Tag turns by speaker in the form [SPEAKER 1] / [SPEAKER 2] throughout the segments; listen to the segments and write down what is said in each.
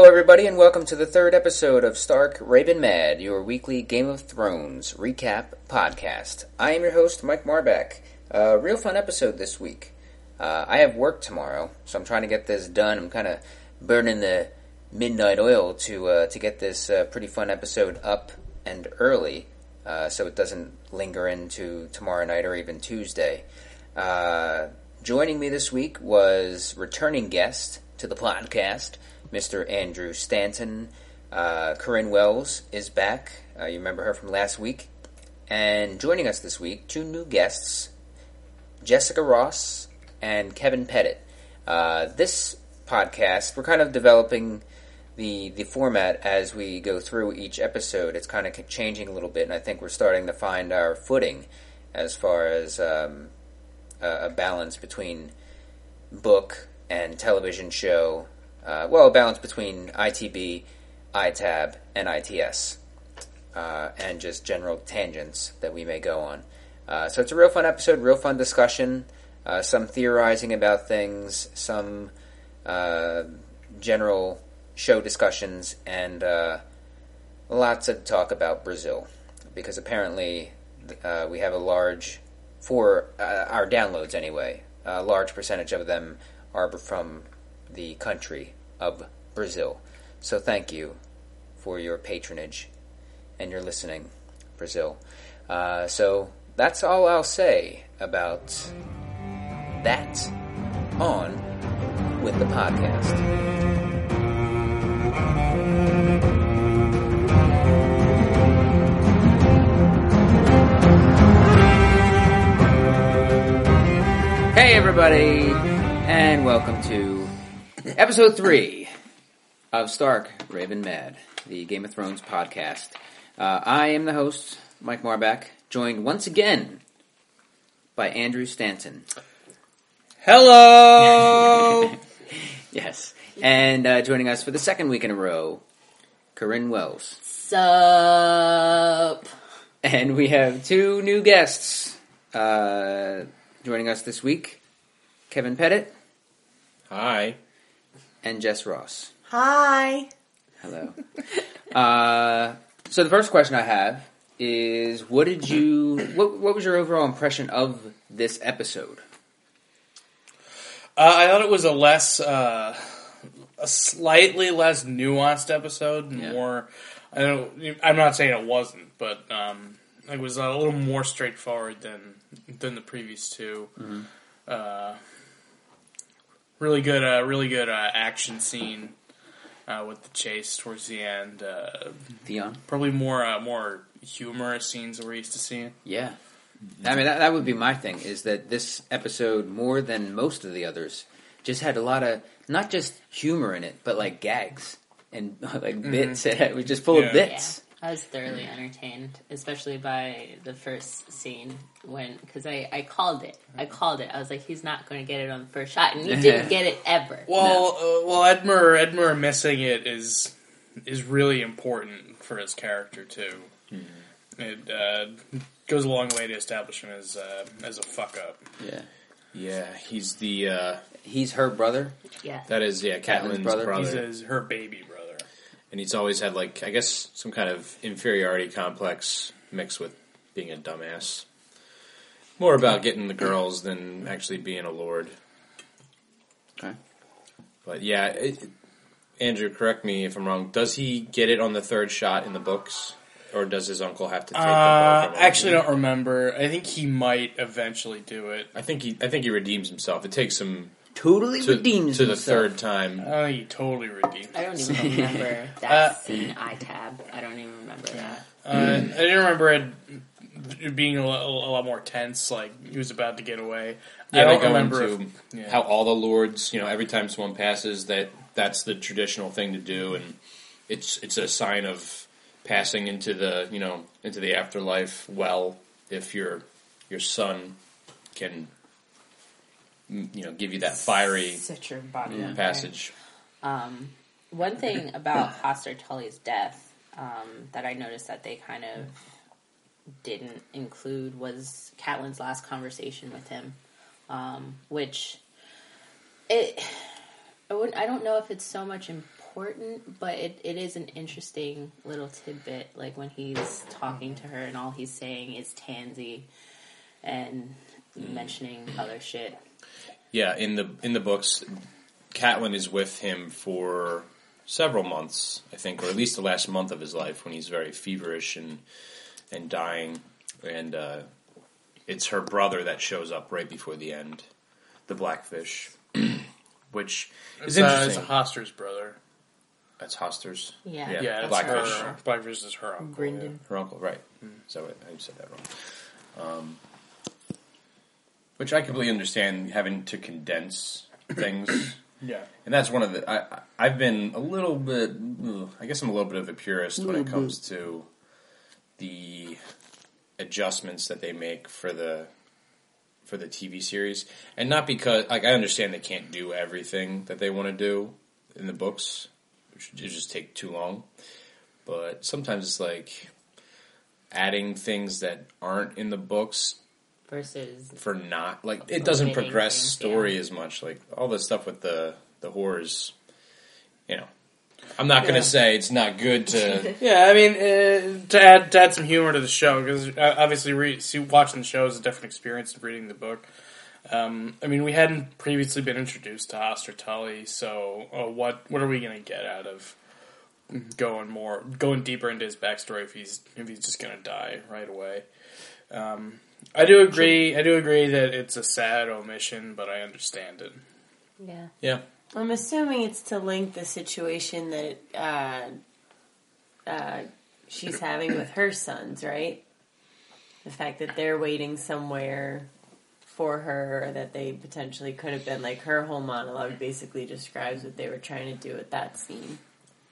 [SPEAKER 1] everybody, and welcome to the third episode of Stark Raven Mad, your weekly Game of Thrones recap podcast. I am your host, Mike Marbeck. Uh, real fun episode this week. Uh, I have work tomorrow, so I'm trying to get this done. I'm kind of burning the midnight oil to uh, to get this uh, pretty fun episode up and early, uh, so it doesn't linger into tomorrow night or even Tuesday. Uh, joining me this week was returning guest to the podcast, Mr. Andrew Stanton. Uh, Corinne Wells is back. Uh, you remember her from last week. And joining us this week, two new guests, Jessica Ross and Kevin Pettit. Uh, this podcast, we're kind of developing the the format as we go through each episode. It's kind of changing a little bit, and I think we're starting to find our footing as far as um, a, a balance between book and television show. Uh, well, a balance between ITB, ITAB, and ITS uh, and just general tangents that we may go on. Uh, so it's a real fun episode, real fun discussion, uh, some theorizing about things, some uh, general show discussions, and uh, lots of talk about Brazil because apparently th- uh, we have a large, for uh, our downloads anyway, a large percentage of them are b- from the country of Brazil. So thank you for your patronage and you're listening, Brazil. Uh, so that's all I'll say about that on with the podcast. Hey, everybody, and welcome to episode three of Stark Raven Mad, the Game of Thrones podcast. Uh, I am the host, Mike Marback, joined once again by Andrew Stanton.
[SPEAKER 2] Hello.
[SPEAKER 1] Yes. And uh, joining us for the second week in a row, Corinne Wells.
[SPEAKER 3] Sup?
[SPEAKER 1] And we have two new guests uh, joining us this week Kevin Pettit
[SPEAKER 2] Hi.
[SPEAKER 1] and Jess Ross.
[SPEAKER 3] Hi.
[SPEAKER 1] Hello. uh, so the first question I have is what did you what, what was your overall impression of this episode
[SPEAKER 2] Uh, I thought it was a less, uh, a slightly less nuanced episode.
[SPEAKER 1] Yeah.
[SPEAKER 2] More, I don't, I'm not saying it wasn't, but um, it was a little more straightforward than than the previous 2 Uh, really good, uh, really good uh, action scene uh, with the chase towards the end. Uh,
[SPEAKER 1] theon
[SPEAKER 2] probably more, uh, more humorous scenes that we're used to seeing.
[SPEAKER 1] yeah i mean that, that would be my thing is that this episode more than most of the others just had a lot of not just humor in it but like gags and like bits it was just full
[SPEAKER 2] Yeah.
[SPEAKER 1] of bits
[SPEAKER 3] I was thoroughly entertained, especially by the first scene when because I I called it. I
[SPEAKER 4] Uh-huh.
[SPEAKER 3] called it. I was like, he's not going to get it on the first shot, and he didn't get it ever.
[SPEAKER 2] Well, uh, well, Edmer, Edmer missing it is is really important for his character too.
[SPEAKER 4] Hmm.
[SPEAKER 2] It uh, goes a long way to establish him as uh, as a fuck up.
[SPEAKER 1] yeah
[SPEAKER 4] Yeah, he's the uh
[SPEAKER 1] he's her brother
[SPEAKER 3] yeah.
[SPEAKER 4] that is Oh, yeah, Catelyn's
[SPEAKER 1] brother.
[SPEAKER 4] brother,
[SPEAKER 2] He's his, her baby brother.
[SPEAKER 4] and he's always had like I guess some kind of inferiority complex mixed with being a dumbass. More about getting the girls than actually being a lord.
[SPEAKER 1] okay
[SPEAKER 4] But yeah, it, Andrew, correct me if I'm wrong. Does he get it on the third shot in the books, or does his uncle have to take the
[SPEAKER 2] Uh,
[SPEAKER 4] ball from him?
[SPEAKER 2] actually, don't remember. I think he might eventually do it.
[SPEAKER 4] I think he I think he redeems himself. It takes him
[SPEAKER 1] totally
[SPEAKER 4] to,
[SPEAKER 1] redeems
[SPEAKER 4] to the
[SPEAKER 1] himself.
[SPEAKER 4] third time.
[SPEAKER 2] I think he totally redeemed.
[SPEAKER 3] I don't even remember that
[SPEAKER 4] Uh,
[SPEAKER 3] scene. I tab. I don't even remember that.
[SPEAKER 2] Uh, I didn't remember it it being a, lo- a lot more tense. Like he was about to get away.
[SPEAKER 4] Yeah,
[SPEAKER 2] I
[SPEAKER 4] they
[SPEAKER 2] don't
[SPEAKER 4] go
[SPEAKER 2] remember.
[SPEAKER 4] into
[SPEAKER 2] if- yeah.
[SPEAKER 4] how all the lords, you know, every time someone passes, that that's the traditional thing to do, and it's it's a sign of passing into the you know into the afterlife. Well, if your your son can, mm, you know, give you that fiery Mm-hmm.
[SPEAKER 3] Such your body
[SPEAKER 4] passage.
[SPEAKER 3] Um, one thing about Foster Tully's death um, that I noticed that they kind of didn't include was Catelyn's last conversation with him, um, which it I wouldn't I don't know if it's so much important important, but it, it is an interesting little tidbit. Like when he's talking to her and all he's saying is Tansy and mentioning other shit.
[SPEAKER 4] Yeah, in the in the books, Catelyn is with him for several months, I think, or at least the last month of his life when he's very feverish and and dying, and uh, it's her brother that shows up right before the end, the Blackfish, which is
[SPEAKER 2] It's, uh, it's
[SPEAKER 4] interesting.
[SPEAKER 2] Hoster's brother.
[SPEAKER 4] That's Hoster's.
[SPEAKER 3] Yeah.
[SPEAKER 4] yeah
[SPEAKER 2] Yeah, it's
[SPEAKER 4] Blackfish.
[SPEAKER 2] her. Mm-hmm. Blackfish is her uncle. yeah.
[SPEAKER 3] Brendan.
[SPEAKER 4] Her uncle, right? So I I said that wrong. Um, which I completely understand having to condense things,
[SPEAKER 2] Yeah.
[SPEAKER 4] and that's one of the. I, I- I've been a little bit. ugh, I guess I'm a little bit of a purist when it comes to the adjustments that they make for the for the TV series, and not because like I understand they can't do everything that they want to do in the books, which would just take too long. But sometimes it's like adding things that aren't in the books
[SPEAKER 3] Versus
[SPEAKER 4] for not like it doesn't
[SPEAKER 3] Omitting
[SPEAKER 4] progress
[SPEAKER 3] things,
[SPEAKER 4] story as much. Like all the stuff with the the horrors, you know. I'm not gonna
[SPEAKER 2] Yeah.
[SPEAKER 4] say it's not good to.
[SPEAKER 2] Yeah, I mean, uh, to add to add some humor to the show because uh, obviously re- see, watching the show is a different experience than reading the book. Um, I mean, we hadn't previously been introduced to Oster Tully, so uh, what what are we going to get out of going more going deeper into his backstory if he's if he's just going to die right away? Um, I do agree. I do agree that it's a sad omission, but I understand it.
[SPEAKER 3] yeah.
[SPEAKER 4] yeah,
[SPEAKER 5] I'm assuming it's to link the situation that uh, uh, she's having with her sons, right? The fact that they're waiting somewhere for her, or that they potentially could have been. Like her whole monologue basically describes what they were trying to do at that scene.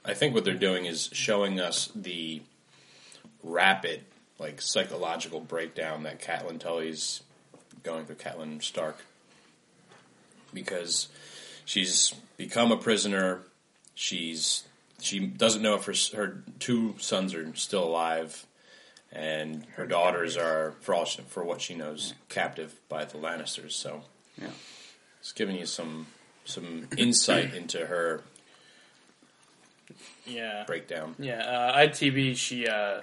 [SPEAKER 4] I think what they're doing is showing us the rapid like psychological breakdown that Catelyn Tully's going through. Catelyn Stark because she's become a prisoner. She's she doesn't know if her her two sons are still alive, and her daughters are for all she, for what she knows captive by the Lannisters. So
[SPEAKER 6] Yeah.
[SPEAKER 4] it's giving you some some insight into her
[SPEAKER 2] Yeah.
[SPEAKER 4] breakdown.
[SPEAKER 2] Yeah, uh, ITB. She uh,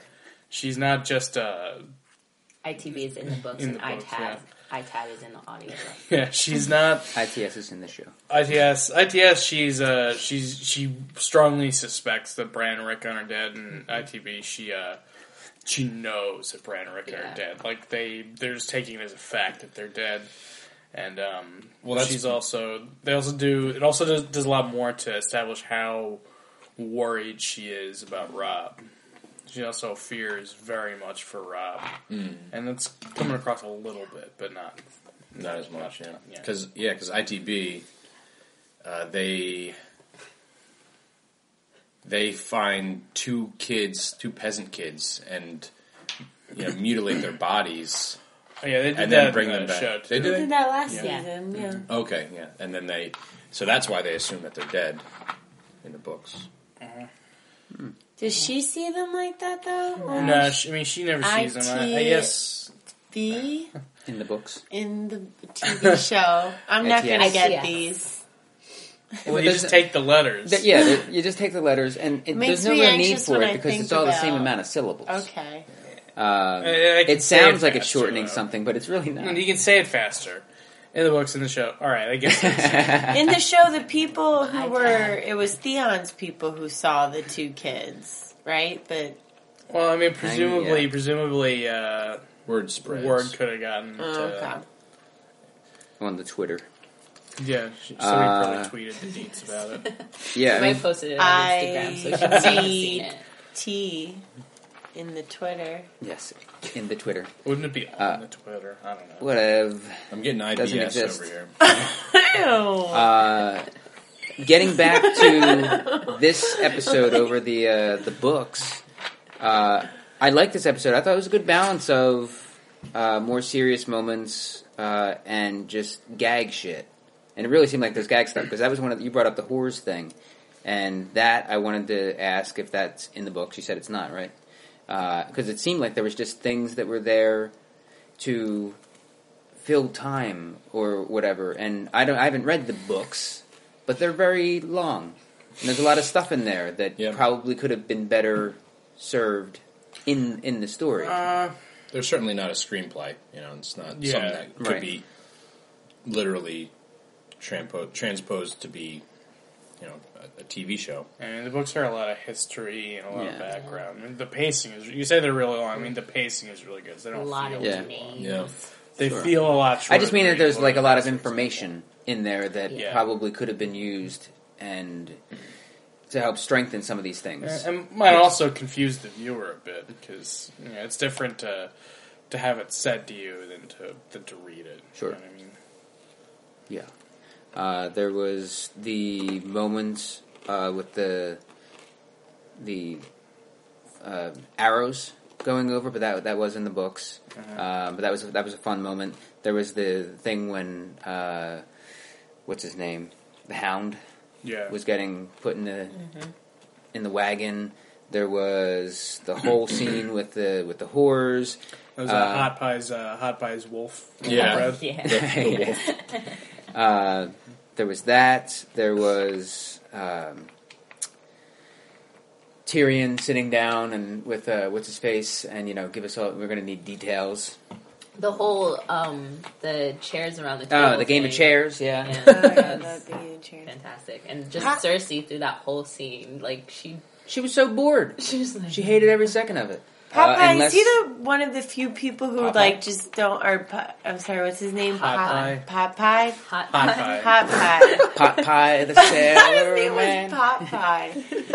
[SPEAKER 2] she's not just uh,
[SPEAKER 3] ITB is in the books
[SPEAKER 2] In
[SPEAKER 3] and
[SPEAKER 2] the books,
[SPEAKER 3] ITAB ITAB is in the audio.
[SPEAKER 2] yeah she's not
[SPEAKER 1] ITS is in the show.
[SPEAKER 2] ITS ITS she's uh she's she strongly suspects that Bran and Rickon are dead
[SPEAKER 4] Mm-hmm.
[SPEAKER 2] and ITB she uh she knows that Bran and Rickon
[SPEAKER 3] Yeah.
[SPEAKER 2] are dead. Like they they're just taking it as a fact that they're dead. And um
[SPEAKER 4] Well, that's-
[SPEAKER 2] she's also they also do it also does, does a lot more to establish how worried she is about Rob. She also fears very much for Rob.
[SPEAKER 4] Mm.
[SPEAKER 2] And that's coming across a little bit, but not
[SPEAKER 4] Not as much, yeah.
[SPEAKER 2] Yeah.
[SPEAKER 4] Because yeah, because ITB, uh, they they find two kids, two peasant kids, and you know mutilate their bodies
[SPEAKER 2] Yeah, they did
[SPEAKER 4] and
[SPEAKER 2] that
[SPEAKER 4] then bring
[SPEAKER 2] in
[SPEAKER 4] them
[SPEAKER 2] the
[SPEAKER 4] back.
[SPEAKER 2] show
[SPEAKER 4] They
[SPEAKER 2] too.
[SPEAKER 4] do.
[SPEAKER 5] Did that last
[SPEAKER 3] Yeah.
[SPEAKER 5] season, yeah.
[SPEAKER 4] Okay, yeah, and then they. So that's why they assume that they're dead in the books.
[SPEAKER 5] Does she see them like that though? Or
[SPEAKER 2] No, she, I mean she never sees them. I, I
[SPEAKER 5] IT
[SPEAKER 2] guess
[SPEAKER 5] be
[SPEAKER 1] In the books.
[SPEAKER 5] in the TV show. I'm not gonna
[SPEAKER 1] ITS.
[SPEAKER 5] get these.
[SPEAKER 2] well, you just take the letters.
[SPEAKER 1] Th- yeah, th- you just take the letters, and it,
[SPEAKER 5] Makes
[SPEAKER 1] there's no
[SPEAKER 5] me
[SPEAKER 1] real need
[SPEAKER 5] anxious
[SPEAKER 1] for
[SPEAKER 5] when
[SPEAKER 1] it
[SPEAKER 5] I
[SPEAKER 1] because
[SPEAKER 5] think
[SPEAKER 1] it's all the same
[SPEAKER 5] about-
[SPEAKER 1] amount of syllables.
[SPEAKER 5] Okay.
[SPEAKER 1] Um,
[SPEAKER 2] I- I can
[SPEAKER 1] it
[SPEAKER 2] say it
[SPEAKER 1] sounds like it's
[SPEAKER 2] faster,
[SPEAKER 1] shortening
[SPEAKER 2] though.
[SPEAKER 1] something, but it's really not.
[SPEAKER 2] You can say it faster. In the books, in the show. All right, I guess. it's-
[SPEAKER 5] In the show, the people
[SPEAKER 3] I
[SPEAKER 5] who were it was Theon's people who saw the two kids, right? But
[SPEAKER 2] well, I mean, presumably,
[SPEAKER 1] yeah.
[SPEAKER 2] presumably, uh,
[SPEAKER 4] Word spreads.
[SPEAKER 2] word could have gotten.
[SPEAKER 5] oh,
[SPEAKER 2] To,
[SPEAKER 5] okay.
[SPEAKER 1] On the Twitter.
[SPEAKER 2] yeah, she- somebody
[SPEAKER 1] Uh,
[SPEAKER 2] probably tweeted the deets about it.
[SPEAKER 1] Yeah, I
[SPEAKER 3] I
[SPEAKER 1] mean,
[SPEAKER 3] posted it on
[SPEAKER 5] I
[SPEAKER 3] Instagram, so she must have seen it.
[SPEAKER 5] T in the Twitter.
[SPEAKER 1] yes, in the Twitter.
[SPEAKER 2] Wouldn't it be on
[SPEAKER 1] uh,
[SPEAKER 2] the Twitter? I don't know.
[SPEAKER 1] Whatever.
[SPEAKER 4] I'm getting
[SPEAKER 1] Doesn't
[SPEAKER 4] IBS
[SPEAKER 1] exist.
[SPEAKER 4] over here.
[SPEAKER 5] Oh,
[SPEAKER 1] Uh, getting back to this episode over the uh, the books, uh, I like this episode. I thought it was a good balance of uh, more serious moments uh, and just gag shit. And it really seemed like there's gag stuff because that was one of the, you brought up the horrors thing, and that I wanted to ask if that's in the books. You said it's not, right? Because it seemed like there was just things that were there to fill time or whatever. And I don't, I haven't read the books, but they're very long. And there's a lot of stuff in there that
[SPEAKER 4] Yeah.
[SPEAKER 1] probably could have been better served in in the story.
[SPEAKER 2] Uh,
[SPEAKER 4] There's certainly not a screenplay. You know, it's not
[SPEAKER 2] Yeah,
[SPEAKER 4] something that could
[SPEAKER 1] right.
[SPEAKER 4] be literally trampo- transposed to be, you know, a, a TV show.
[SPEAKER 2] I mean, the books are a lot of history and a lot
[SPEAKER 1] Yeah.
[SPEAKER 2] of background. I mean, the pacing is. You say they're really long. I mean, the pacing is really good. so They
[SPEAKER 5] A
[SPEAKER 2] don't
[SPEAKER 5] lot
[SPEAKER 2] feel.
[SPEAKER 5] of
[SPEAKER 1] Yeah.
[SPEAKER 5] names.
[SPEAKER 4] Yeah.
[SPEAKER 2] They
[SPEAKER 1] Sure.
[SPEAKER 2] feel a lot. Shorter
[SPEAKER 1] I just mean
[SPEAKER 2] than
[SPEAKER 1] that there's
[SPEAKER 2] usual.
[SPEAKER 1] like a lot of information in there that
[SPEAKER 2] Yeah.
[SPEAKER 1] probably could have been used and to help strengthen some of these things.
[SPEAKER 2] And might also confuse the viewer a bit because you know, it's different to to have it said to you than to than to read it.
[SPEAKER 1] Sure.
[SPEAKER 2] You know what I mean,
[SPEAKER 1] Yeah. Uh, there was the moments uh, with the the uh, arrows going over, but that that was in the books. Uh, but that was that was a fun moment. There was the thing when uh, what's his name, the Hound,
[SPEAKER 2] yeah.
[SPEAKER 1] was getting put in the in the wagon. There was the whole scene with the with the whores.
[SPEAKER 2] That was uh,
[SPEAKER 1] Uh,
[SPEAKER 2] Hot Pie's uh, Hot Pie's wolf.
[SPEAKER 4] Yeah.
[SPEAKER 2] bread.
[SPEAKER 4] The,
[SPEAKER 3] Yeah.
[SPEAKER 4] the wolf.
[SPEAKER 1] Uh, there was that. There was um, Tyrion sitting down and with uh, what's his face, and you know, give us all. We're gonna need details.
[SPEAKER 3] The whole um the chairs around the table.
[SPEAKER 1] Oh, the game of
[SPEAKER 3] thing.
[SPEAKER 1] chairs. Yeah.
[SPEAKER 3] Yeah,
[SPEAKER 5] Oh, yeah,
[SPEAKER 3] that was
[SPEAKER 5] that'd be interesting.
[SPEAKER 3] fantastic. And just
[SPEAKER 1] How-
[SPEAKER 3] Cersei through that whole scene, like she
[SPEAKER 1] She was so bored.
[SPEAKER 3] she was like
[SPEAKER 1] She hated every second of it. Uh,
[SPEAKER 5] Popeye,
[SPEAKER 1] unless-
[SPEAKER 5] is he the one of the few people who
[SPEAKER 1] Popeye?
[SPEAKER 5] like just don't? Or Po- I'm sorry, what's his name?
[SPEAKER 2] Popeye.
[SPEAKER 5] Popeye.
[SPEAKER 3] hot,
[SPEAKER 2] Hot
[SPEAKER 3] hot
[SPEAKER 2] Pie.
[SPEAKER 5] Hot pie.
[SPEAKER 1] pot pie, the
[SPEAKER 5] His
[SPEAKER 1] sailor
[SPEAKER 5] name
[SPEAKER 1] man,
[SPEAKER 5] was Pot Pie.
[SPEAKER 1] like chicken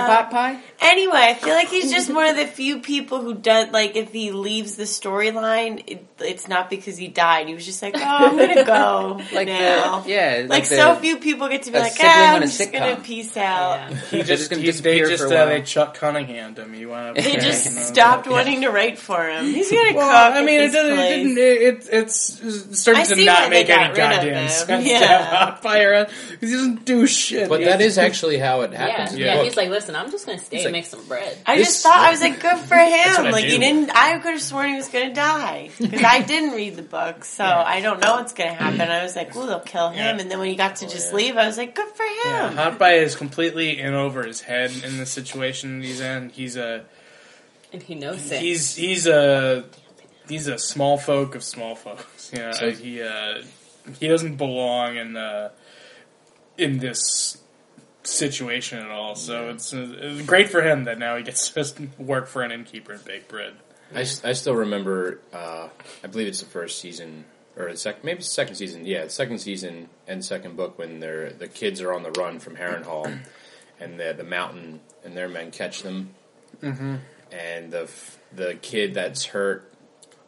[SPEAKER 5] Uh,
[SPEAKER 1] pot pie.
[SPEAKER 5] Anyway, I feel like he's just one of the few people who does like if he leaves the storyline, it, it's not because he died. He was just like, oh, I'm gonna go
[SPEAKER 1] Like
[SPEAKER 5] now.
[SPEAKER 1] the yeah,
[SPEAKER 5] like
[SPEAKER 1] the,
[SPEAKER 5] so few people get to be
[SPEAKER 1] a
[SPEAKER 5] like,
[SPEAKER 1] sibling
[SPEAKER 5] ah,
[SPEAKER 1] on
[SPEAKER 5] I'm
[SPEAKER 1] a
[SPEAKER 5] just gonna
[SPEAKER 1] sitcom."
[SPEAKER 5] peace out.
[SPEAKER 3] Yeah.
[SPEAKER 2] He
[SPEAKER 1] They're
[SPEAKER 2] just,
[SPEAKER 1] just gonna
[SPEAKER 2] he, they
[SPEAKER 1] disappear for
[SPEAKER 2] just
[SPEAKER 1] a
[SPEAKER 2] uh,
[SPEAKER 1] while.
[SPEAKER 2] they Chuck Cunningham him. You want
[SPEAKER 5] They just stopped wanting to write for him. He's gonna
[SPEAKER 2] Well,
[SPEAKER 5] cook.
[SPEAKER 2] I mean,
[SPEAKER 5] at
[SPEAKER 2] it
[SPEAKER 5] this
[SPEAKER 2] doesn't.
[SPEAKER 5] place.
[SPEAKER 2] It didn't. It, it's it started
[SPEAKER 5] I
[SPEAKER 2] to
[SPEAKER 5] see
[SPEAKER 2] not
[SPEAKER 5] why they
[SPEAKER 2] make any
[SPEAKER 5] got rid of
[SPEAKER 2] goddamn
[SPEAKER 5] them.
[SPEAKER 2] sense to
[SPEAKER 5] Yeah.
[SPEAKER 2] have hot fire because he doesn't do shit.
[SPEAKER 4] But
[SPEAKER 2] He
[SPEAKER 4] that
[SPEAKER 2] just-
[SPEAKER 4] is actually how it
[SPEAKER 3] Yeah,
[SPEAKER 4] happens. in the
[SPEAKER 2] Yeah.
[SPEAKER 3] yeah.
[SPEAKER 4] book.
[SPEAKER 3] He's like, listen, I'm just gonna stay
[SPEAKER 4] He's
[SPEAKER 3] and
[SPEAKER 4] like-
[SPEAKER 3] make some bread.
[SPEAKER 5] I
[SPEAKER 4] This-
[SPEAKER 5] just thought I was like, good for
[SPEAKER 4] what I
[SPEAKER 5] him. Like he
[SPEAKER 4] do.
[SPEAKER 5] didn't. I could have sworn he was going to die because I didn't read the book, so I don't know what's going to happen. I was like, ooh, they'll kill him.
[SPEAKER 2] Yeah.
[SPEAKER 5] And then when he got to just
[SPEAKER 4] yeah.
[SPEAKER 5] leave, I was like, good for him.
[SPEAKER 2] Yeah, Hotbye is completely in over his head in the situation he's in. He's a
[SPEAKER 3] And he knows it.
[SPEAKER 2] he's he's a he's a small folk of small folks. You know,
[SPEAKER 4] So-
[SPEAKER 2] he uh, he doesn't belong in the in this situation at all. So it's, uh, it's great for him that now he gets to work for an innkeeper and bake bread.
[SPEAKER 4] I, s- I still remember. Uh, I believe it's the first season or the sec- maybe it's the second season. Yeah, the second season and second book when they're the kids are on the run from Harrenhal, and the the mountain and their men catch them. Mm-hmm. And the f- the kid that's hurt,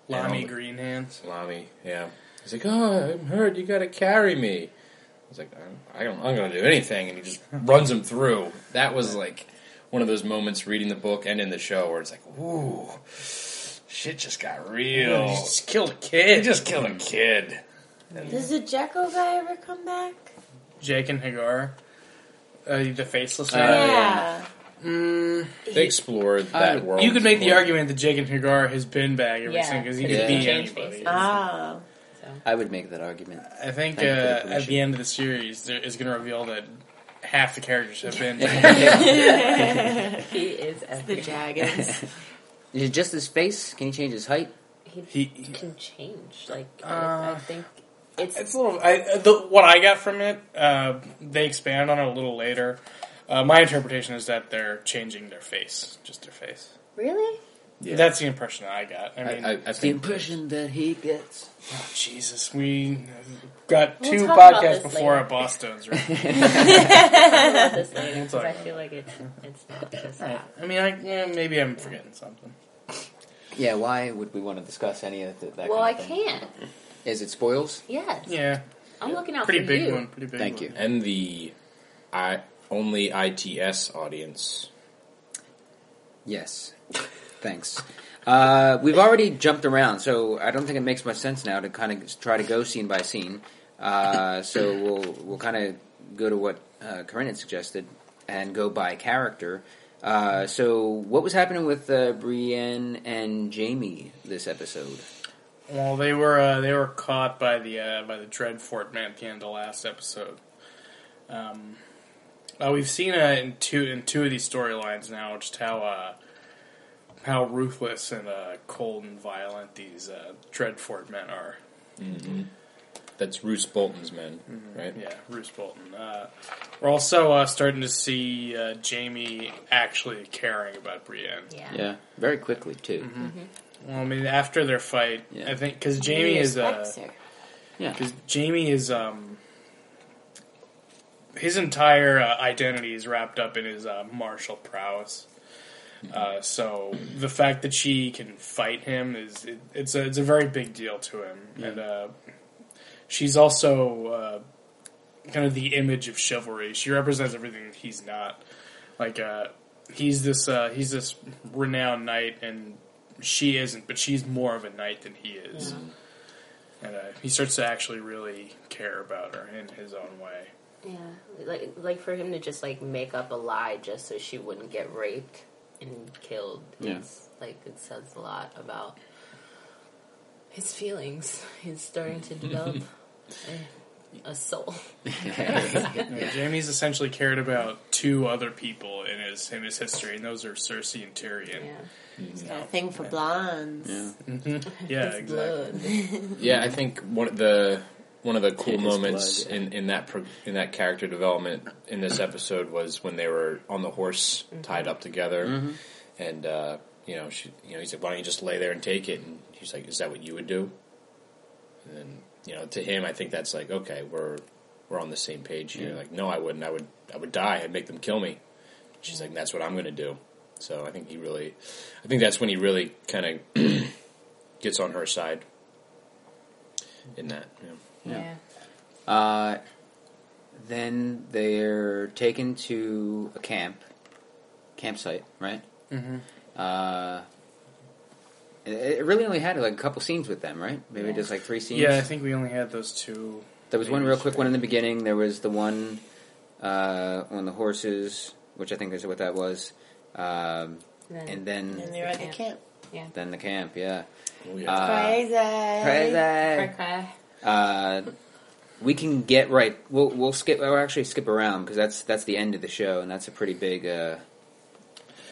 [SPEAKER 2] Lami
[SPEAKER 4] Yeah.
[SPEAKER 2] Greenhands.
[SPEAKER 4] Lami. Yeah, he's like, "Oh, I'm hurt. You got to carry me." I was like, "I don't. I'm going to do anything," and he just runs him through. That was like one of those moments reading the book and in the show where it's like, "Ooh, shit just got real."
[SPEAKER 2] He just killed a
[SPEAKER 4] They
[SPEAKER 2] kid.
[SPEAKER 4] just killed a kid.
[SPEAKER 5] Does the Jekyll guy ever come back?
[SPEAKER 2] Jake and Hagar, uh, the faceless.
[SPEAKER 1] Uh,
[SPEAKER 2] one.
[SPEAKER 5] yeah.
[SPEAKER 2] Mm,
[SPEAKER 4] They explored that
[SPEAKER 1] Uh,
[SPEAKER 4] world.
[SPEAKER 2] you could make the
[SPEAKER 4] more.
[SPEAKER 2] argument that Jake and Hagar has been back ever
[SPEAKER 3] Yeah,
[SPEAKER 2] since because he
[SPEAKER 1] Yeah.
[SPEAKER 2] could
[SPEAKER 1] they
[SPEAKER 2] be
[SPEAKER 3] change
[SPEAKER 2] anybody.
[SPEAKER 3] faces.
[SPEAKER 5] Oh.
[SPEAKER 1] I would make that argument.
[SPEAKER 2] I think
[SPEAKER 1] Thank you
[SPEAKER 2] uh,
[SPEAKER 1] for the
[SPEAKER 2] at
[SPEAKER 1] permission.
[SPEAKER 2] the end of the series, there is going to reveal that half the characters have been.
[SPEAKER 3] He is
[SPEAKER 5] The
[SPEAKER 3] epic.
[SPEAKER 5] Dragons.
[SPEAKER 1] Is it just his face? Can he change his height?
[SPEAKER 3] He,
[SPEAKER 2] He-
[SPEAKER 3] can change. Like
[SPEAKER 2] Uh,
[SPEAKER 3] I think it's,
[SPEAKER 2] it's a little. I, the, what I got from it, uh, they expand on it a little later. Uh, my interpretation is that they're changing their face, just their face.
[SPEAKER 3] really
[SPEAKER 4] Yeah.
[SPEAKER 2] That's the impression I got. I mean,
[SPEAKER 4] I, I, I
[SPEAKER 1] The
[SPEAKER 4] think
[SPEAKER 1] impression that he gets.
[SPEAKER 2] Jesus, we got
[SPEAKER 3] We'll
[SPEAKER 2] two
[SPEAKER 3] talk about
[SPEAKER 2] podcasts
[SPEAKER 3] this
[SPEAKER 2] before
[SPEAKER 3] later.
[SPEAKER 2] our boss stones. Right?
[SPEAKER 3] I'll talk about this later because
[SPEAKER 2] talk
[SPEAKER 3] I
[SPEAKER 2] about
[SPEAKER 3] feel like it's it's not just
[SPEAKER 2] Alright.
[SPEAKER 3] that.
[SPEAKER 2] I mean, I, yeah, maybe I'm forgetting something.
[SPEAKER 1] Yeah, why would we want to discuss any of th- that?
[SPEAKER 3] Well, I
[SPEAKER 1] kind of thing?
[SPEAKER 3] can't.
[SPEAKER 1] Is it spoils?
[SPEAKER 3] Yes,
[SPEAKER 2] Yeah,
[SPEAKER 3] I'm looking out
[SPEAKER 2] pretty
[SPEAKER 3] for
[SPEAKER 2] big
[SPEAKER 3] you.
[SPEAKER 2] one. Pretty big.
[SPEAKER 1] Thank
[SPEAKER 2] one.
[SPEAKER 1] you.
[SPEAKER 4] and the I only ITS audience.
[SPEAKER 1] Yes. Thanks. Uh, we've already jumped around, so I don't think it makes much sense now to kind of try to go scene by scene. Uh, so we'll we'll kind of go to what uh, Corinne had suggested and go by character. Uh, so what was happening with uh, Brienne and Jamie this episode?
[SPEAKER 2] Well, they were uh, they were caught by the uh, by the Dreadfort man at the end of last episode. Um, Uh, we've seen uh, in two in two of these storylines now just how uh, how ruthless and uh, cold and violent these uh, Dreadfort men are.
[SPEAKER 4] That's Roose Bolton's men, right?
[SPEAKER 2] Yeah, Bruce Bolton. Uh, we're also uh, starting to see uh, Jamie actually caring about Brienne.
[SPEAKER 3] Yeah.
[SPEAKER 1] Yeah, very quickly too.
[SPEAKER 2] Well, I mean, after their fight,
[SPEAKER 1] Yeah.
[SPEAKER 2] I think because
[SPEAKER 5] He
[SPEAKER 2] Jamie is uh,
[SPEAKER 5] respects her.
[SPEAKER 1] Yeah,
[SPEAKER 2] Because Jamie is, um, his entire uh, identity is wrapped up in his uh, martial prowess. Uh, so the fact that she can fight him is it, it's a it's a very big deal to him, and uh, she's also uh, kind of the image of chivalry. She represents everything that he's not. Like uh, he's this uh, he's this renowned knight, and she isn't, but she's more of a knight than he is and uh, he starts to actually really care about her in his own way.
[SPEAKER 3] Yeah, like like for him to just like make up a lie just so she wouldn't get raped and killed.
[SPEAKER 1] Yeah.
[SPEAKER 3] It's like it says a lot about his feelings. He's starting to develop a, a soul.
[SPEAKER 2] You know, Jamie's essentially cared about two other people in his in his history, and those are Cersei and Tyrion.
[SPEAKER 5] He's got a thing for blondes.
[SPEAKER 1] yeah.
[SPEAKER 2] Yeah,
[SPEAKER 3] His
[SPEAKER 2] exactly.
[SPEAKER 3] blood.
[SPEAKER 4] Yeah, I think one of the one of the cool
[SPEAKER 1] His
[SPEAKER 4] moments
[SPEAKER 1] blood,
[SPEAKER 4] in in that pro, in that character development in this episode was when they were on the horse tied up together, and uh, you know she you know he's like, why don't you just lay there and take it? And he's like, is that what you would do? And then you know to him, I think that's like okay, we're we're on the same page here. Like, no, I wouldn't. I would I would die. I'd make them kill me. She's like, that's what I'm going to do. So I think he really, I think that's when he really kind of gets on her side in that. Yeah.
[SPEAKER 3] Yeah.
[SPEAKER 1] Uh, then they're taken to a camp, campsite, right? Mm-hmm. Uh, it, it really only had like a couple scenes with them, right? Maybe just like three scenes.
[SPEAKER 2] Yeah, I think we only had those two.
[SPEAKER 1] There was one real quick one in the beginning. There was the one uh, on the horses, which I think is what that was. Um,
[SPEAKER 3] Then-
[SPEAKER 1] and then,
[SPEAKER 5] And they're at the camp.
[SPEAKER 3] Yeah.
[SPEAKER 1] then the camp, yeah.
[SPEAKER 4] Oh, yeah.
[SPEAKER 1] Uh,
[SPEAKER 5] Crazy.
[SPEAKER 1] crazy.
[SPEAKER 3] Cry, cry.
[SPEAKER 1] Uh, we can get right. We'll we'll skip. We'll actually skip around because that's that's the end of the show, and that's a pretty big, uh,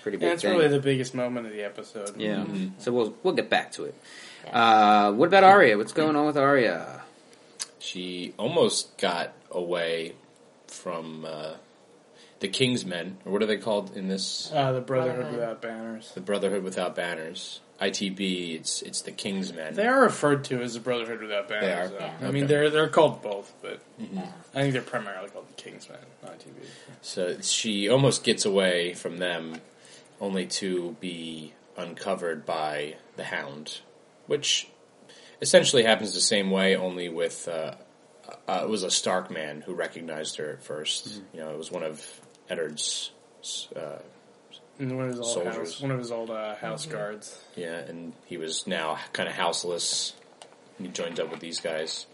[SPEAKER 1] pretty big
[SPEAKER 2] Yeah, that's
[SPEAKER 1] thing.
[SPEAKER 2] really the biggest moment of the episode.
[SPEAKER 1] yeah.
[SPEAKER 4] Mm-hmm.
[SPEAKER 1] So we'll we'll get back to it.
[SPEAKER 3] Yeah.
[SPEAKER 1] Uh, what about Arya? What's going on with Arya?
[SPEAKER 4] She almost got away from uh, the King's Men, or what are they called in this?
[SPEAKER 2] Uh, the Brotherhood
[SPEAKER 3] Brotherhood.
[SPEAKER 2] Without Banners.
[SPEAKER 4] The Brotherhood Without Banners, ITB. It's it's the King's Men.
[SPEAKER 2] They are referred to as the Brotherhood Without Banners.
[SPEAKER 4] are.
[SPEAKER 2] though.
[SPEAKER 3] Yeah.
[SPEAKER 2] I mean,
[SPEAKER 4] Okay.
[SPEAKER 2] they're they're called both, but
[SPEAKER 1] Mm-hmm.
[SPEAKER 3] Yeah.
[SPEAKER 2] I think they're primarily called the Kingsmen on TV.
[SPEAKER 4] So she almost gets away from them, only to be uncovered by the Hound, which essentially happens the same way, only with uh, uh, it was a Stark man who recognized her at 1st You know, it was one of Eddard's. Uh,
[SPEAKER 2] And one of his old
[SPEAKER 4] Soldiers.
[SPEAKER 2] house, one of his old uh, house
[SPEAKER 3] Mm-hmm.
[SPEAKER 2] guards.
[SPEAKER 4] Yeah, and he was now kind of houseless. He joined up with these guys,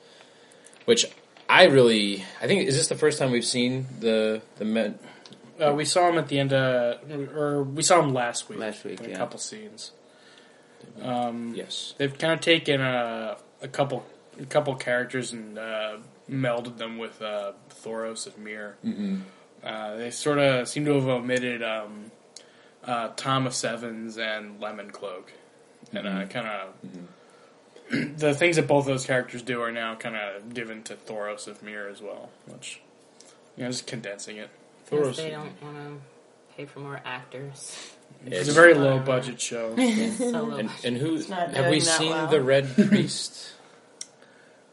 [SPEAKER 4] which I really, I think, is this the first time we've seen the the men?
[SPEAKER 2] Uh, we saw him at the end of, or we saw him last week.
[SPEAKER 1] Last week,
[SPEAKER 2] in a
[SPEAKER 1] yeah.
[SPEAKER 2] couple scenes.
[SPEAKER 4] Yes,
[SPEAKER 2] They've kind of taken a, a couple, a couple characters and uh, melded them with uh, Thoros of Mir. Mm-hmm. Uh, they sort of seem to have omitted um, uh, Thomas Evans and Lemon Cloak, and
[SPEAKER 1] Mm-hmm.
[SPEAKER 2] uh, kind of. The things that both those characters do are now kind of given to Thoros of Mir as well, which you know, just condensing it.
[SPEAKER 3] Since they don't want to pay for more actors.
[SPEAKER 2] It's
[SPEAKER 4] it's
[SPEAKER 2] a very low budget show.
[SPEAKER 3] It's so low.
[SPEAKER 4] And, and who
[SPEAKER 5] not
[SPEAKER 4] have we
[SPEAKER 5] doing that
[SPEAKER 4] seen
[SPEAKER 5] well.
[SPEAKER 4] the Red Priest?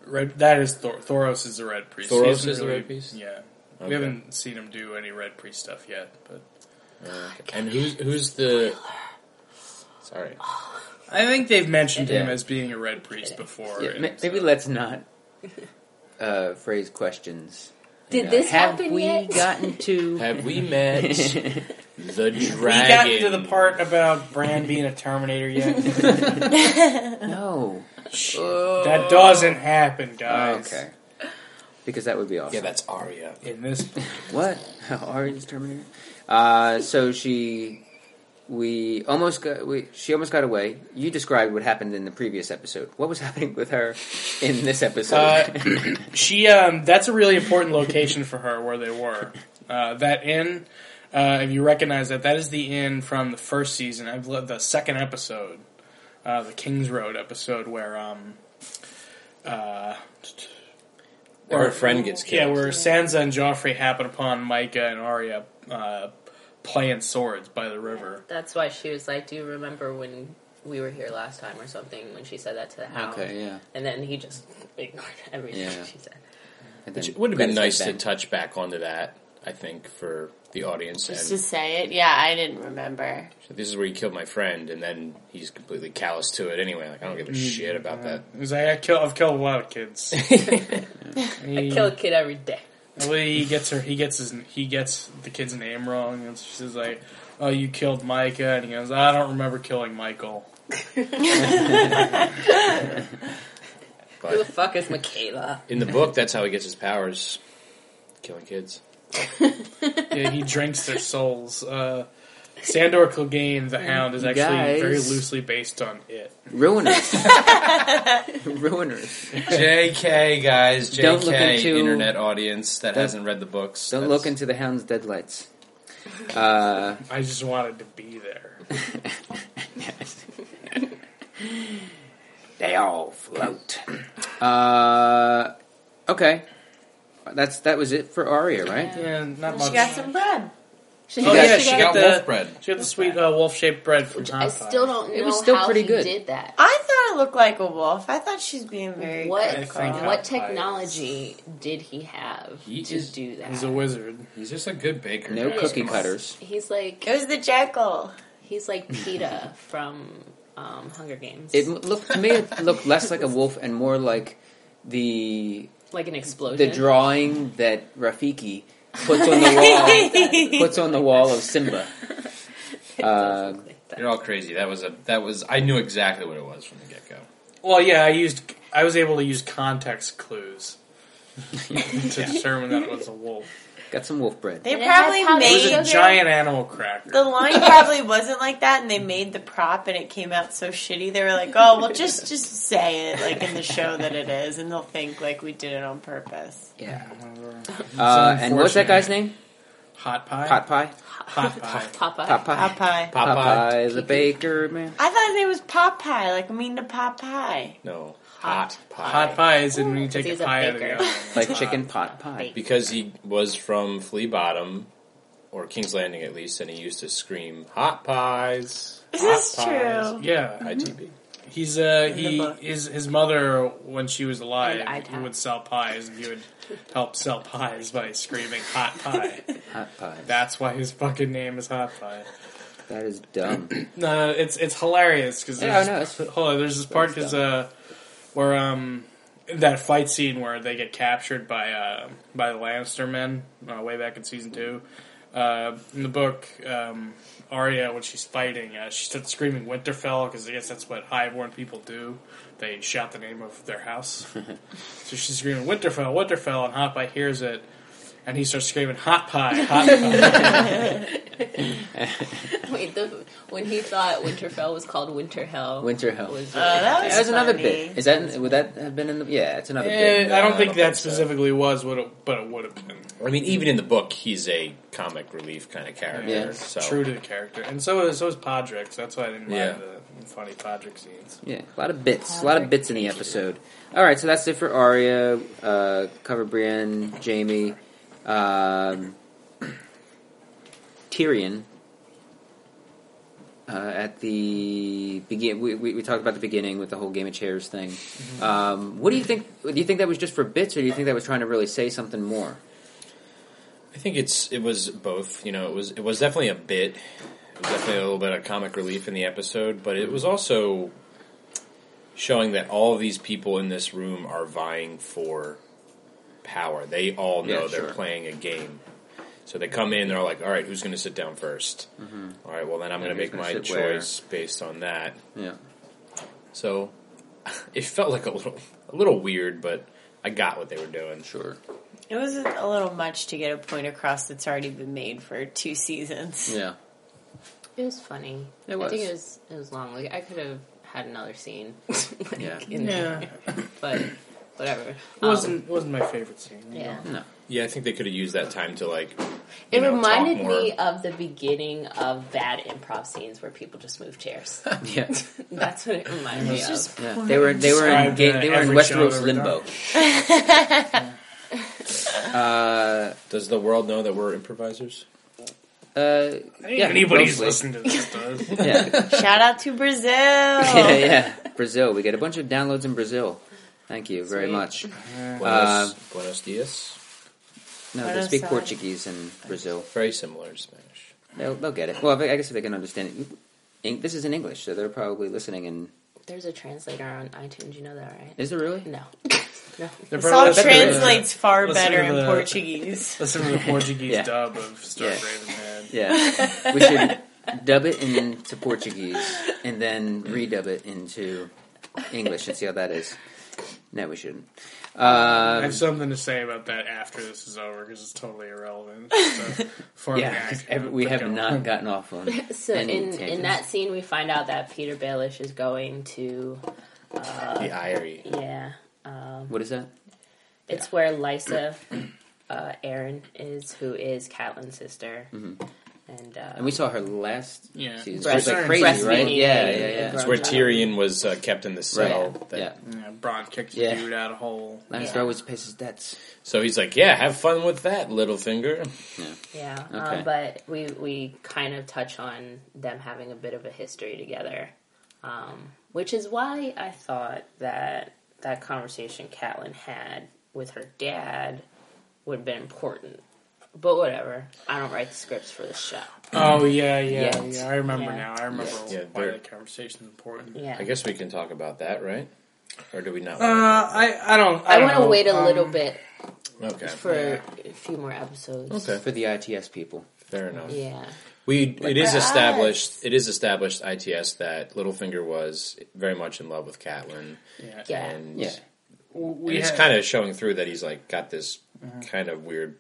[SPEAKER 2] Red. That is Thor- Thoros is the Red Priest. He
[SPEAKER 4] Thoros
[SPEAKER 2] hasn't
[SPEAKER 4] is the Red Priest?
[SPEAKER 2] Yeah, we
[SPEAKER 4] Okay.
[SPEAKER 2] haven't seen him do any Red Priest stuff yet, but
[SPEAKER 4] Uh, and who's who's the? Sorry,
[SPEAKER 2] I think they've mentioned him
[SPEAKER 1] Yeah.
[SPEAKER 2] as being a Red Priest before.
[SPEAKER 1] Yeah,
[SPEAKER 2] and
[SPEAKER 1] ma- maybe let's not uh, phrase questions.
[SPEAKER 3] Did
[SPEAKER 1] Uh,
[SPEAKER 3] this
[SPEAKER 1] have
[SPEAKER 3] happen
[SPEAKER 1] we
[SPEAKER 3] yet?
[SPEAKER 1] gotten to?
[SPEAKER 4] have we met the
[SPEAKER 2] we gotten to
[SPEAKER 4] dragon?
[SPEAKER 2] the part about Bran being a Terminator yet.
[SPEAKER 1] no.
[SPEAKER 2] that doesn't happen, guys.
[SPEAKER 4] Oh,
[SPEAKER 1] Okay. Because that would be awesome.
[SPEAKER 4] Yeah, that's Arya.
[SPEAKER 2] In this,
[SPEAKER 1] What? Orange Terminator. Uh, so she, we almost got. We, she almost got away. You described what happened in the previous episode. What was happening with her in this episode?
[SPEAKER 2] Uh, she um, that's a really important location for her where they were. Uh, that inn, uh, if you recognize that, that is the inn from the first season. I've led the second episode, uh, the Kings Road episode, where um, uh,
[SPEAKER 4] Or a friend gets
[SPEAKER 2] yeah,
[SPEAKER 4] killed.
[SPEAKER 2] where Sansa and Joffrey happen upon Micah and Arya uh, playing swords by the river.
[SPEAKER 3] That's why she was like, "Do you remember when we were here last time or something?" When she said that to the hound.
[SPEAKER 1] Okay, yeah.
[SPEAKER 3] And then he just ignored everything
[SPEAKER 1] Yeah.
[SPEAKER 3] she said.
[SPEAKER 1] And
[SPEAKER 4] Which
[SPEAKER 1] then
[SPEAKER 4] it would have been
[SPEAKER 1] Greta's
[SPEAKER 4] nice
[SPEAKER 1] like
[SPEAKER 4] to
[SPEAKER 1] that.
[SPEAKER 4] touch back onto that. I think for the audience, and
[SPEAKER 5] Just to say it, yeah, I didn't remember.
[SPEAKER 4] this is where he killed my friend, and then he's completely callous to it anyway. Like I don't give
[SPEAKER 1] Mm-hmm.
[SPEAKER 4] a shit about that.
[SPEAKER 2] He's like, I kill, I've killed a lot of kids.
[SPEAKER 3] I
[SPEAKER 2] He-
[SPEAKER 3] kill a kid every day.
[SPEAKER 2] Well, he gets her. He gets his. He gets the kid's name wrong, and she's like, "Oh, you killed Micah," and he goes, "I don't remember killing Michael."
[SPEAKER 3] Who the
[SPEAKER 4] But
[SPEAKER 3] fuck is Michaela?
[SPEAKER 4] in the book, that's how he gets his powers, killing kids.
[SPEAKER 2] Yeah, he drinks their souls. Uh, Sandor Clegane, the Hound, is actually
[SPEAKER 1] Guys.
[SPEAKER 2] very loosely based on it.
[SPEAKER 1] Ruiners. Ruiners.
[SPEAKER 4] Jk, guys, Jk,
[SPEAKER 1] Don't look into-
[SPEAKER 4] internet audience that hasn't read the books.
[SPEAKER 1] Don't
[SPEAKER 4] That's-
[SPEAKER 1] look into the hound's deadlights. Uh,
[SPEAKER 2] I just wanted to be there.
[SPEAKER 1] they all float. Uh, okay, that's that was it for Aria, right?
[SPEAKER 2] Yeah, not much.
[SPEAKER 5] She got some bread.
[SPEAKER 3] She
[SPEAKER 2] Oh,
[SPEAKER 4] Yeah,
[SPEAKER 2] yeah,
[SPEAKER 4] she,
[SPEAKER 2] she got
[SPEAKER 4] got,
[SPEAKER 2] the-
[SPEAKER 4] wolf bread.
[SPEAKER 2] She had the sweet uh, wolf-shaped bread from Tom
[SPEAKER 3] I still don't know
[SPEAKER 1] It was still
[SPEAKER 3] how
[SPEAKER 1] pretty
[SPEAKER 3] he
[SPEAKER 1] good.
[SPEAKER 3] did that.
[SPEAKER 5] I thought it looked like a wolf. I thought she's being very
[SPEAKER 3] What
[SPEAKER 2] think I-
[SPEAKER 5] critical.
[SPEAKER 3] what technology did he have
[SPEAKER 4] He
[SPEAKER 3] to
[SPEAKER 4] is-
[SPEAKER 3] do that?
[SPEAKER 2] He's a wizard.
[SPEAKER 4] He's just a good baker.
[SPEAKER 1] No
[SPEAKER 4] guys.
[SPEAKER 1] cookie
[SPEAKER 4] Come on.
[SPEAKER 1] cutters.
[SPEAKER 3] He's like
[SPEAKER 5] It was the jackal.
[SPEAKER 3] he's like Peta from um, Hunger Games,
[SPEAKER 1] It looked to me it looked less like a wolf and more like the
[SPEAKER 3] like an explosion.
[SPEAKER 1] the drawing that Rafiki puts on the wall puts on the wall of Simba. uh,
[SPEAKER 3] It does look like that.
[SPEAKER 4] You're all crazy. That was a that was. I knew exactly what it was from the get go.
[SPEAKER 2] Well, yeah, I used. I was able to use context clues to determine that it was a wolf.
[SPEAKER 1] Got some wolf bread.
[SPEAKER 5] They
[SPEAKER 3] And it has
[SPEAKER 5] probably
[SPEAKER 3] how they
[SPEAKER 2] It was
[SPEAKER 5] made
[SPEAKER 2] a
[SPEAKER 3] Okay.
[SPEAKER 2] giant animal cracker.
[SPEAKER 5] the line probably wasn't like that, and they made the prop, and it came out so shitty. They were like, "Oh, well, just just say it like in the show that it is, and they'll think like we did it on purpose."
[SPEAKER 1] Yeah. Uh, and what's that
[SPEAKER 2] unfortunate.
[SPEAKER 1] guy's name?
[SPEAKER 2] Hot pie?
[SPEAKER 1] Pot pie.
[SPEAKER 2] Hot pie.
[SPEAKER 3] Popeye.
[SPEAKER 1] Pot pie. Pot
[SPEAKER 4] Popeye.
[SPEAKER 5] Popeye.
[SPEAKER 1] pie is a baker man.
[SPEAKER 5] I thought his name was Popeye, like I mean the Popeye.
[SPEAKER 4] No,
[SPEAKER 3] Hot
[SPEAKER 4] hot pie.
[SPEAKER 2] Hot pie is in when you take
[SPEAKER 3] He's
[SPEAKER 2] the
[SPEAKER 3] a
[SPEAKER 2] pie out of the
[SPEAKER 3] baker.
[SPEAKER 2] oven.
[SPEAKER 1] Like chicken pot pie.
[SPEAKER 4] because he was from Flea Bottom or King's Landing at least, and he used to scream "Hot pies."
[SPEAKER 5] This
[SPEAKER 4] hot
[SPEAKER 5] is
[SPEAKER 4] pies."
[SPEAKER 5] true.
[SPEAKER 2] Yeah.
[SPEAKER 4] ITB.
[SPEAKER 2] He's uh
[SPEAKER 5] the
[SPEAKER 2] he
[SPEAKER 5] book.
[SPEAKER 2] his his mother when she was
[SPEAKER 3] And eye
[SPEAKER 2] alive he
[SPEAKER 3] tap.
[SPEAKER 2] would sell pies and he would help sell pies by screaming hot pie.
[SPEAKER 1] Hot pie.
[SPEAKER 2] That's why his fucking name is hot pie.
[SPEAKER 1] That is dumb.
[SPEAKER 2] No, no, it's it's hilarious because
[SPEAKER 1] Yeah, I
[SPEAKER 2] there's,
[SPEAKER 1] know, it's-
[SPEAKER 2] hold on, there's this part
[SPEAKER 1] it's
[SPEAKER 2] because uh, where um that fight scene where they get captured by uh by the Lannister men uh, way back in season two. Uh, in the book, um, Arya when she's fighting, uh, she starts screaming Winterfell because I guess that's what highborn people do. They shout the name of their house. so she's screaming Winterfell, Winterfell, and Hot Pie hears it, and he starts screaming Hot Pie, Hot Pie.
[SPEAKER 3] Wait, the, when he thought Winterfell was called Winter Hell.
[SPEAKER 1] Winter hell.
[SPEAKER 3] was
[SPEAKER 5] Oh, that was,
[SPEAKER 1] That was another
[SPEAKER 5] funny.
[SPEAKER 1] bit. Is that would that have been in the? Yeah, it's another
[SPEAKER 4] Eh,
[SPEAKER 1] bit.
[SPEAKER 2] I don't
[SPEAKER 4] I
[SPEAKER 2] think
[SPEAKER 4] don't
[SPEAKER 2] that
[SPEAKER 4] think so.
[SPEAKER 2] specifically was what, it, but it would have been.
[SPEAKER 4] I mean, even in the book, he's a comic relief kind of character.
[SPEAKER 1] Yeah.
[SPEAKER 4] so
[SPEAKER 2] True to the character, and so is so is Podrick. So that's why I didn't
[SPEAKER 4] Yeah.
[SPEAKER 2] mind the funny Podrick scenes.
[SPEAKER 1] Yeah, a lot of bits, a lot of bits in the episode. All right, so that's it for Arya. Uh, cover Brienne, Jamie, um, Tyrion. Uh, at the begin, we, we, we talked about the beginning with the whole Game of Chairs thing. Um, what do you think? Do you think that was just for bits, or do you think that was trying to really say something more?
[SPEAKER 4] I think it's it was both. You know, it was it was definitely a bit. It was definitely a little bit of comic relief in the episode, but it was also showing that all these people in this room are vying for power. They all know
[SPEAKER 1] Yeah,
[SPEAKER 4] they're
[SPEAKER 1] sure.
[SPEAKER 4] playing a game. So they come in, they're all like, "All right, who's going to sit down 1st All right, well then I'm
[SPEAKER 1] And
[SPEAKER 4] going to
[SPEAKER 1] Mm-hmm. who's
[SPEAKER 4] make
[SPEAKER 1] gonna
[SPEAKER 4] my
[SPEAKER 1] sit where?"
[SPEAKER 4] choice based on that."
[SPEAKER 1] Yeah,
[SPEAKER 4] So it felt like a little a little weird, but I got what they were doing.
[SPEAKER 1] sure.
[SPEAKER 5] It was a little much to get a point across that's already been made for two seasons.
[SPEAKER 1] Yeah,
[SPEAKER 3] It was funny.
[SPEAKER 1] It
[SPEAKER 3] I think
[SPEAKER 1] was.
[SPEAKER 3] it was it was long. Like I could have had another scene. like,
[SPEAKER 1] Yeah.
[SPEAKER 3] in there. But whatever.
[SPEAKER 2] It wasn't wasn't my favorite scene. you
[SPEAKER 3] Um, Yeah.
[SPEAKER 2] know.
[SPEAKER 4] Yeah, I think they could have used that time to like. you
[SPEAKER 3] It
[SPEAKER 4] know, talk
[SPEAKER 3] reminded
[SPEAKER 4] more.
[SPEAKER 3] me of the beginning of bad improv scenes where people just move chairs.
[SPEAKER 1] Yeah,
[SPEAKER 3] That's what it reminded me
[SPEAKER 5] It's just
[SPEAKER 1] yeah. They were they were in
[SPEAKER 2] Described,
[SPEAKER 1] ga-
[SPEAKER 2] uh,
[SPEAKER 1] they were in
[SPEAKER 2] every show I've
[SPEAKER 1] Westeros
[SPEAKER 2] ever
[SPEAKER 1] limbo. uh,
[SPEAKER 4] Does the world know that we're improvisers?
[SPEAKER 1] uh,
[SPEAKER 2] I think
[SPEAKER 1] yeah,
[SPEAKER 2] anybody's
[SPEAKER 1] mostly.
[SPEAKER 2] listened to this does.
[SPEAKER 1] Uh, Yeah.
[SPEAKER 5] Shout out to Brazil.
[SPEAKER 3] Oh.
[SPEAKER 1] yeah, yeah. Brazil. We get a bunch of downloads in Brazil. Thank you very
[SPEAKER 3] Sweet.
[SPEAKER 1] much.
[SPEAKER 4] Buenos, buenos dias.
[SPEAKER 1] No, they
[SPEAKER 5] Buenos
[SPEAKER 1] speak
[SPEAKER 5] Aires.
[SPEAKER 1] Portuguese in Brazil.
[SPEAKER 4] Very similar to Spanish.
[SPEAKER 1] They'll, they'll get it. Well, I guess if they can understand it. In- This is in English, so they're probably listening in.
[SPEAKER 3] There's a translator on iTunes. You know that, right?
[SPEAKER 1] Is there really?
[SPEAKER 3] No. no.
[SPEAKER 2] They're
[SPEAKER 5] This all
[SPEAKER 2] probably listening to the-
[SPEAKER 5] translates far
[SPEAKER 2] listen
[SPEAKER 5] better
[SPEAKER 2] to
[SPEAKER 5] in
[SPEAKER 2] the-
[SPEAKER 5] Portuguese.
[SPEAKER 2] Listen to the Portuguese
[SPEAKER 1] Yeah.
[SPEAKER 2] dub of Star
[SPEAKER 1] Yeah.
[SPEAKER 2] Ravenhead.
[SPEAKER 1] Yeah. we should dub it into Portuguese and then redub it into English and see how that is. No, we shouldn't.
[SPEAKER 2] I
[SPEAKER 1] Uh,
[SPEAKER 2] have something to say about that after this is over because it's totally irrelevant. So, far
[SPEAKER 1] yeah,
[SPEAKER 2] back,
[SPEAKER 1] every- we
[SPEAKER 2] but
[SPEAKER 1] have
[SPEAKER 2] go
[SPEAKER 1] not
[SPEAKER 2] on.
[SPEAKER 1] gotten off on.
[SPEAKER 3] So
[SPEAKER 1] any
[SPEAKER 3] in in
[SPEAKER 1] tangents.
[SPEAKER 3] that scene, we find out that Peter Baelish is going to
[SPEAKER 4] the IRE.
[SPEAKER 3] yeah.
[SPEAKER 1] What is that?
[SPEAKER 3] It's where Lysa, uh, Aaron is, who is Catelyn's sister, and uh,
[SPEAKER 1] And we saw her last
[SPEAKER 2] Yeah.
[SPEAKER 1] season.
[SPEAKER 3] Breast-
[SPEAKER 1] she was like crazy,
[SPEAKER 3] breast
[SPEAKER 1] right?
[SPEAKER 3] meeting
[SPEAKER 1] Yeah,
[SPEAKER 3] and-
[SPEAKER 1] yeah, yeah.
[SPEAKER 3] and
[SPEAKER 4] It's where
[SPEAKER 3] Right.
[SPEAKER 4] Tyrion was uh, kept in the cell.
[SPEAKER 1] Right.
[SPEAKER 4] that-
[SPEAKER 1] Yeah.
[SPEAKER 2] Yeah, Bron kicked
[SPEAKER 1] Yeah. Um,
[SPEAKER 2] the dude out a hole.
[SPEAKER 1] Lannister
[SPEAKER 3] Yeah.
[SPEAKER 1] always pays his debts.
[SPEAKER 4] So he's like, "Yeah, have fun with that, Littlefinger."
[SPEAKER 3] yeah.
[SPEAKER 1] Okay.
[SPEAKER 3] Um, but we we kind of touch on them having a bit of a history together, um, which is why I thought that that conversation Catelyn had with her dad would have been important. But whatever, I don't write the scripts for the show.
[SPEAKER 2] Oh yeah, yeah,
[SPEAKER 1] Yet.
[SPEAKER 2] yeah. I remember
[SPEAKER 3] Yeah.
[SPEAKER 2] now. I remember
[SPEAKER 4] Yeah,
[SPEAKER 2] why
[SPEAKER 4] they're-
[SPEAKER 2] that conversation's important.
[SPEAKER 3] Yeah,
[SPEAKER 4] I guess we can talk about that, right? Or do we not?
[SPEAKER 2] Uh, I I don't. I,
[SPEAKER 3] I
[SPEAKER 2] don't
[SPEAKER 3] want to
[SPEAKER 2] know.
[SPEAKER 3] wait a
[SPEAKER 2] Um,
[SPEAKER 3] little bit
[SPEAKER 4] okay,
[SPEAKER 3] Uh, for a few more episodes.
[SPEAKER 4] Okay.
[SPEAKER 1] For the ITS people.
[SPEAKER 4] fair enough.
[SPEAKER 3] Yeah.
[SPEAKER 4] We it is
[SPEAKER 5] their
[SPEAKER 4] established. It is established. Its that Littlefinger was very much in love with Catelyn,
[SPEAKER 2] Yeah.
[SPEAKER 3] Yeah.
[SPEAKER 4] and
[SPEAKER 1] Yeah.
[SPEAKER 2] We
[SPEAKER 4] and it's
[SPEAKER 2] had-
[SPEAKER 4] kind of showing through that he's like got this kind of weird,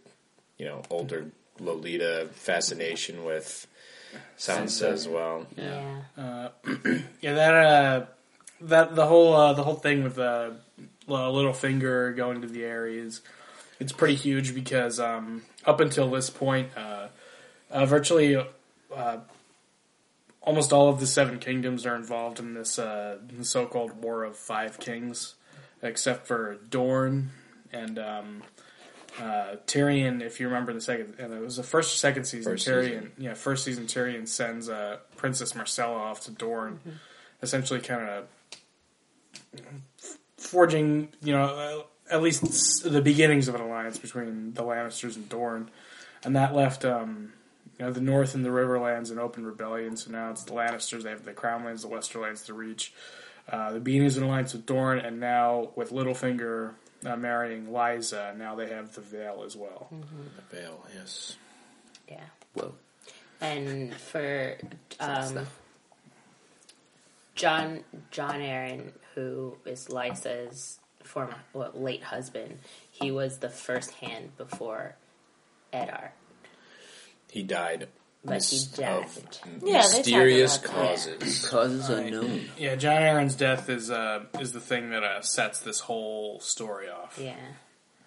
[SPEAKER 4] you know, older Lolita fascination with Sansa as well.
[SPEAKER 3] Yeah.
[SPEAKER 2] Yeah, that uh, that the whole uh, the whole thing with uh, L- Littlefinger going to the Aries, it's pretty huge because um, up until this point, uh, uh, virtually uh, almost all of the Seven Kingdoms are involved in this uh, so-called War of Five Kings, except for Dorne and. Um, uh, Tyrion, if you remember the second, and it was the first or second season.
[SPEAKER 4] First
[SPEAKER 2] Tyrion,
[SPEAKER 4] season.
[SPEAKER 2] yeah, first season. Tyrion sends uh, Princess Marcella off to Dorne, essentially kind of forging, you know, uh, at least s- the beginnings of an alliance between the Lannisters and Dorne, and that left um, you know the North and the Riverlands in open rebellion. So now it's the Lannisters; they have the Crownlands, the Westerlands to reach. Uh, the Beanies in alliance with Dorne, and now with Littlefinger uh, marrying Lysa, now they have the Vale as well.
[SPEAKER 1] Hmm.
[SPEAKER 4] The veil, yes.
[SPEAKER 3] Yeah.
[SPEAKER 1] Whoa.
[SPEAKER 3] and for um, John John Aaron, who is Lysa's former well, late husband, he was the first hand before Edar,
[SPEAKER 4] He died.
[SPEAKER 3] but he
[SPEAKER 4] mis-
[SPEAKER 3] died.
[SPEAKER 4] of
[SPEAKER 5] they talk
[SPEAKER 4] mysterious
[SPEAKER 5] about that.
[SPEAKER 4] causes.
[SPEAKER 1] Causes unknown.
[SPEAKER 2] Yeah, John Aaron's death is uh, is the thing that uh, sets this whole story off.
[SPEAKER 3] Yeah,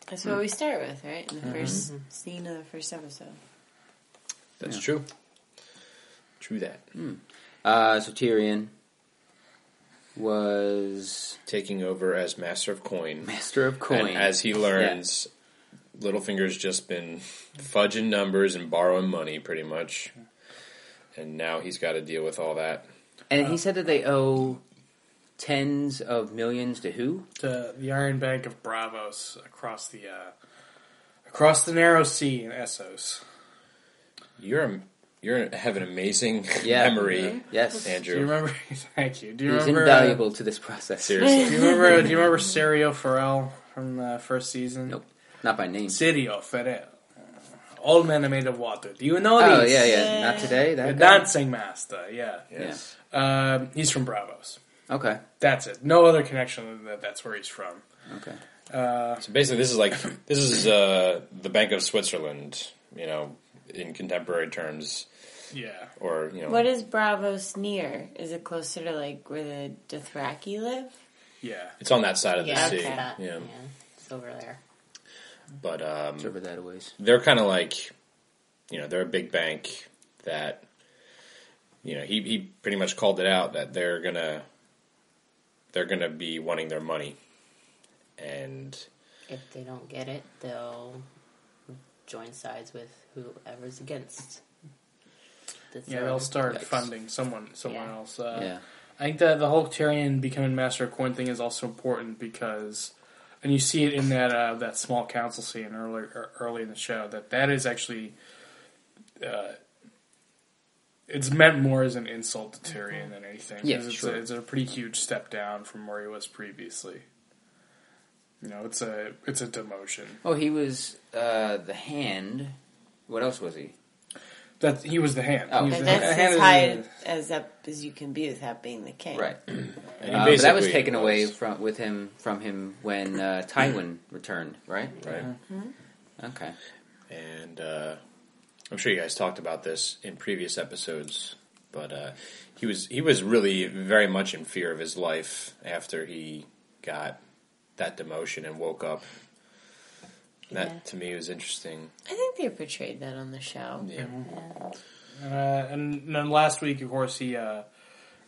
[SPEAKER 5] That's what we start with, right?
[SPEAKER 2] Mm-hmm.
[SPEAKER 5] In the first scene of the first episode.
[SPEAKER 4] That's true. True that.
[SPEAKER 1] Uh, so Tyrion was
[SPEAKER 4] Taking over as master of coin,
[SPEAKER 1] master of coin.
[SPEAKER 4] and as he learns, Littlefinger's just been fudging numbers and borrowing money, pretty much. And now he's got to deal with all that.
[SPEAKER 1] And he said that they owe tens of millions to who?
[SPEAKER 2] The the Iron Bank of Bravos across the uh, across the narrow sea in Essos.
[SPEAKER 4] You're you're have an amazing
[SPEAKER 1] Yeah.
[SPEAKER 4] memory,
[SPEAKER 1] Yes.
[SPEAKER 2] Do you
[SPEAKER 4] Andrew.
[SPEAKER 2] remember? Thank you. Do you
[SPEAKER 1] He's
[SPEAKER 2] remember? uh,
[SPEAKER 1] invaluable to this process.
[SPEAKER 4] Seriously,
[SPEAKER 2] do you remember? uh, Do you remember Serio Farrell from the first season?
[SPEAKER 1] Nope. Not by name.
[SPEAKER 2] Serio Farrell. All men are made of water. Do you know
[SPEAKER 1] Oh
[SPEAKER 2] this?
[SPEAKER 1] yeah, yeah. Not today.
[SPEAKER 2] The
[SPEAKER 1] That guy?
[SPEAKER 2] dancing master. Yeah.
[SPEAKER 4] yes.
[SPEAKER 2] Um, he's from Bravos.
[SPEAKER 1] Okay.
[SPEAKER 2] That's it. No other connection than that. That's where he's from.
[SPEAKER 1] Okay.
[SPEAKER 4] So basically, this is like this is uh, the Bank of Switzerland, you know, in contemporary terms,
[SPEAKER 2] Yeah.
[SPEAKER 4] or you know,
[SPEAKER 5] What is Bravos near? Is it closer to like where the Dothraki live?
[SPEAKER 2] Yeah.
[SPEAKER 4] It's on that side of
[SPEAKER 3] yeah,
[SPEAKER 4] the
[SPEAKER 5] okay.
[SPEAKER 4] sea.
[SPEAKER 3] that-
[SPEAKER 4] Yeah.
[SPEAKER 3] it's over there.
[SPEAKER 4] But um,
[SPEAKER 1] It's over that a ways.
[SPEAKER 4] they're kind of like, you know, they're a big bank that, you know, he, he pretty much called it out that they're gonna, they're gonna be wanting their money, and
[SPEAKER 3] If they don't get it, they'll join sides with whoever's against. That's
[SPEAKER 2] Yeah,
[SPEAKER 3] all.
[SPEAKER 2] they'll start
[SPEAKER 1] Yikes.
[SPEAKER 2] funding someone someone
[SPEAKER 3] Yeah.
[SPEAKER 2] else. Uh,
[SPEAKER 1] yeah.
[SPEAKER 2] I think that the whole Tyrion becoming Master of Coin thing is also important because, and you see it in that uh, that small council scene earlier er, early in the show that that is actually, uh, it's meant more as an insult to Tyrion than anything.
[SPEAKER 1] Mm-hmm.
[SPEAKER 2] 'cause
[SPEAKER 1] Yeah,
[SPEAKER 2] it's,
[SPEAKER 1] sure.
[SPEAKER 2] a, it's a pretty huge step down from where he was previously. You know, it's a it's a demotion.
[SPEAKER 1] Oh, he was uh, the hand. What else was he?
[SPEAKER 2] That he was the hand.
[SPEAKER 1] Oh.
[SPEAKER 2] He was
[SPEAKER 5] And
[SPEAKER 2] the
[SPEAKER 5] that's
[SPEAKER 2] hand
[SPEAKER 5] as
[SPEAKER 2] is
[SPEAKER 5] high
[SPEAKER 2] the-
[SPEAKER 5] as up as you can be without being the king.
[SPEAKER 1] Right.
[SPEAKER 4] and he
[SPEAKER 1] Uh, but that was
[SPEAKER 4] basically
[SPEAKER 1] taken away
[SPEAKER 4] was-
[SPEAKER 1] from with him from him when uh, Tywin returned, right?
[SPEAKER 4] right?
[SPEAKER 1] Okay.
[SPEAKER 4] and uh, I'm sure you guys talked about this in previous episodes, but uh, he was he was really very much in fear of his life after he got that demotion and woke up. That
[SPEAKER 5] Yeah.
[SPEAKER 4] to me was interesting.
[SPEAKER 5] I think they portrayed that on the show.
[SPEAKER 4] Yeah,
[SPEAKER 2] Uh, and then last week, of course, he uh,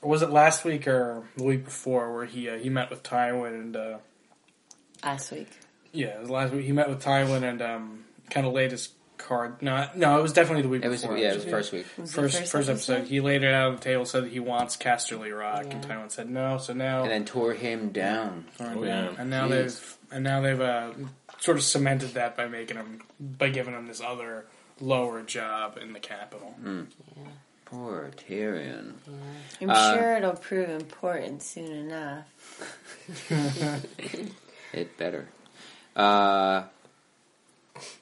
[SPEAKER 2] or was it last week or the week before where he uh, he met with Tywin and uh,
[SPEAKER 5] Last week.
[SPEAKER 2] yeah, it was last week he met with Tywin and um, kind of laid his card. No, no, it was definitely the week
[SPEAKER 1] It was
[SPEAKER 2] before.
[SPEAKER 1] yeah, it was first week.
[SPEAKER 5] Was the
[SPEAKER 2] First, first, episode. he laid it out on the table, said that he wants Casterly Rock, and
[SPEAKER 3] Yeah.
[SPEAKER 2] Tywin said no. So now,
[SPEAKER 1] And then tore him down.
[SPEAKER 2] and,
[SPEAKER 4] Oh, yeah.
[SPEAKER 2] now
[SPEAKER 1] Jeez.
[SPEAKER 2] they've and now they've uh, sort of cemented that by making him by giving him this other lower job in the capital.
[SPEAKER 1] Mm.
[SPEAKER 3] Yeah,
[SPEAKER 1] Poor Tyrion.
[SPEAKER 3] yeah.
[SPEAKER 5] I'm
[SPEAKER 1] Uh,
[SPEAKER 5] sure it'll prove important soon enough.
[SPEAKER 1] It better. Uh,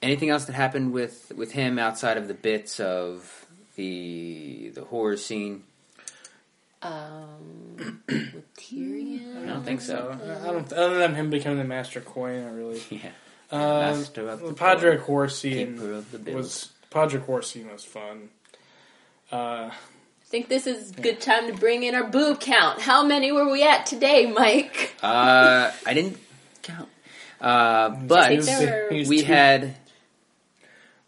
[SPEAKER 1] anything else that happened with with him outside of the bits of the the horror scene?
[SPEAKER 3] Um, with Tyrion.
[SPEAKER 1] Mm, I don't think so.
[SPEAKER 2] I don't, other than him becoming the master coin, I really.
[SPEAKER 1] Yeah.
[SPEAKER 2] Uh,
[SPEAKER 1] Master of
[SPEAKER 2] the
[SPEAKER 1] the
[SPEAKER 2] Padre
[SPEAKER 1] board. Keeper
[SPEAKER 2] Corsi
[SPEAKER 1] of the bills.
[SPEAKER 2] was Padre Corsi was fun. Uh,
[SPEAKER 3] I think this is a good time to bring in our boob count. How many were we at today, Mike?
[SPEAKER 1] Uh, I didn't count. Uh, but
[SPEAKER 3] think there were-
[SPEAKER 1] we had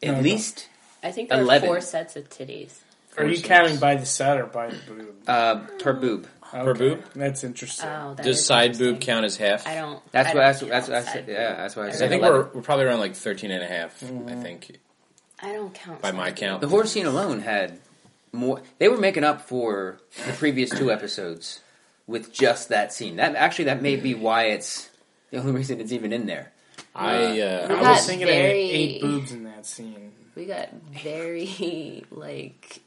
[SPEAKER 2] No, no.
[SPEAKER 1] at least
[SPEAKER 3] I think there
[SPEAKER 1] Eleven.
[SPEAKER 3] were four sets of titties.
[SPEAKER 2] are you
[SPEAKER 1] Corsis.
[SPEAKER 2] counting by the set or by the boob?
[SPEAKER 1] uh, per boob.
[SPEAKER 2] Per
[SPEAKER 4] boob?
[SPEAKER 2] That's interesting.
[SPEAKER 3] Oh, that
[SPEAKER 4] does
[SPEAKER 3] is
[SPEAKER 4] side boob
[SPEAKER 3] interesting.
[SPEAKER 4] count as half?
[SPEAKER 3] I don't.
[SPEAKER 1] That's
[SPEAKER 3] I
[SPEAKER 1] what
[SPEAKER 3] don't
[SPEAKER 1] that's, that's,
[SPEAKER 3] count
[SPEAKER 1] that's,
[SPEAKER 3] side
[SPEAKER 1] yeah, that's why I
[SPEAKER 4] I
[SPEAKER 1] said.
[SPEAKER 4] think
[SPEAKER 1] 11.
[SPEAKER 4] we're, we're probably around like 13 and a half, I think,
[SPEAKER 3] boob. I don't count
[SPEAKER 4] by
[SPEAKER 3] side
[SPEAKER 4] my
[SPEAKER 3] boob.
[SPEAKER 4] count.
[SPEAKER 1] the horse scene alone had more. They were making up for the previous two episodes with just that scene. That actually that may be why it's the only reason it's even in there.
[SPEAKER 4] I, uh,
[SPEAKER 2] I
[SPEAKER 4] I
[SPEAKER 3] got
[SPEAKER 2] was thinking I had
[SPEAKER 3] very-
[SPEAKER 2] eight boobs in that scene.
[SPEAKER 3] We got very like.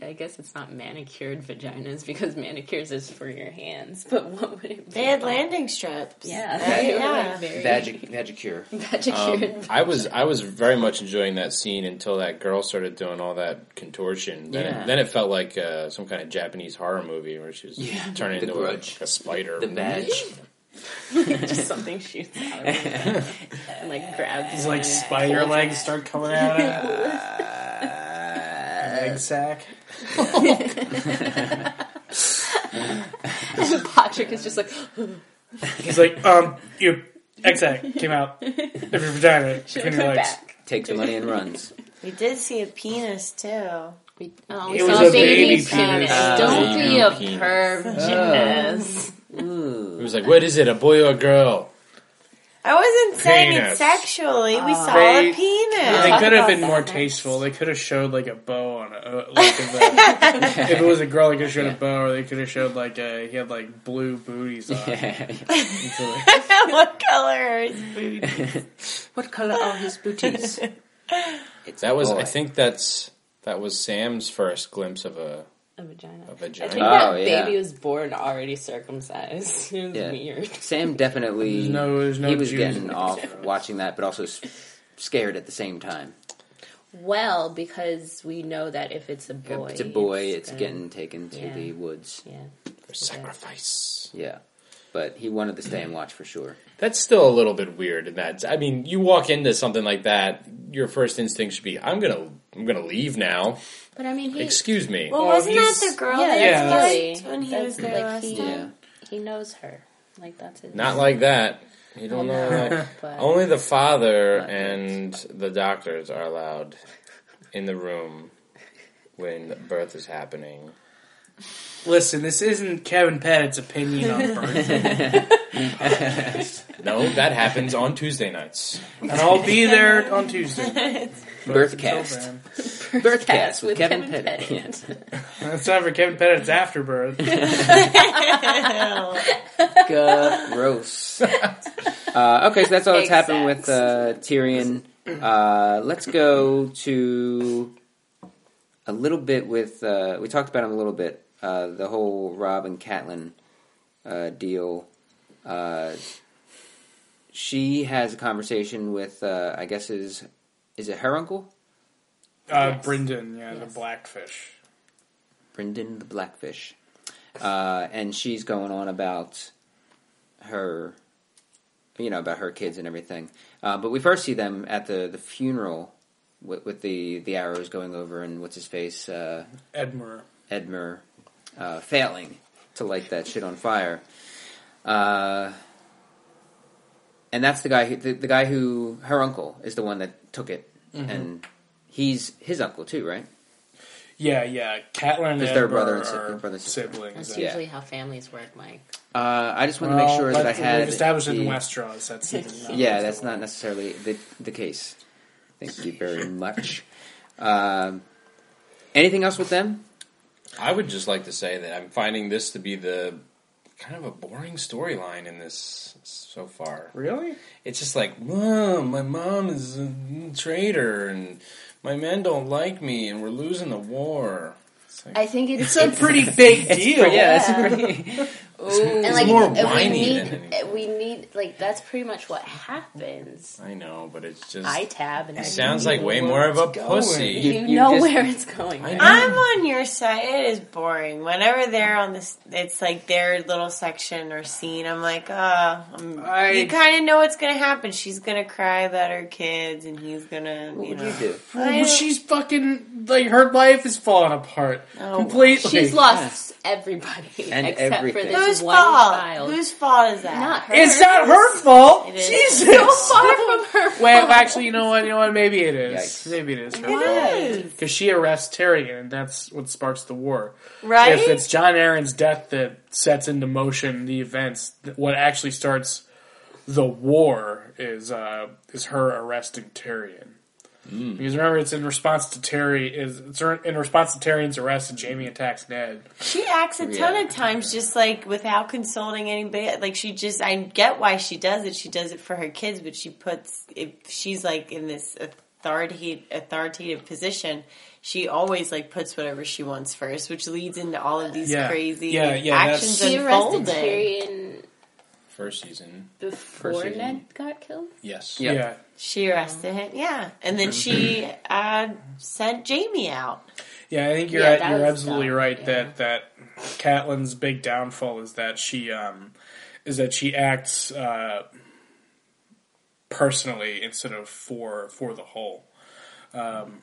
[SPEAKER 3] I guess it's not manicured vaginas because manicures is for your hands. But what would it be?
[SPEAKER 5] They had landing strips.
[SPEAKER 3] Yeah,
[SPEAKER 5] Right?
[SPEAKER 3] they were,
[SPEAKER 5] yeah.
[SPEAKER 3] like, very
[SPEAKER 1] Magic, magic cure.
[SPEAKER 3] manicured.
[SPEAKER 4] Um, I was I was very much enjoying that scene until that girl started doing all that contortion. Then,
[SPEAKER 1] Yeah.
[SPEAKER 4] it, then it felt like uh, some kind of Japanese horror movie where she was
[SPEAKER 1] Yeah.
[SPEAKER 4] turning
[SPEAKER 1] The
[SPEAKER 4] into a,
[SPEAKER 1] Grudge.
[SPEAKER 4] like a spider.
[SPEAKER 1] The badge. um,
[SPEAKER 3] just something shoots out of it and like grabs.
[SPEAKER 2] It's like spider legs start coming out. of
[SPEAKER 1] Uh,
[SPEAKER 2] Egg sack.
[SPEAKER 3] And Patrick is just like,
[SPEAKER 2] He's like, um, your egg sack came out of your vagina
[SPEAKER 3] should I
[SPEAKER 2] between
[SPEAKER 3] put
[SPEAKER 2] your
[SPEAKER 3] it
[SPEAKER 2] legs.
[SPEAKER 3] back?
[SPEAKER 1] Takes the money and runs.
[SPEAKER 5] We did see a penis too.
[SPEAKER 3] We, oh,
[SPEAKER 2] It was
[SPEAKER 3] saw
[SPEAKER 2] a baby
[SPEAKER 3] baby's
[SPEAKER 2] penis.
[SPEAKER 1] Oh.
[SPEAKER 3] Don't be a
[SPEAKER 4] Baby
[SPEAKER 3] perv, Janice.
[SPEAKER 4] It
[SPEAKER 1] Ooh.
[SPEAKER 4] was like, what is it, a boy or a girl?
[SPEAKER 5] I wasn't saying it
[SPEAKER 4] Penis.
[SPEAKER 5] sexually. We saw
[SPEAKER 2] They-
[SPEAKER 5] a penis.
[SPEAKER 2] They could have been
[SPEAKER 3] that
[SPEAKER 2] more
[SPEAKER 3] next.
[SPEAKER 2] tasteful. They could have showed like a bow on a, uh, like if, uh, if it was a girl, they could have showed a bow, or they could have showed like a, he had like blue booties on.
[SPEAKER 5] what color is booty?
[SPEAKER 1] what color are his booties? it's
[SPEAKER 4] That was,
[SPEAKER 1] boy.
[SPEAKER 4] I think that's that was Sam's first glimpse of a,
[SPEAKER 3] A vagina.
[SPEAKER 4] a
[SPEAKER 3] I
[SPEAKER 4] vagina.
[SPEAKER 3] think
[SPEAKER 1] Oh,
[SPEAKER 3] that
[SPEAKER 1] yeah.
[SPEAKER 3] baby was born already circumcised. It was
[SPEAKER 1] Yeah.
[SPEAKER 3] weird.
[SPEAKER 1] Sam definitely
[SPEAKER 2] There's no- there's no
[SPEAKER 1] he was
[SPEAKER 2] Jews in
[SPEAKER 1] getting
[SPEAKER 2] the
[SPEAKER 1] off
[SPEAKER 2] picture.
[SPEAKER 1] watching that, but also s- scared at the same time.
[SPEAKER 3] Well, because we know that if it's a boy,
[SPEAKER 1] If it's a boy, it's,
[SPEAKER 3] gonna-
[SPEAKER 1] getting taken to
[SPEAKER 3] yeah.
[SPEAKER 1] the woods.
[SPEAKER 3] yeah.
[SPEAKER 4] For sacrifice.
[SPEAKER 1] Yeah, but he wanted to stay and watch for sure.
[SPEAKER 4] That's still a little bit weird. In that, I mean, you walk into something like that, your first instinct should be, I'm gonna, I'm gonna leave now.
[SPEAKER 3] But I mean, he
[SPEAKER 4] Excuse me.
[SPEAKER 5] Well,
[SPEAKER 2] Well,
[SPEAKER 5] wasn't that
[SPEAKER 2] he's-
[SPEAKER 5] the girl
[SPEAKER 3] yeah,
[SPEAKER 5] that
[SPEAKER 2] that's
[SPEAKER 5] he liked
[SPEAKER 3] Lily.
[SPEAKER 5] when he
[SPEAKER 3] That's
[SPEAKER 5] was there
[SPEAKER 3] like
[SPEAKER 5] last
[SPEAKER 3] he-
[SPEAKER 5] time?
[SPEAKER 1] Yeah,
[SPEAKER 3] he knows her. Like that's it.
[SPEAKER 4] Not like that. You
[SPEAKER 3] I
[SPEAKER 4] don't know.
[SPEAKER 3] know,
[SPEAKER 4] like-
[SPEAKER 3] but-
[SPEAKER 4] Only the father
[SPEAKER 3] But-
[SPEAKER 4] and the doctors are allowed in the room when birth is happening.
[SPEAKER 2] Listen, this isn't Kevin Pettit's opinion on birth,
[SPEAKER 4] No, that happens on Tuesday nights.
[SPEAKER 2] and I'll be there on Tuesday.
[SPEAKER 1] Birthcast.
[SPEAKER 2] Until then.
[SPEAKER 1] Birthcast
[SPEAKER 3] with Kevin, Pettit.
[SPEAKER 2] It's time for Kevin Pettit's afterbirth.
[SPEAKER 1] Gross. uh, okay, so that's all that's happened with uh,
[SPEAKER 3] Exact.
[SPEAKER 1] Tyrion. Uh, let's go to a little bit with. Uh, we talked about him a little bit. Uh, the whole Rob and Catelyn uh, deal. Uh, she has a conversation with. Uh, I guess is is it her uncle,
[SPEAKER 2] Uh,
[SPEAKER 3] Yes.
[SPEAKER 2] Brendan, yeah, the
[SPEAKER 3] Yes.
[SPEAKER 2] blackfish.
[SPEAKER 1] Brendan the Blackfish, uh, and she's going on about her you know about her kids and everything. Uh, but we first see them at the the funeral with, with the the arrows going over and what's his face uh,
[SPEAKER 2] Edmer.
[SPEAKER 1] Edmer uh, failing to light that shit on fire. Uh, and that's the guy who the, the guy who her uncle is the one that took it,
[SPEAKER 2] Mm-hmm.
[SPEAKER 1] and he's his uncle too, right?
[SPEAKER 2] Yeah, yeah. Catelyn and
[SPEAKER 1] Is
[SPEAKER 2] Edmer
[SPEAKER 1] their brother and si-
[SPEAKER 2] are
[SPEAKER 1] their brother and sister.
[SPEAKER 2] siblings.
[SPEAKER 3] That's
[SPEAKER 2] yeah.
[SPEAKER 3] usually how families work, Mike.
[SPEAKER 1] Uh, I just want to
[SPEAKER 2] Well,
[SPEAKER 1] make sure that I
[SPEAKER 2] that's-
[SPEAKER 1] had
[SPEAKER 2] we've established it in
[SPEAKER 1] the-
[SPEAKER 2] Westeros. That's not
[SPEAKER 1] Yeah, that's not necessarily the the case. Thank you very much. Um, anything else with them?
[SPEAKER 4] I would just like to say that I'm finding this to be the kind of a boring storyline in this so far.
[SPEAKER 2] really.
[SPEAKER 4] It's just like, mom, my mom is a traitor, and my men don't like me, and we're losing the war. It's like,
[SPEAKER 3] I think it's,
[SPEAKER 2] It's a pretty big deal.
[SPEAKER 1] Yeah, that's
[SPEAKER 3] Yeah.
[SPEAKER 1] pretty.
[SPEAKER 3] and like
[SPEAKER 4] more
[SPEAKER 3] and we
[SPEAKER 4] whiny
[SPEAKER 3] need
[SPEAKER 4] than anything.
[SPEAKER 3] we need like that's pretty much what happens.
[SPEAKER 4] I know, but it's just.
[SPEAKER 3] I tab and I
[SPEAKER 4] He sounds
[SPEAKER 3] read.
[SPEAKER 4] like way more of a pussy.
[SPEAKER 3] you,
[SPEAKER 1] You- you
[SPEAKER 3] know
[SPEAKER 1] just-
[SPEAKER 3] where it's going.
[SPEAKER 4] I
[SPEAKER 3] right?
[SPEAKER 4] know.
[SPEAKER 5] I'm on your side. It is boring. Whenever they're on this, it's like their little section or scene. I'm like, oh, I'm,
[SPEAKER 2] I-
[SPEAKER 5] you kind of know what's gonna happen. She's gonna cry about her kids, and he's gonna,
[SPEAKER 1] What
[SPEAKER 5] you
[SPEAKER 1] would you
[SPEAKER 5] know,
[SPEAKER 1] do?
[SPEAKER 5] I
[SPEAKER 2] Well,
[SPEAKER 5] don't-
[SPEAKER 2] but she's fucking like her life is falling apart
[SPEAKER 5] Oh,
[SPEAKER 2] completely.
[SPEAKER 3] She's lost everybody
[SPEAKER 1] And
[SPEAKER 3] except
[SPEAKER 1] everything.
[SPEAKER 3] for this
[SPEAKER 5] whose
[SPEAKER 3] one
[SPEAKER 5] fault?
[SPEAKER 3] child.
[SPEAKER 5] Whose fault is that?
[SPEAKER 3] Not her.
[SPEAKER 2] It's not her fault.
[SPEAKER 5] It is.
[SPEAKER 2] Jesus.
[SPEAKER 3] far from her.
[SPEAKER 2] Well, actually, you know what? You know what? Maybe it is.
[SPEAKER 1] Yikes.
[SPEAKER 2] Maybe it is her
[SPEAKER 5] It
[SPEAKER 2] fault
[SPEAKER 5] is.
[SPEAKER 2] because she arrests Tyrion, and that's what sparks the war.
[SPEAKER 5] right.
[SPEAKER 2] If it's John Aaron's death that sets into motion the events, th- what actually starts the war is uh, is her arresting Tyrion. Because remember, it's in response to Terry. Is it's er, in response to Tyrion's arrest, and Jamie attacks Ned.
[SPEAKER 5] She acts a ton
[SPEAKER 1] Yeah.
[SPEAKER 5] of times just like without consulting anybody. Like she just, I get why she does it. She does it for her kids, but she puts, if she's like in this authority, authoritative position, she always like puts whatever she wants first, which leads into all of these
[SPEAKER 2] Yeah.
[SPEAKER 5] crazy
[SPEAKER 2] Yeah, yeah,
[SPEAKER 5] actions
[SPEAKER 2] that's-
[SPEAKER 3] She arrested
[SPEAKER 5] unfolding.
[SPEAKER 3] Tyrion
[SPEAKER 4] First season,
[SPEAKER 3] before
[SPEAKER 1] season.
[SPEAKER 3] Ned got killed.
[SPEAKER 4] yes.
[SPEAKER 1] Yeah.
[SPEAKER 2] Yeah,
[SPEAKER 5] She arrested him, yeah, and then she uh, sent Jamie out.
[SPEAKER 2] yeah. I think you're
[SPEAKER 3] Yeah,
[SPEAKER 2] right-
[SPEAKER 3] that
[SPEAKER 2] you're
[SPEAKER 3] was
[SPEAKER 2] absolutely
[SPEAKER 3] dumb,
[SPEAKER 2] right
[SPEAKER 3] yeah.
[SPEAKER 2] that that Catelyn's big downfall is that she um is that she acts uh, personally instead of for for the whole. Um,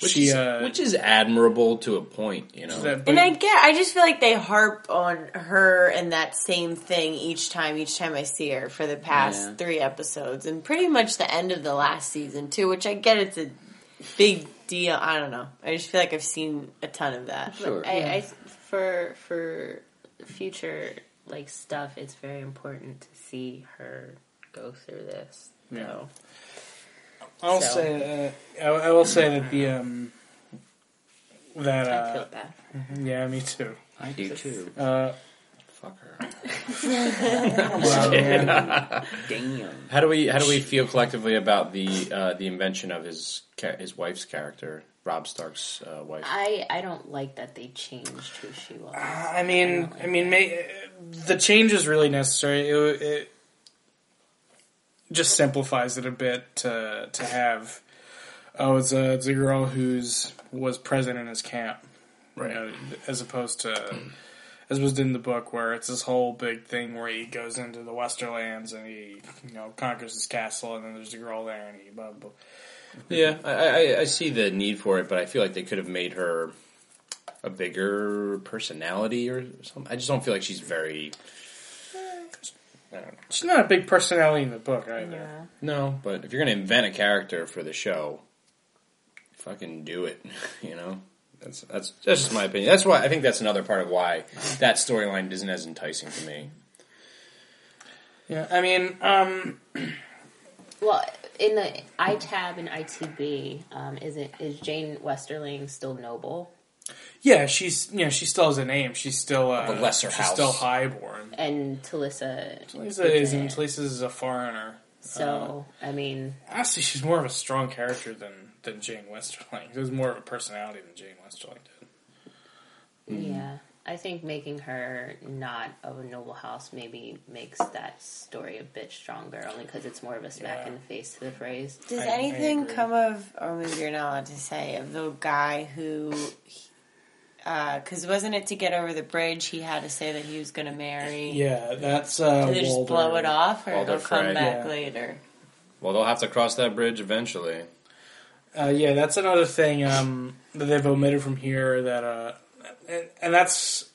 [SPEAKER 4] Which,
[SPEAKER 2] she
[SPEAKER 4] is,
[SPEAKER 2] uh,
[SPEAKER 4] which is admirable to a point, you know.
[SPEAKER 2] that-
[SPEAKER 5] And I get, I just feel like they harp on her and that same thing each time, each time I see her for the past
[SPEAKER 1] Yeah.
[SPEAKER 5] three episodes and pretty much the end of the last season too, which I get it's a big deal. I don't know. I just feel like I've seen a ton of that.
[SPEAKER 1] Sure.
[SPEAKER 3] I, I for for future like stuff, it's very important to see her go through this. So
[SPEAKER 2] I'll
[SPEAKER 3] So-
[SPEAKER 2] say uh, I, I will say that the um that
[SPEAKER 3] I feel
[SPEAKER 2] uh,
[SPEAKER 3] bad.
[SPEAKER 2] yeah me too.
[SPEAKER 1] I do too.
[SPEAKER 2] Uh,
[SPEAKER 4] Fuck her.
[SPEAKER 1] Damn.
[SPEAKER 4] How do we how do we feel collectively about the uh, the invention of his ca- his wife's character, Rob Stark's uh, wife?
[SPEAKER 3] I I don't like that they changed who she was.
[SPEAKER 2] I mean, I mean, may, the change is really necessary. It, it just simplifies it a bit to to have. Oh, it's a it's a girl who's was present in his camp, right? as opposed to as was in the book, where it's this whole big thing where he goes into the Westerlands and he you know conquers his castle, and then there's a girl there, and he blah blah. blah.
[SPEAKER 4] Yeah, I, I, I see the need for it, but I feel like they could have made her a bigger personality or something. I just don't feel like she's very I don't know.
[SPEAKER 2] She's not a big personality in the book either.
[SPEAKER 5] Yeah.
[SPEAKER 4] No, but if you're gonna invent a character for the show, fucking do it. You know, that's that's that's just my opinion. That's why I think that's another part of why that storyline isn't as enticing to me.
[SPEAKER 2] Yeah, I mean, um,
[SPEAKER 3] Well, in the ITAB and ITB, um, is it is Jane Westerling still noble?
[SPEAKER 2] yeah, she's you know she still has a name. She's still uh,
[SPEAKER 4] The lesser
[SPEAKER 2] she's
[SPEAKER 4] house.
[SPEAKER 2] still highborn.
[SPEAKER 3] And Talissa,
[SPEAKER 2] Lisa isn't. Lisa's a foreigner.
[SPEAKER 3] so I mean,
[SPEAKER 2] Honestly, she's more of a strong character than than Jane Westerling. There's more of a personality than Jane Westerling did.
[SPEAKER 3] yeah, I think making her not of a noble house maybe makes that story a bit stronger, only because it's more of a smack
[SPEAKER 2] Yeah.
[SPEAKER 3] in the face to the phrase.
[SPEAKER 5] Does
[SPEAKER 2] I- I
[SPEAKER 5] anything
[SPEAKER 2] agree.
[SPEAKER 5] come of, or maybe you're not allowed to say, of the guy who, because wasn't it to get over the bridge he had to say that he was going to marry?
[SPEAKER 2] Yeah, that's uh,
[SPEAKER 5] Did they just
[SPEAKER 2] Walder.
[SPEAKER 5] blow it off, or
[SPEAKER 4] Walder
[SPEAKER 5] it'll come
[SPEAKER 4] Frey.
[SPEAKER 5] back
[SPEAKER 2] Yeah.
[SPEAKER 5] later?
[SPEAKER 4] Well, they'll have to cross that bridge eventually.
[SPEAKER 2] Uh, yeah, that's another thing um, that they've omitted from here. That uh, and, and that's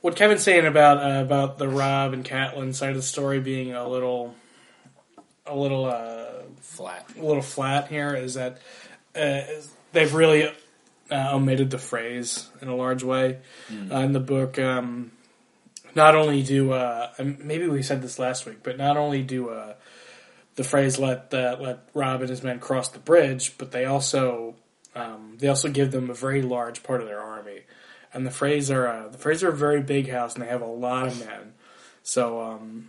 [SPEAKER 2] what Kevin's saying about uh, about the Rob and Catelyn side of the story being a little, a little, uh,
[SPEAKER 4] Flat.
[SPEAKER 2] a little flat here. Is that uh, they've really uh, omitted the phrase in a large way uh, in the book. Um, not only do uh, and maybe we said this last week, but not only do uh, the phrase "let the, let Rob and his men cross the bridge," but they also um, they also give them a very large part of their army. And the Freys are uh, the Freys are a very big house, and they have a lot of men. So um,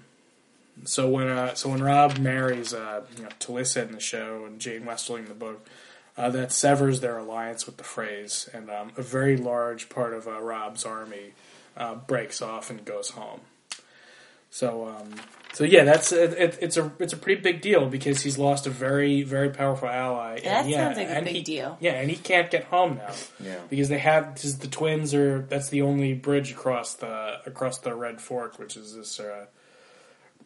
[SPEAKER 2] so when uh, so when Rob marries uh, you know, Talissa in the show and Jane Westling in the book, uh, that severs their alliance with the Freys, and um, a very large part of uh, Rob's army uh, breaks off and goes home. So, um, so yeah, that's it, it, it's a it's a pretty big deal because he's lost a very very powerful ally.
[SPEAKER 5] That
[SPEAKER 2] and, yeah,
[SPEAKER 5] sounds like a
[SPEAKER 2] and
[SPEAKER 5] big
[SPEAKER 2] he-
[SPEAKER 5] deal.
[SPEAKER 2] Yeah, and he can't get home now
[SPEAKER 4] Yeah.
[SPEAKER 2] because they have 'cause the twins are that's the only bridge across the across the Red Fork, which is this. Uh,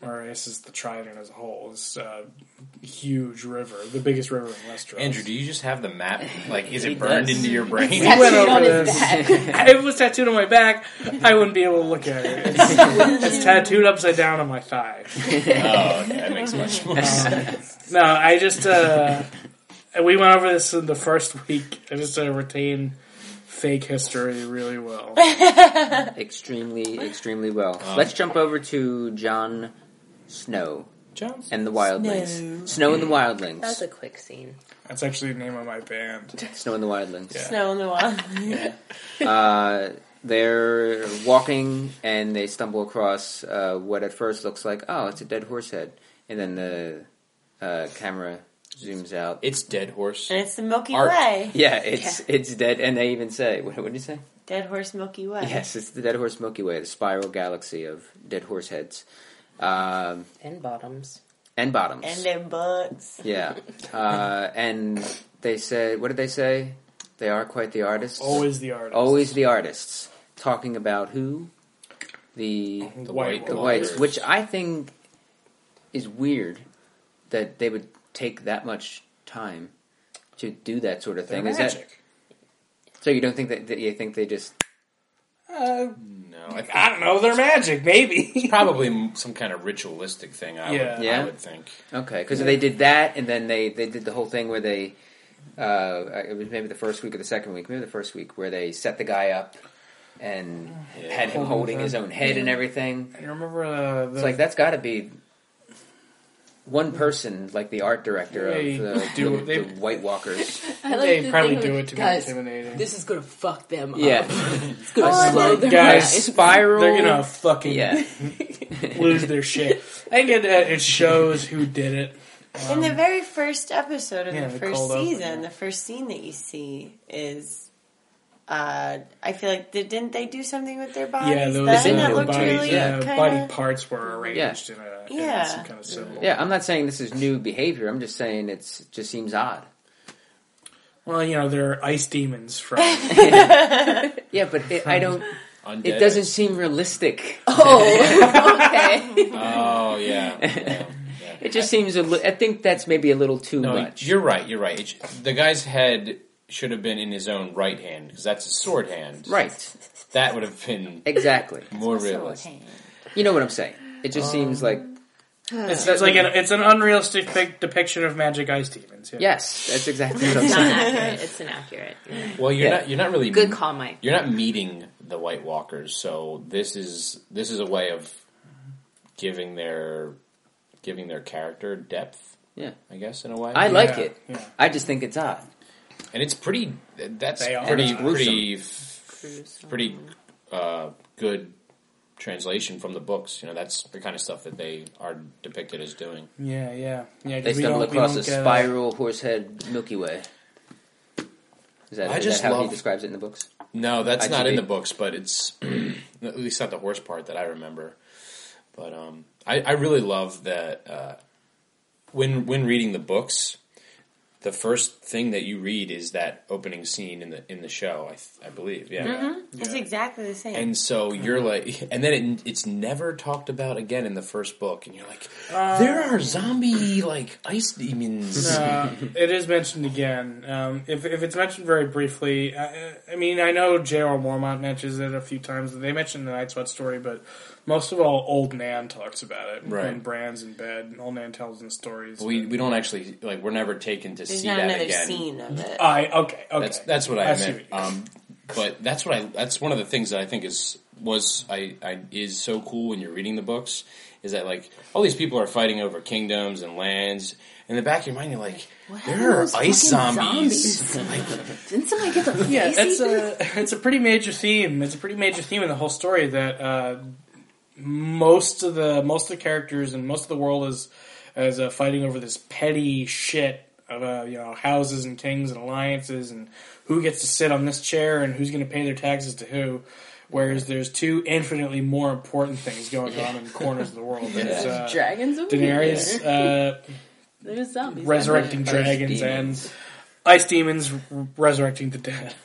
[SPEAKER 2] or this is the Trident as a whole. This uh, huge river, the biggest river in Westeros.
[SPEAKER 4] Andrew, do you just have the map? Like, is
[SPEAKER 3] He
[SPEAKER 4] it burned
[SPEAKER 3] does.
[SPEAKER 4] into your brain?
[SPEAKER 2] We went
[SPEAKER 3] Tattooed
[SPEAKER 2] over
[SPEAKER 3] on his
[SPEAKER 2] this. if it was tattooed on my back, I wouldn't be able to look at it. It's, it's tattooed upside down on my thigh.
[SPEAKER 4] Oh, okay, that makes much more sense.
[SPEAKER 2] No, I just uh, we went over this in the first week. I just uh, retain fake history really well.
[SPEAKER 1] Extremely, extremely well. Let's jump over to John Snow
[SPEAKER 4] Johnson.
[SPEAKER 1] and the Wildlings.
[SPEAKER 5] Snow.
[SPEAKER 1] Snow and the Wildlings.
[SPEAKER 3] That's a quick scene.
[SPEAKER 2] That's actually the name of my band.
[SPEAKER 1] Snow and the Wildlings.
[SPEAKER 5] Snow in the wild.
[SPEAKER 1] Uh, they're walking and they stumble across uh, what at first looks like oh, it's a dead horse head, and then the uh, camera zooms out.
[SPEAKER 4] It's Dead Horse.
[SPEAKER 5] and it's the Milky
[SPEAKER 4] Art.
[SPEAKER 5] Way.
[SPEAKER 1] yeah, it's it's dead, and they even say, "What, what did you say?"
[SPEAKER 5] Dead Horse Milky Way.
[SPEAKER 1] Yes, it's the Dead Horse Milky Way, the spiral galaxy of dead horse heads um,
[SPEAKER 3] And bottoms.
[SPEAKER 1] and bottoms.
[SPEAKER 5] And their butts.
[SPEAKER 1] yeah, uh, and they said, "What did they say?" They are quite the artists.
[SPEAKER 2] Always the artist.
[SPEAKER 1] always the artists talking about who the
[SPEAKER 2] White
[SPEAKER 4] The White
[SPEAKER 1] the
[SPEAKER 2] Walkers.
[SPEAKER 1] whites, which I think is weird that they would take that much time to do that sort of
[SPEAKER 2] They're
[SPEAKER 1] thing. Is that
[SPEAKER 2] magic.
[SPEAKER 1] so? You don't think that, that you think they just
[SPEAKER 2] Uh,
[SPEAKER 4] No, I,
[SPEAKER 2] I don't know. They're magic, maybe.
[SPEAKER 4] probably m- some kind of ritualistic thing. I,
[SPEAKER 2] Yeah.
[SPEAKER 4] would,
[SPEAKER 1] Yeah.
[SPEAKER 4] I would think.
[SPEAKER 1] okay? Because they did that, and then they they did the whole thing where they. Uh, it was maybe the first week or the second week, maybe the first week, where they set the guy up and
[SPEAKER 4] Yeah.
[SPEAKER 1] had him holding his own head and everything.
[SPEAKER 2] I remember uh, the
[SPEAKER 1] It's like that's got to be one person, like the art director
[SPEAKER 2] They
[SPEAKER 1] of the,
[SPEAKER 2] do-
[SPEAKER 1] the,
[SPEAKER 2] they-
[SPEAKER 1] the White Walkers.
[SPEAKER 2] they probably do it to be intimidating.
[SPEAKER 3] This is gonna fuck them
[SPEAKER 1] Yeah,
[SPEAKER 3] up. It's gonna slow them
[SPEAKER 1] a
[SPEAKER 2] guys,
[SPEAKER 1] Uh, spiral.
[SPEAKER 2] They're gonna fucking
[SPEAKER 1] yeah,
[SPEAKER 2] lose their shit. I think it, uh, it shows who did it. Um,
[SPEAKER 5] in the very first episode of
[SPEAKER 2] Yeah,
[SPEAKER 5] the
[SPEAKER 2] the
[SPEAKER 5] first
[SPEAKER 2] cold open,
[SPEAKER 5] season,
[SPEAKER 2] yeah.
[SPEAKER 5] the first scene that you see is. Uh, I feel like did, didn't they do something with their bodies?
[SPEAKER 2] Yeah, those
[SPEAKER 5] then?
[SPEAKER 1] uh,
[SPEAKER 5] that looked
[SPEAKER 2] body,
[SPEAKER 5] really
[SPEAKER 1] yeah,
[SPEAKER 5] kinda...
[SPEAKER 2] body parts were arranged in, a, in
[SPEAKER 5] Yeah.
[SPEAKER 2] some kind of symbol.
[SPEAKER 1] yeah. I'm not saying this is new behavior. I'm just saying it's just seems odd.
[SPEAKER 2] Well, you know, they're ice demons from.
[SPEAKER 1] Yeah, but it, I don't.
[SPEAKER 4] Undead.
[SPEAKER 1] It doesn't seem realistic.
[SPEAKER 3] Oh, okay.
[SPEAKER 4] Oh yeah. yeah, yeah.
[SPEAKER 1] It just seems. A li- I think that's maybe a little too
[SPEAKER 4] No,
[SPEAKER 1] much.
[SPEAKER 4] you're right. You're right. It, sh- the guy's head should have been in his own right hand because that's his sword hand.
[SPEAKER 1] Right.
[SPEAKER 4] That would have been
[SPEAKER 1] Exactly.
[SPEAKER 4] more realistic.
[SPEAKER 1] You know what I'm saying. It just
[SPEAKER 2] Um,
[SPEAKER 1] seems like
[SPEAKER 2] It seems like an, it's an unrealistic pic- depiction of Magic Ice Demons. Yeah.
[SPEAKER 1] yes, that's exactly what I'm
[SPEAKER 3] It's not
[SPEAKER 1] saying.
[SPEAKER 3] accurate. It's inaccurate. Yeah.
[SPEAKER 4] Well, you're
[SPEAKER 1] Yeah.
[SPEAKER 4] not you're not really
[SPEAKER 3] Good call, Mike.
[SPEAKER 4] You're not meeting the White Walkers, so this is this is a way of giving their giving their character depth,
[SPEAKER 1] Yeah,
[SPEAKER 4] I guess, in a way.
[SPEAKER 1] I like it.
[SPEAKER 2] yeah.
[SPEAKER 1] I just think it's odd.
[SPEAKER 4] and it's pretty. That's
[SPEAKER 2] They are.
[SPEAKER 4] pretty
[SPEAKER 2] It's
[SPEAKER 4] pretty f-
[SPEAKER 3] Gruesome.
[SPEAKER 4] pretty uh, good translation from the books. You know, that's the kind of stuff that they are depicted as doing.
[SPEAKER 2] Yeah, yeah, yeah. 'cause
[SPEAKER 1] They
[SPEAKER 2] we
[SPEAKER 1] stumble
[SPEAKER 2] don't- we
[SPEAKER 1] across a
[SPEAKER 2] don't get, uh,
[SPEAKER 1] spiral horsehead Milky Way. Is that,
[SPEAKER 4] I
[SPEAKER 1] is
[SPEAKER 4] just
[SPEAKER 1] that how he
[SPEAKER 4] love-
[SPEAKER 1] describes it in the books?
[SPEAKER 4] No, that's
[SPEAKER 1] I
[SPEAKER 4] not
[SPEAKER 1] debate-
[SPEAKER 4] in the books, but it's at least not the horse part that I remember. But um, I, I really love that uh, when when reading the books, the first thing that you read is that opening scene in the in the show. I, th- I believe, yeah.
[SPEAKER 5] It's exactly the same.
[SPEAKER 4] And so you're like, and then it, it's never talked about again in the first book, and you're like,
[SPEAKER 5] Uh,
[SPEAKER 4] there are zombie like ice demons.
[SPEAKER 2] uh, it is mentioned again. Um, if, if it's mentioned very briefly, I, I mean, I know J.R. Mormont mentions it a few times. They mentioned the Night Sweat story, but most of all, Old Nan talks about it.
[SPEAKER 4] Right.
[SPEAKER 2] When Bran's in bed, Old Nan tells him stories.
[SPEAKER 4] We we don't actually like we're never taken to
[SPEAKER 5] There's
[SPEAKER 4] see
[SPEAKER 5] not
[SPEAKER 4] that
[SPEAKER 5] another
[SPEAKER 4] again.
[SPEAKER 5] scene of it.
[SPEAKER 2] I, okay, okay.
[SPEAKER 4] That's that's what I,
[SPEAKER 2] I see
[SPEAKER 4] meant.
[SPEAKER 2] what you
[SPEAKER 4] Um, but that's what I that's one of the things that I think is was I, I is so cool when you're reading the books is that like all these people are fighting over kingdoms and lands. In the back of your mind, you're like, there are
[SPEAKER 5] those
[SPEAKER 4] ice
[SPEAKER 5] fucking
[SPEAKER 4] zombies. like,
[SPEAKER 5] Didn't somebody get the
[SPEAKER 2] yeah, it's a it's a pretty major theme. It's a pretty major theme in the whole story that uh, most of the most of the characters and most of the world is is uh, fighting over this petty shit of uh, you know houses and kings and alliances and who gets to sit on this chair and who's going to pay their taxes to who. Whereas there's two infinitely more important things going on in corners of the world. There's uh,
[SPEAKER 3] Dragons over
[SPEAKER 2] Daenerys uh,
[SPEAKER 3] there. There's zombies.
[SPEAKER 2] resurrecting dragons
[SPEAKER 1] demons.
[SPEAKER 2] and ice demons r- resurrecting the dead.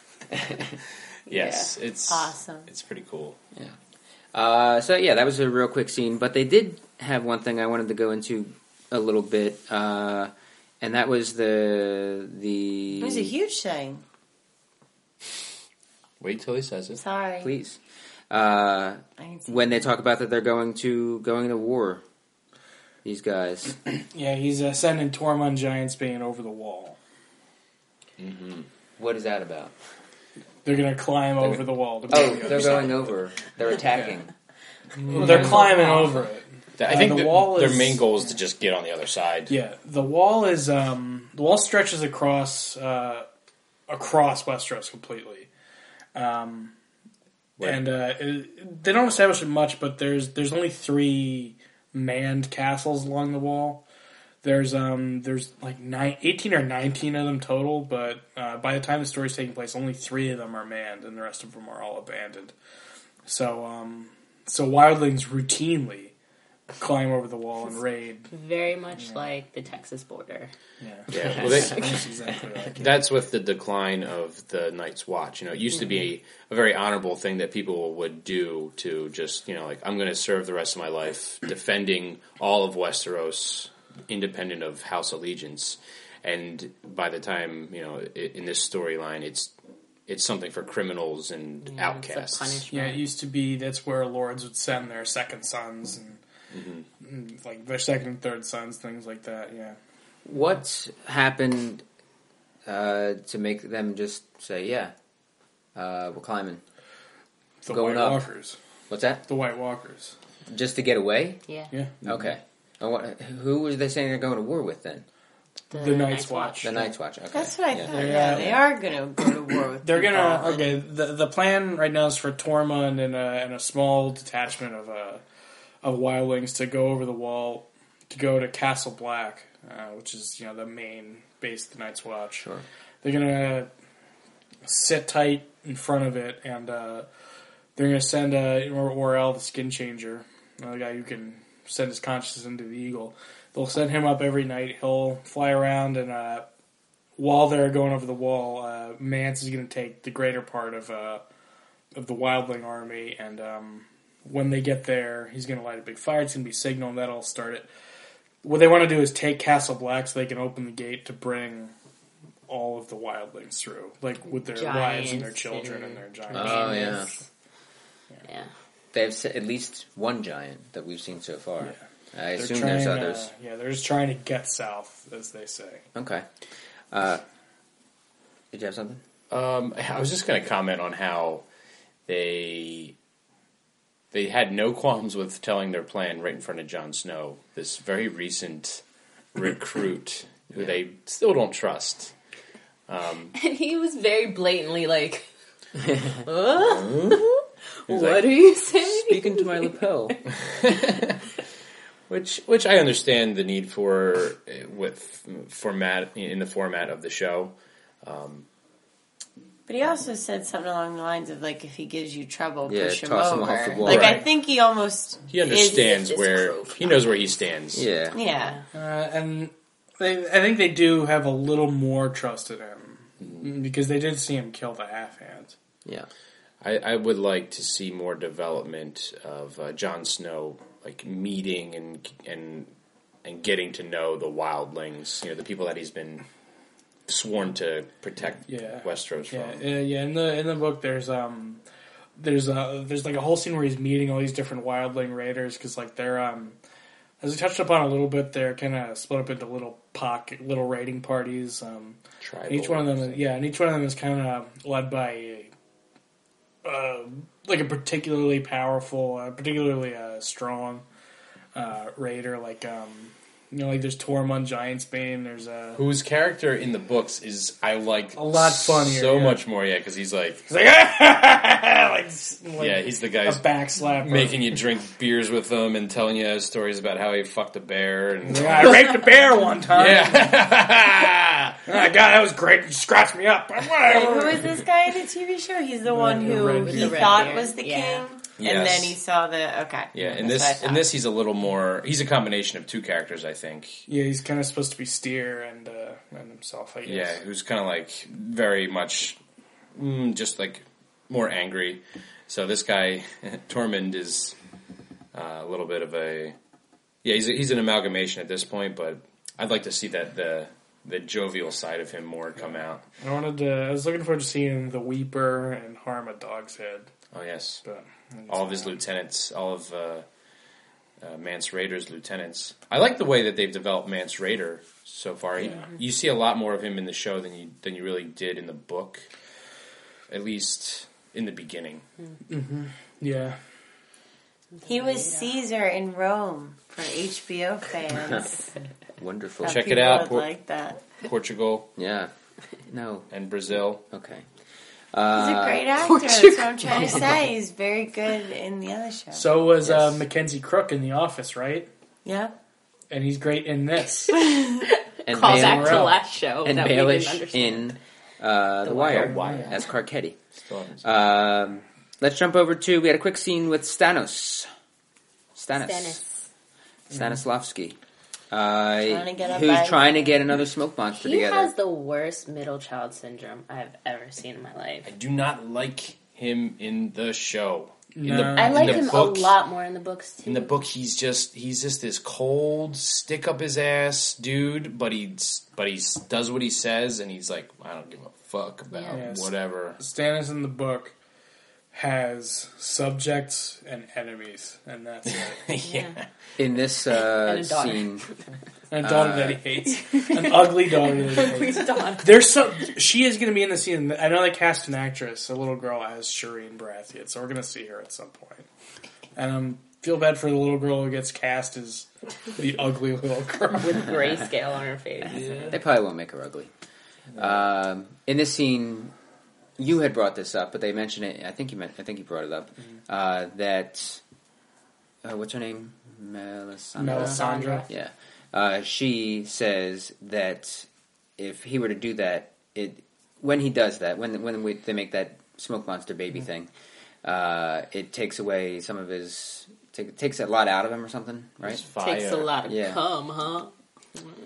[SPEAKER 4] yes, it's
[SPEAKER 5] Awesome.
[SPEAKER 4] It's pretty cool.
[SPEAKER 1] Uh, so yeah, that was a real quick scene, but they did have one thing I wanted to go into a little bit, uh, and that was the the.
[SPEAKER 5] It was a huge thing.
[SPEAKER 4] Wait till he says it.
[SPEAKER 5] Sorry.
[SPEAKER 1] please. Uh,
[SPEAKER 5] I can see.
[SPEAKER 1] when they talk about that they're going to going to war, these guys.
[SPEAKER 2] Yeah, he's uh, sending Tormund Giantsbane over the wall.
[SPEAKER 4] Mm-hmm.
[SPEAKER 1] What is that about?
[SPEAKER 2] They're gonna climb over the wall. To
[SPEAKER 1] Oh,
[SPEAKER 2] the other
[SPEAKER 1] they're
[SPEAKER 2] side.
[SPEAKER 1] going over. They're attacking.
[SPEAKER 2] They're climbing over it.
[SPEAKER 4] I
[SPEAKER 2] Uh,
[SPEAKER 4] think
[SPEAKER 2] the
[SPEAKER 4] that
[SPEAKER 2] wall
[SPEAKER 4] their
[SPEAKER 2] is-
[SPEAKER 4] main goal is to just get on the other side.
[SPEAKER 2] Yeah, the wall is um, the wall stretches across uh, across Westeros completely, Um,
[SPEAKER 4] Right.
[SPEAKER 2] and uh, it, they don't establish it much. But there's there's only three manned castles along the wall. There's um there's like nine, 18 or nineteen of them total, but uh, by the time the story's taking place, only three of them are manned, and the rest of them are all abandoned. So um so wildlings routinely climb over the wall and raid.
[SPEAKER 3] Very much like the Texas border.
[SPEAKER 2] Yeah,
[SPEAKER 4] Yeah. Well, they-
[SPEAKER 2] that's exactly right.
[SPEAKER 4] That's with the decline of the Night's Watch. You know, it used to be
[SPEAKER 3] Mm-hmm.
[SPEAKER 4] a very honorable thing that people would do to just, you know, like, I'm going to serve the rest of my life defending all of Westeros, independent of House Allegiance. And by the time, you know, i- in this storyline, it's it's something for criminals and
[SPEAKER 3] Yeah, it's a
[SPEAKER 4] outcasts.
[SPEAKER 2] Yeah,
[SPEAKER 3] punishment.
[SPEAKER 2] it used to be that's where lords would send their second sons and,
[SPEAKER 4] Mm-hmm.
[SPEAKER 2] and, like their second and third sons, things like that. Yeah,
[SPEAKER 1] What happened uh, to make them just say, "Yeah, uh, we're climbing"?
[SPEAKER 2] the
[SPEAKER 1] Going
[SPEAKER 2] White
[SPEAKER 1] up.
[SPEAKER 2] Walkers.
[SPEAKER 1] What's that?
[SPEAKER 2] The White Walkers.
[SPEAKER 1] Just to get away?
[SPEAKER 3] Yeah.
[SPEAKER 2] Yeah,
[SPEAKER 1] Okay. And what, who were they saying they're going to war with then?
[SPEAKER 2] The Night's Watch.
[SPEAKER 1] The Night's Watch. Okay.
[SPEAKER 5] That's what I
[SPEAKER 1] Yeah.
[SPEAKER 5] thought. Yeah, they are going to go to war with
[SPEAKER 2] they're gonna
[SPEAKER 5] people.
[SPEAKER 2] okay. The the plan right now is for Tormund and a and a small detachment of uh of wildlings to go over the wall to go to Castle Black, uh, which is you know the main base of the Night's Watch.
[SPEAKER 1] Sure.
[SPEAKER 2] they're gonna sit tight in front of it, and uh, they're gonna send uh, or Orel, the skin changer, uh, the guy who can send his consciousness into the eagle. They'll send him up every night. He'll fly around, and uh, while they're going over the wall, uh, Mance is gonna take the greater part of uh, of the wildling army, and um, when they get there, he's gonna light a big fire. It's gonna be signal, and that'll start it. What they want to do is take Castle Black so they can open the gate to bring all of the wildlings through, like with their wives and their
[SPEAKER 3] Giants
[SPEAKER 1] Uh,
[SPEAKER 2] children and
[SPEAKER 3] and-
[SPEAKER 2] their giants.
[SPEAKER 1] Oh, yeah.
[SPEAKER 3] Yeah.
[SPEAKER 1] They have s- at least one giant that we've seen so far. I
[SPEAKER 2] They're
[SPEAKER 1] assume
[SPEAKER 2] trying,
[SPEAKER 1] there's others.
[SPEAKER 2] Uh, yeah, they're just trying to get south, as they say.
[SPEAKER 1] Okay. Uh, did you have something?
[SPEAKER 4] Um, I was just going to comment on how they they had no qualms with telling their plan right in front of Jon Snow, this very recent recruit who they still don't trust.
[SPEAKER 3] And he was very blatantly like, "Huh? What are you saying?
[SPEAKER 1] Speaking to my lapel.
[SPEAKER 4] Which, which I understand the need for uh, with format in the format of the show.
[SPEAKER 5] But he also said something along the lines of like, if he gives you trouble,
[SPEAKER 1] Yeah,
[SPEAKER 5] push him
[SPEAKER 1] toss him
[SPEAKER 5] over.
[SPEAKER 1] off the wall.
[SPEAKER 5] Like I
[SPEAKER 4] Right.
[SPEAKER 5] think he almost
[SPEAKER 4] He understands
[SPEAKER 3] it's
[SPEAKER 4] where
[SPEAKER 3] proof.
[SPEAKER 4] he knows where he stands.
[SPEAKER 1] Yeah.
[SPEAKER 5] Is, yeah,
[SPEAKER 2] Uh, and they, I think they do have a little more trust in him because they did see him kill the half hand.
[SPEAKER 1] Yeah.
[SPEAKER 4] I, I would like to see more development of uh, Jon Snow, like meeting and and and getting to know the wildlings, you know, the people that he's been sworn to protect
[SPEAKER 2] Yeah.
[SPEAKER 4] Westeros
[SPEAKER 2] Yeah,
[SPEAKER 4] from.
[SPEAKER 2] uh, yeah. In the in the book, there's um, there's uh, there's like a whole scene where he's meeting all these different wildling raiders because like they're um, as we touched upon a little bit, they're kind of split up into little pocket, little raiding parties. Um,
[SPEAKER 4] Tribal.
[SPEAKER 2] and each one of them, is, yeah, and each one of them is kind of led by a, uh, like a particularly powerful, uh, particularly uh, strong uh, raider. Like um, you know, like there's Tormund Giantsbane. There's a uh,
[SPEAKER 4] whose character in the books is I like
[SPEAKER 2] A lot funnier,
[SPEAKER 4] so
[SPEAKER 2] yeah.
[SPEAKER 4] much more. Yeah, because he's like,
[SPEAKER 2] it's like, like, like
[SPEAKER 4] yeah, he's the
[SPEAKER 2] a
[SPEAKER 4] guy who's
[SPEAKER 2] backslap
[SPEAKER 4] making you drink beers with him and telling you stories about how he fucked a bear and
[SPEAKER 2] Yeah, I raped a bear one time.
[SPEAKER 4] yeah.
[SPEAKER 2] Oh, God, that was great. You scratched me up.
[SPEAKER 5] Like, who is this guy in the TV show? He's the one
[SPEAKER 2] the
[SPEAKER 5] who
[SPEAKER 2] red
[SPEAKER 5] he
[SPEAKER 2] beard.
[SPEAKER 5] thought
[SPEAKER 3] Red
[SPEAKER 5] was the
[SPEAKER 3] beard, yeah.
[SPEAKER 5] king, and
[SPEAKER 4] Yes.
[SPEAKER 5] then he saw the okay.
[SPEAKER 4] Yeah, in
[SPEAKER 5] That's
[SPEAKER 4] this
[SPEAKER 5] what I
[SPEAKER 4] in this he's a little more. He's a combination of two characters, I think.
[SPEAKER 2] yeah, he's kind of supposed to be steer and uh, and himself, I
[SPEAKER 4] Yeah,
[SPEAKER 2] guess.
[SPEAKER 4] who's kind of like very much mm, just like more angry. So this guy Tormund is uh, a little bit of a yeah. He's he's an amalgamation at this point, but I'd like to see that the the jovial side of him more come out.
[SPEAKER 2] I wanted to. I was looking forward to seeing the Weeper and harm a dog's head,
[SPEAKER 4] Oh yes,
[SPEAKER 2] but
[SPEAKER 4] all of his lieutenants, all of uh, uh, Mance Raider's lieutenants. I like the way that they've developed Mance Raider so far. You- You see a lot more of him in the show than you than you really did in the book, at least in the beginning.
[SPEAKER 2] yeah,
[SPEAKER 5] He was Caesar in Rome for HBO fans.
[SPEAKER 1] Wonderful.
[SPEAKER 5] How
[SPEAKER 4] Check it
[SPEAKER 5] people
[SPEAKER 4] out,
[SPEAKER 5] would
[SPEAKER 4] Por-
[SPEAKER 5] like that.
[SPEAKER 4] Portugal
[SPEAKER 1] Yeah. No.
[SPEAKER 4] and Brazil.
[SPEAKER 1] Okay.
[SPEAKER 5] He's
[SPEAKER 1] Uh,
[SPEAKER 5] a great actor. That's what I'm trying to say. He's very good in the other show.
[SPEAKER 2] so was uh,
[SPEAKER 1] Yes.
[SPEAKER 2] Mackenzie Crook in The Office, right?
[SPEAKER 5] yeah.
[SPEAKER 2] And he's great in this.
[SPEAKER 1] And
[SPEAKER 3] Call back
[SPEAKER 1] Baelish,
[SPEAKER 2] Baelish-
[SPEAKER 3] to last show
[SPEAKER 1] and
[SPEAKER 3] that we didn't
[SPEAKER 1] Baelish
[SPEAKER 3] understand.
[SPEAKER 1] in uh, The, Wire, as Carcetti. Um, let's jump over to. We had a quick scene with Stanos. Stanis.
[SPEAKER 3] Stannis. Mm-hmm.
[SPEAKER 1] Stanislavski. Uh,
[SPEAKER 5] Trying to get a
[SPEAKER 1] who's
[SPEAKER 5] bite.
[SPEAKER 1] trying to get another smoke monster
[SPEAKER 3] He
[SPEAKER 1] together.
[SPEAKER 3] has the worst middle child syndrome I've ever seen in my
[SPEAKER 4] I
[SPEAKER 3] life.
[SPEAKER 4] do not like him in the show. In
[SPEAKER 2] No.
[SPEAKER 4] the,
[SPEAKER 3] I
[SPEAKER 4] in
[SPEAKER 3] like
[SPEAKER 4] the
[SPEAKER 3] him
[SPEAKER 4] book,
[SPEAKER 3] a lot more in the books too.
[SPEAKER 4] In the book, he's just he's just this cold, stick up his ass dude. But he's but he does what he says, and he's like, I don't give a fuck about
[SPEAKER 2] Yes.
[SPEAKER 4] whatever.
[SPEAKER 2] Stannis in the book has subjects and enemies, and that's it.
[SPEAKER 4] yeah.
[SPEAKER 1] In this uh,
[SPEAKER 3] And a daughter.
[SPEAKER 1] scene,
[SPEAKER 2] And a daughter that he hates,
[SPEAKER 1] Uh.
[SPEAKER 2] an ugly daughter that he hates.
[SPEAKER 3] Please don't.
[SPEAKER 2] There's some. She is going to be in the scene. I know they cast an actress, a little girl, as Shireen Brathian, so we're going to see her at some point. And um, feel bad for the little girl who gets cast as the ugly little girl.
[SPEAKER 3] With grayscale on her face.
[SPEAKER 1] they probably won't make her ugly. Um, in this scene, you had brought this up, but they mentioned it. I think you meant. I think you brought it up.
[SPEAKER 2] Mm-hmm.
[SPEAKER 1] Uh, that uh, what's her name, Melisandre.
[SPEAKER 2] Melisandre.
[SPEAKER 1] Yeah. Uh, she says that if he were to do that, it when he does that, when when we, they make that smoke monster baby
[SPEAKER 2] Mm-hmm.
[SPEAKER 1] thing, uh, it takes away some of his take, takes a lot out of him or something, right?
[SPEAKER 3] Takes a lot of
[SPEAKER 1] Yeah.
[SPEAKER 3] cum, huh?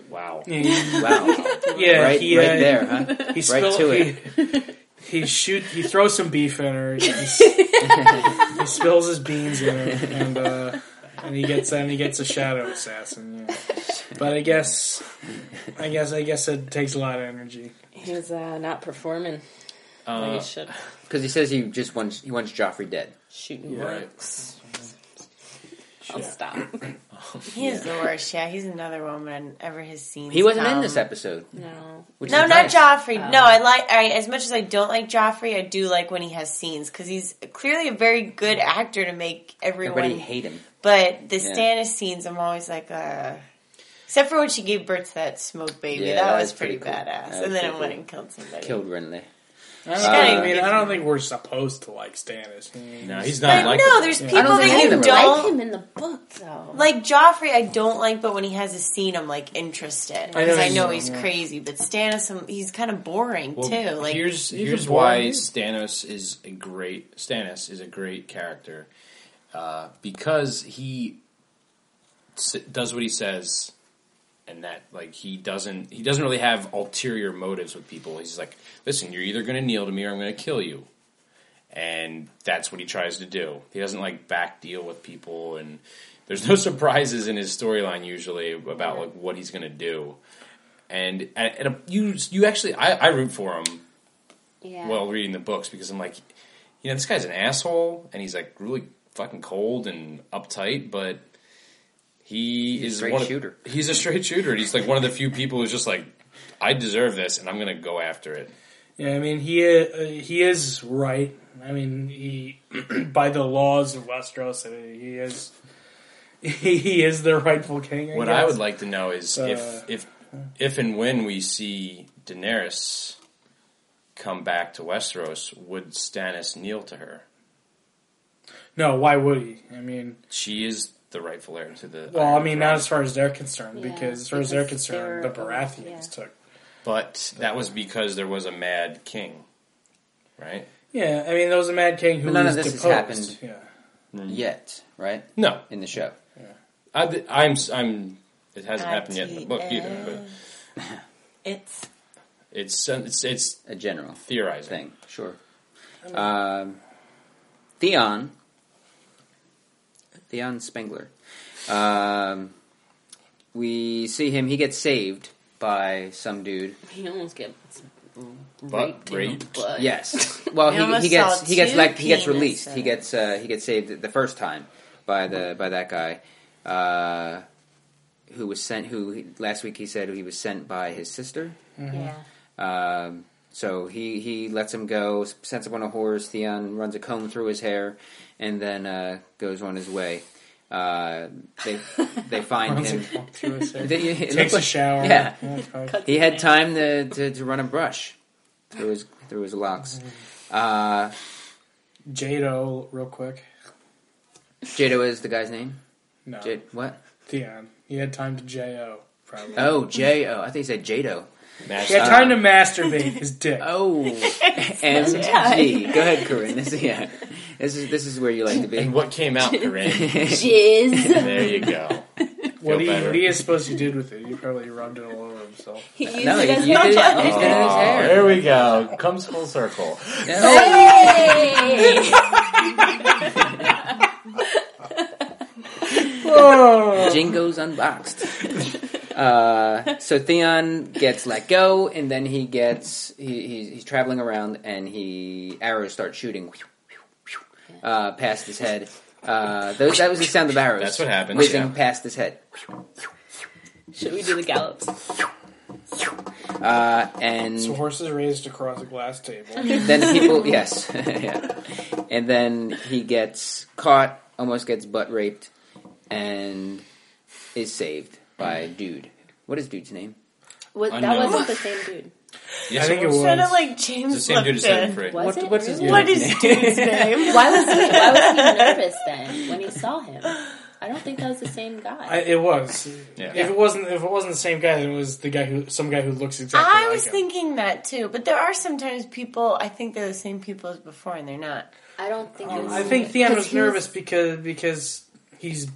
[SPEAKER 4] Wow.
[SPEAKER 2] Yeah,
[SPEAKER 1] Wow, right,
[SPEAKER 2] he, uh,
[SPEAKER 1] right there, huh?
[SPEAKER 2] He
[SPEAKER 1] right
[SPEAKER 2] spill,
[SPEAKER 1] to
[SPEAKER 2] he,
[SPEAKER 1] it.
[SPEAKER 2] he shoot. He throws some beef in her. He, he spills his beans in her, and uh, and he gets and he gets a shadow assassin. Yeah. But I guess, I guess, I guess it takes a lot of energy.
[SPEAKER 3] He was uh, not performing.
[SPEAKER 4] Uh,
[SPEAKER 3] like he should.
[SPEAKER 1] because he says he just wants he wants Joffrey dead.
[SPEAKER 3] Shooting
[SPEAKER 4] Yeah, right.
[SPEAKER 3] works. I'll stop.
[SPEAKER 5] He is the worst. Yeah, he's another woman I've ever has seen.
[SPEAKER 1] He wasn't in
[SPEAKER 5] come.
[SPEAKER 1] this episide.
[SPEAKER 3] No.
[SPEAKER 1] Which
[SPEAKER 5] Um, No,
[SPEAKER 1] is
[SPEAKER 5] not
[SPEAKER 1] nice. Oh.
[SPEAKER 5] Joffrey. no, I like. I, as much as I don't like Joffrey, I do like when he has scenes because he's clearly a very good actor to make everyone.
[SPEAKER 1] Everybody hate him.
[SPEAKER 5] but the
[SPEAKER 1] Yeah.
[SPEAKER 5] Stannis scenes, I'm always like, uh. Except for when she gave birth to that smoke baby,
[SPEAKER 1] Yeah,
[SPEAKER 5] that,
[SPEAKER 1] that
[SPEAKER 5] was
[SPEAKER 1] was pretty
[SPEAKER 5] pretty,
[SPEAKER 1] cool.
[SPEAKER 5] badass.
[SPEAKER 1] That was
[SPEAKER 5] and then
[SPEAKER 1] pretty
[SPEAKER 5] it went
[SPEAKER 1] cool.
[SPEAKER 5] and killed somebody.
[SPEAKER 1] Killed Renly.
[SPEAKER 2] I, don't
[SPEAKER 5] Uh,
[SPEAKER 2] know, I mean, I don't think we're supposed to like Stannis.
[SPEAKER 4] No, he's
[SPEAKER 5] But
[SPEAKER 4] not like
[SPEAKER 5] no, there's
[SPEAKER 1] I
[SPEAKER 5] people
[SPEAKER 1] don't think
[SPEAKER 5] that
[SPEAKER 1] any of
[SPEAKER 5] you
[SPEAKER 1] them are
[SPEAKER 3] I
[SPEAKER 5] don't
[SPEAKER 3] like him in the book though.
[SPEAKER 5] Like Joffrey, I don't like, but when he has a scene, I'm like interested
[SPEAKER 2] I know
[SPEAKER 5] because I
[SPEAKER 2] he's-
[SPEAKER 5] know he's
[SPEAKER 2] yeah.
[SPEAKER 5] crazy. But Stannis, um, he's kind of boring too. Like
[SPEAKER 4] here's
[SPEAKER 2] you
[SPEAKER 4] here's
[SPEAKER 2] could boil
[SPEAKER 4] why
[SPEAKER 2] it.
[SPEAKER 4] Stannis is a great Stannis is a great character uh, because he s- does what he says, and that like he doesn't he doesn't really have ulterior motives with people. He's like, listen, you're either going to kneel to me or I'm going to kill you, and that's what he tries to do. He doesn't like back deal with people, and there's no surprises in his storyline usually about like what he's going to do. And at, at a, you you actually I, I root for him
[SPEAKER 3] yeah.
[SPEAKER 4] while reading the books because I'm like, you know, this guy's an asshole and he's like really fucking cold and uptight, but he is
[SPEAKER 1] straight
[SPEAKER 4] one of-
[SPEAKER 1] shooter.
[SPEAKER 4] he's a straight shooter. and He's like one of the few people who's just like, I deserve this and I'm gonna go after it.
[SPEAKER 2] Yeah, I mean he uh, he is right. I mean he by the laws of Westeros, I mean, he is he is the rightful king. I
[SPEAKER 4] What
[SPEAKER 2] guess.
[SPEAKER 4] I would like to know is
[SPEAKER 2] Uh,
[SPEAKER 4] if if if and when we see Daenerys come back to Westeros, would Stannis kneel to her?
[SPEAKER 2] no, why would he? I mean,
[SPEAKER 4] She is the rightful heir to the.
[SPEAKER 2] well, I
[SPEAKER 4] Iron
[SPEAKER 2] mean
[SPEAKER 4] Throne.
[SPEAKER 2] not as far as they're concerned
[SPEAKER 3] Yeah,
[SPEAKER 2] because as far as they're
[SPEAKER 3] because they
[SPEAKER 2] concerned, the
[SPEAKER 3] were-
[SPEAKER 2] Baratheons
[SPEAKER 3] yeah.
[SPEAKER 2] took.
[SPEAKER 4] But that was because there was a mad king, right?
[SPEAKER 2] Yeah, I mean there was a Mad King
[SPEAKER 1] But
[SPEAKER 2] who
[SPEAKER 1] none
[SPEAKER 2] was
[SPEAKER 1] of this has
[SPEAKER 2] deposed.
[SPEAKER 1] happened.
[SPEAKER 2] Yeah,
[SPEAKER 1] Yet, right
[SPEAKER 4] No,
[SPEAKER 1] in the show.
[SPEAKER 4] I, I'm. I'm. It hasn't
[SPEAKER 5] Not
[SPEAKER 4] happened yet in the book either, but
[SPEAKER 5] it's
[SPEAKER 4] it's it's it's
[SPEAKER 1] A general
[SPEAKER 4] theorizing.
[SPEAKER 1] thing, sure. Um, Theon, Theon Spengler. Um, we see him. He gets saved by some dude.
[SPEAKER 3] he almost gets
[SPEAKER 4] But
[SPEAKER 3] raped. in the
[SPEAKER 4] raped.
[SPEAKER 3] butt.
[SPEAKER 1] Yes. Well,
[SPEAKER 5] We
[SPEAKER 1] he, he
[SPEAKER 5] almost
[SPEAKER 1] gets
[SPEAKER 5] saw
[SPEAKER 1] he gets
[SPEAKER 5] two
[SPEAKER 1] like he gets released.
[SPEAKER 5] penises.
[SPEAKER 1] He gets uh, he gets saved the first time by the by that guy uh, who was sent. Who last week he said he was sent by his sister.
[SPEAKER 3] Yeah.
[SPEAKER 1] Um, so he, he lets him go, sets him on a horse. Theon runs a comb through his hair, and then uh, goes on his way. Uh, they they find
[SPEAKER 2] Runs
[SPEAKER 1] him.
[SPEAKER 2] a walk through his hair.
[SPEAKER 1] They- it looked
[SPEAKER 2] takes a
[SPEAKER 1] like-
[SPEAKER 2] shower.
[SPEAKER 1] Yeah,
[SPEAKER 2] okay.
[SPEAKER 3] Cut
[SPEAKER 1] he
[SPEAKER 3] his
[SPEAKER 1] had
[SPEAKER 3] neck.
[SPEAKER 1] time to, to, to run a brush through his through his locks.
[SPEAKER 2] Mm-hmm.
[SPEAKER 1] Uh,
[SPEAKER 2] Jado, real quick.
[SPEAKER 1] Jado is the guy's name.
[SPEAKER 2] No,
[SPEAKER 1] J- what?
[SPEAKER 2] Theon. He had time to Jo. Probably.
[SPEAKER 1] Oh, J O. I think he said Jado.
[SPEAKER 2] He had
[SPEAKER 4] Master,
[SPEAKER 2] time to masturbate his dick.
[SPEAKER 1] Oh, M G. Go ahead, Corinne. This is yeah. This is this is where you like to
[SPEAKER 4] and
[SPEAKER 1] be.
[SPEAKER 4] what came out, Corinne?
[SPEAKER 3] Jizz.
[SPEAKER 4] there you go.
[SPEAKER 2] What he,
[SPEAKER 4] better.
[SPEAKER 2] what he is supposed to do with it, he probably rubbed it all over himself.
[SPEAKER 3] He used
[SPEAKER 1] No,
[SPEAKER 3] it
[SPEAKER 1] he,
[SPEAKER 3] as
[SPEAKER 1] he did it. He's
[SPEAKER 3] much.
[SPEAKER 1] done it in his hair.
[SPEAKER 4] there we go. Comes full circle.
[SPEAKER 1] Yeah. Jingo's unboxed. Uh, so Theon gets let go, and then he gets he, he's, he's traveling around, and he arrows start shooting uh, past his head. Uh, those, that was the sound of arrows.
[SPEAKER 4] That's what happens,
[SPEAKER 1] Whizzing
[SPEAKER 4] yeah.
[SPEAKER 1] past his head,
[SPEAKER 3] Should we do the gallops?
[SPEAKER 1] uh,
[SPEAKER 2] So
[SPEAKER 1] and
[SPEAKER 2] horses raised across a glass table.
[SPEAKER 1] then people yes, Yeah. and then he gets caught, almost gets butt raped, and is saved by dude. What is dude's name?
[SPEAKER 3] Was,
[SPEAKER 4] I
[SPEAKER 3] that
[SPEAKER 4] know.
[SPEAKER 3] wasn't the same dude.
[SPEAKER 4] Yes,
[SPEAKER 2] I think it was.
[SPEAKER 5] kind of like
[SPEAKER 4] It's the
[SPEAKER 5] James
[SPEAKER 4] same dude who said it
[SPEAKER 5] Lipton.
[SPEAKER 4] for it.
[SPEAKER 3] Was it?
[SPEAKER 1] what's his
[SPEAKER 3] really?
[SPEAKER 5] What is dude's name?
[SPEAKER 3] Why was he? Why was he nervous then when he saw him? I don't think that was the same
[SPEAKER 2] I,
[SPEAKER 3] guy.
[SPEAKER 2] it was.
[SPEAKER 4] Yeah.
[SPEAKER 2] If it wasn't, if it wasn't the same guy, then it was the guy who, some guy who looks exactly
[SPEAKER 5] I
[SPEAKER 2] like
[SPEAKER 5] was
[SPEAKER 2] him.
[SPEAKER 5] thinking that too, but there are sometimes people. I think they're the same people as before, and they're not.
[SPEAKER 3] I, don't think. it was
[SPEAKER 2] Um, Oh, I think Theon
[SPEAKER 5] 'Cause
[SPEAKER 2] was
[SPEAKER 5] he was-
[SPEAKER 2] nervous because because he's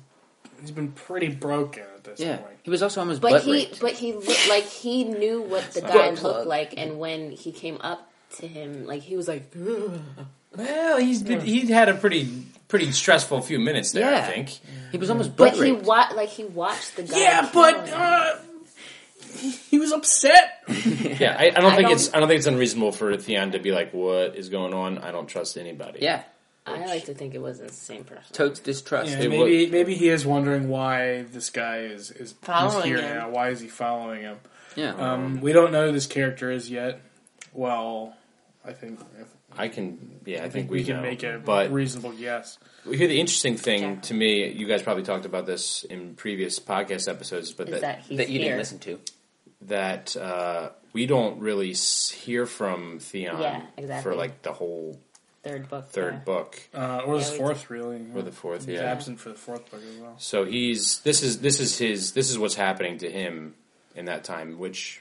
[SPEAKER 2] he's been pretty broken at this
[SPEAKER 1] Yeah,
[SPEAKER 2] point.
[SPEAKER 1] he was also almost
[SPEAKER 3] But
[SPEAKER 1] butt
[SPEAKER 3] he,
[SPEAKER 1] raped.
[SPEAKER 3] but he looked like he knew what the guy
[SPEAKER 1] Butt plug.
[SPEAKER 3] looked like, and when he came up to him, like he was like, "Ugh."
[SPEAKER 4] Well, he's been, he had a pretty pretty stressful few minutes there.
[SPEAKER 1] Yeah.
[SPEAKER 4] I think.
[SPEAKER 1] He was almost butt
[SPEAKER 3] but he
[SPEAKER 1] raped.
[SPEAKER 3] wa- like he watched the guy.
[SPEAKER 2] Yeah,
[SPEAKER 3] kill
[SPEAKER 2] but
[SPEAKER 3] him.
[SPEAKER 2] uh, he was upset.
[SPEAKER 4] Yeah, I, I don't
[SPEAKER 3] I
[SPEAKER 4] think
[SPEAKER 3] don't-
[SPEAKER 4] it's I don't think it's unreasonable for Theon to be like, "What is going on? I don't trust anybody."
[SPEAKER 1] Yeah,
[SPEAKER 3] I like to think it wasn't the same person.
[SPEAKER 1] totes distrust.
[SPEAKER 2] Yeah,
[SPEAKER 4] It
[SPEAKER 2] maybe maybe he is wondering why this guy is is he's
[SPEAKER 5] Following
[SPEAKER 2] here
[SPEAKER 5] him.
[SPEAKER 2] now. Why is he following him?
[SPEAKER 1] Yeah.
[SPEAKER 3] Uh,
[SPEAKER 2] Um, we don't know who this character is yet. Well, I think
[SPEAKER 4] I can. Yeah, I,
[SPEAKER 2] I
[SPEAKER 4] think we,
[SPEAKER 2] can
[SPEAKER 4] know.
[SPEAKER 2] make a
[SPEAKER 4] but
[SPEAKER 2] reasonable guess.
[SPEAKER 4] Here, the interesting thing
[SPEAKER 5] Yeah.
[SPEAKER 4] to me, you guys probably talked about this in previous podcast episodes, but
[SPEAKER 3] Is that he's
[SPEAKER 1] that you
[SPEAKER 3] here?
[SPEAKER 1] didn't listen to.
[SPEAKER 4] that uh, we don't really s- hear from Theon
[SPEAKER 3] Yeah, exactly.
[SPEAKER 4] for like the whole
[SPEAKER 3] Third book.
[SPEAKER 4] third
[SPEAKER 3] yeah.
[SPEAKER 4] book
[SPEAKER 2] Uh, or
[SPEAKER 3] Yeah,
[SPEAKER 2] the
[SPEAKER 3] we
[SPEAKER 2] fourth, really.
[SPEAKER 4] or the fourth.
[SPEAKER 2] He's
[SPEAKER 4] Yeah.
[SPEAKER 2] absent for the fourth book as well.
[SPEAKER 4] So he's this is this is his this is what's happening to him in that time, which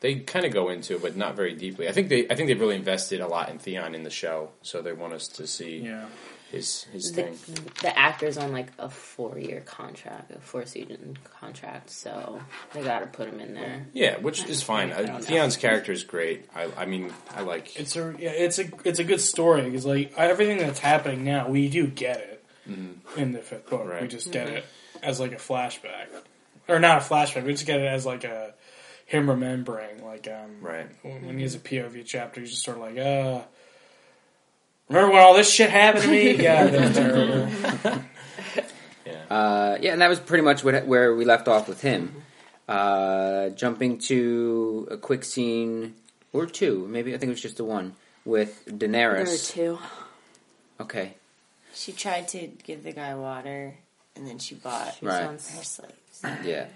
[SPEAKER 4] they kind of go into, but not very deeply. I think they I think they've really invested a lot in Theon in the show, so they want us to see
[SPEAKER 2] Yeah.
[SPEAKER 4] his his
[SPEAKER 3] The,
[SPEAKER 4] thing.
[SPEAKER 3] the actor's on like a four year contract, a four season contract, so they gotta put him in there.
[SPEAKER 4] Yeah, which is fine.
[SPEAKER 3] I don't
[SPEAKER 4] Uh,
[SPEAKER 3] know.
[SPEAKER 4] Theon's character is great. I, I mean, I like.
[SPEAKER 2] It's a yeah, it's a it's a good story because like everything that's happening now, we do get it in the fifth book. We
[SPEAKER 4] Mm-hmm. Right.
[SPEAKER 2] just get
[SPEAKER 3] Mm-hmm.
[SPEAKER 2] it as like a flashback, or not a flashback. We just get it as like a him remembering, like um,
[SPEAKER 4] Right.
[SPEAKER 2] when, when he has a POV chapter, he's just sort of like, uh, remember when all this shit happened to me? yeah, that's terrible.
[SPEAKER 1] Uh, yeah, and that was pretty much what, where we left off with
[SPEAKER 3] Mm-hmm.
[SPEAKER 1] him. Uh, jumping to a quick scene or two, maybe I think it was just the one with
[SPEAKER 5] There were
[SPEAKER 1] Daenerys.
[SPEAKER 5] two.
[SPEAKER 1] Okay,
[SPEAKER 5] She tried to give the guy water, and then she bought
[SPEAKER 3] She was
[SPEAKER 1] Right.
[SPEAKER 3] on
[SPEAKER 5] her slaves.
[SPEAKER 1] yeah.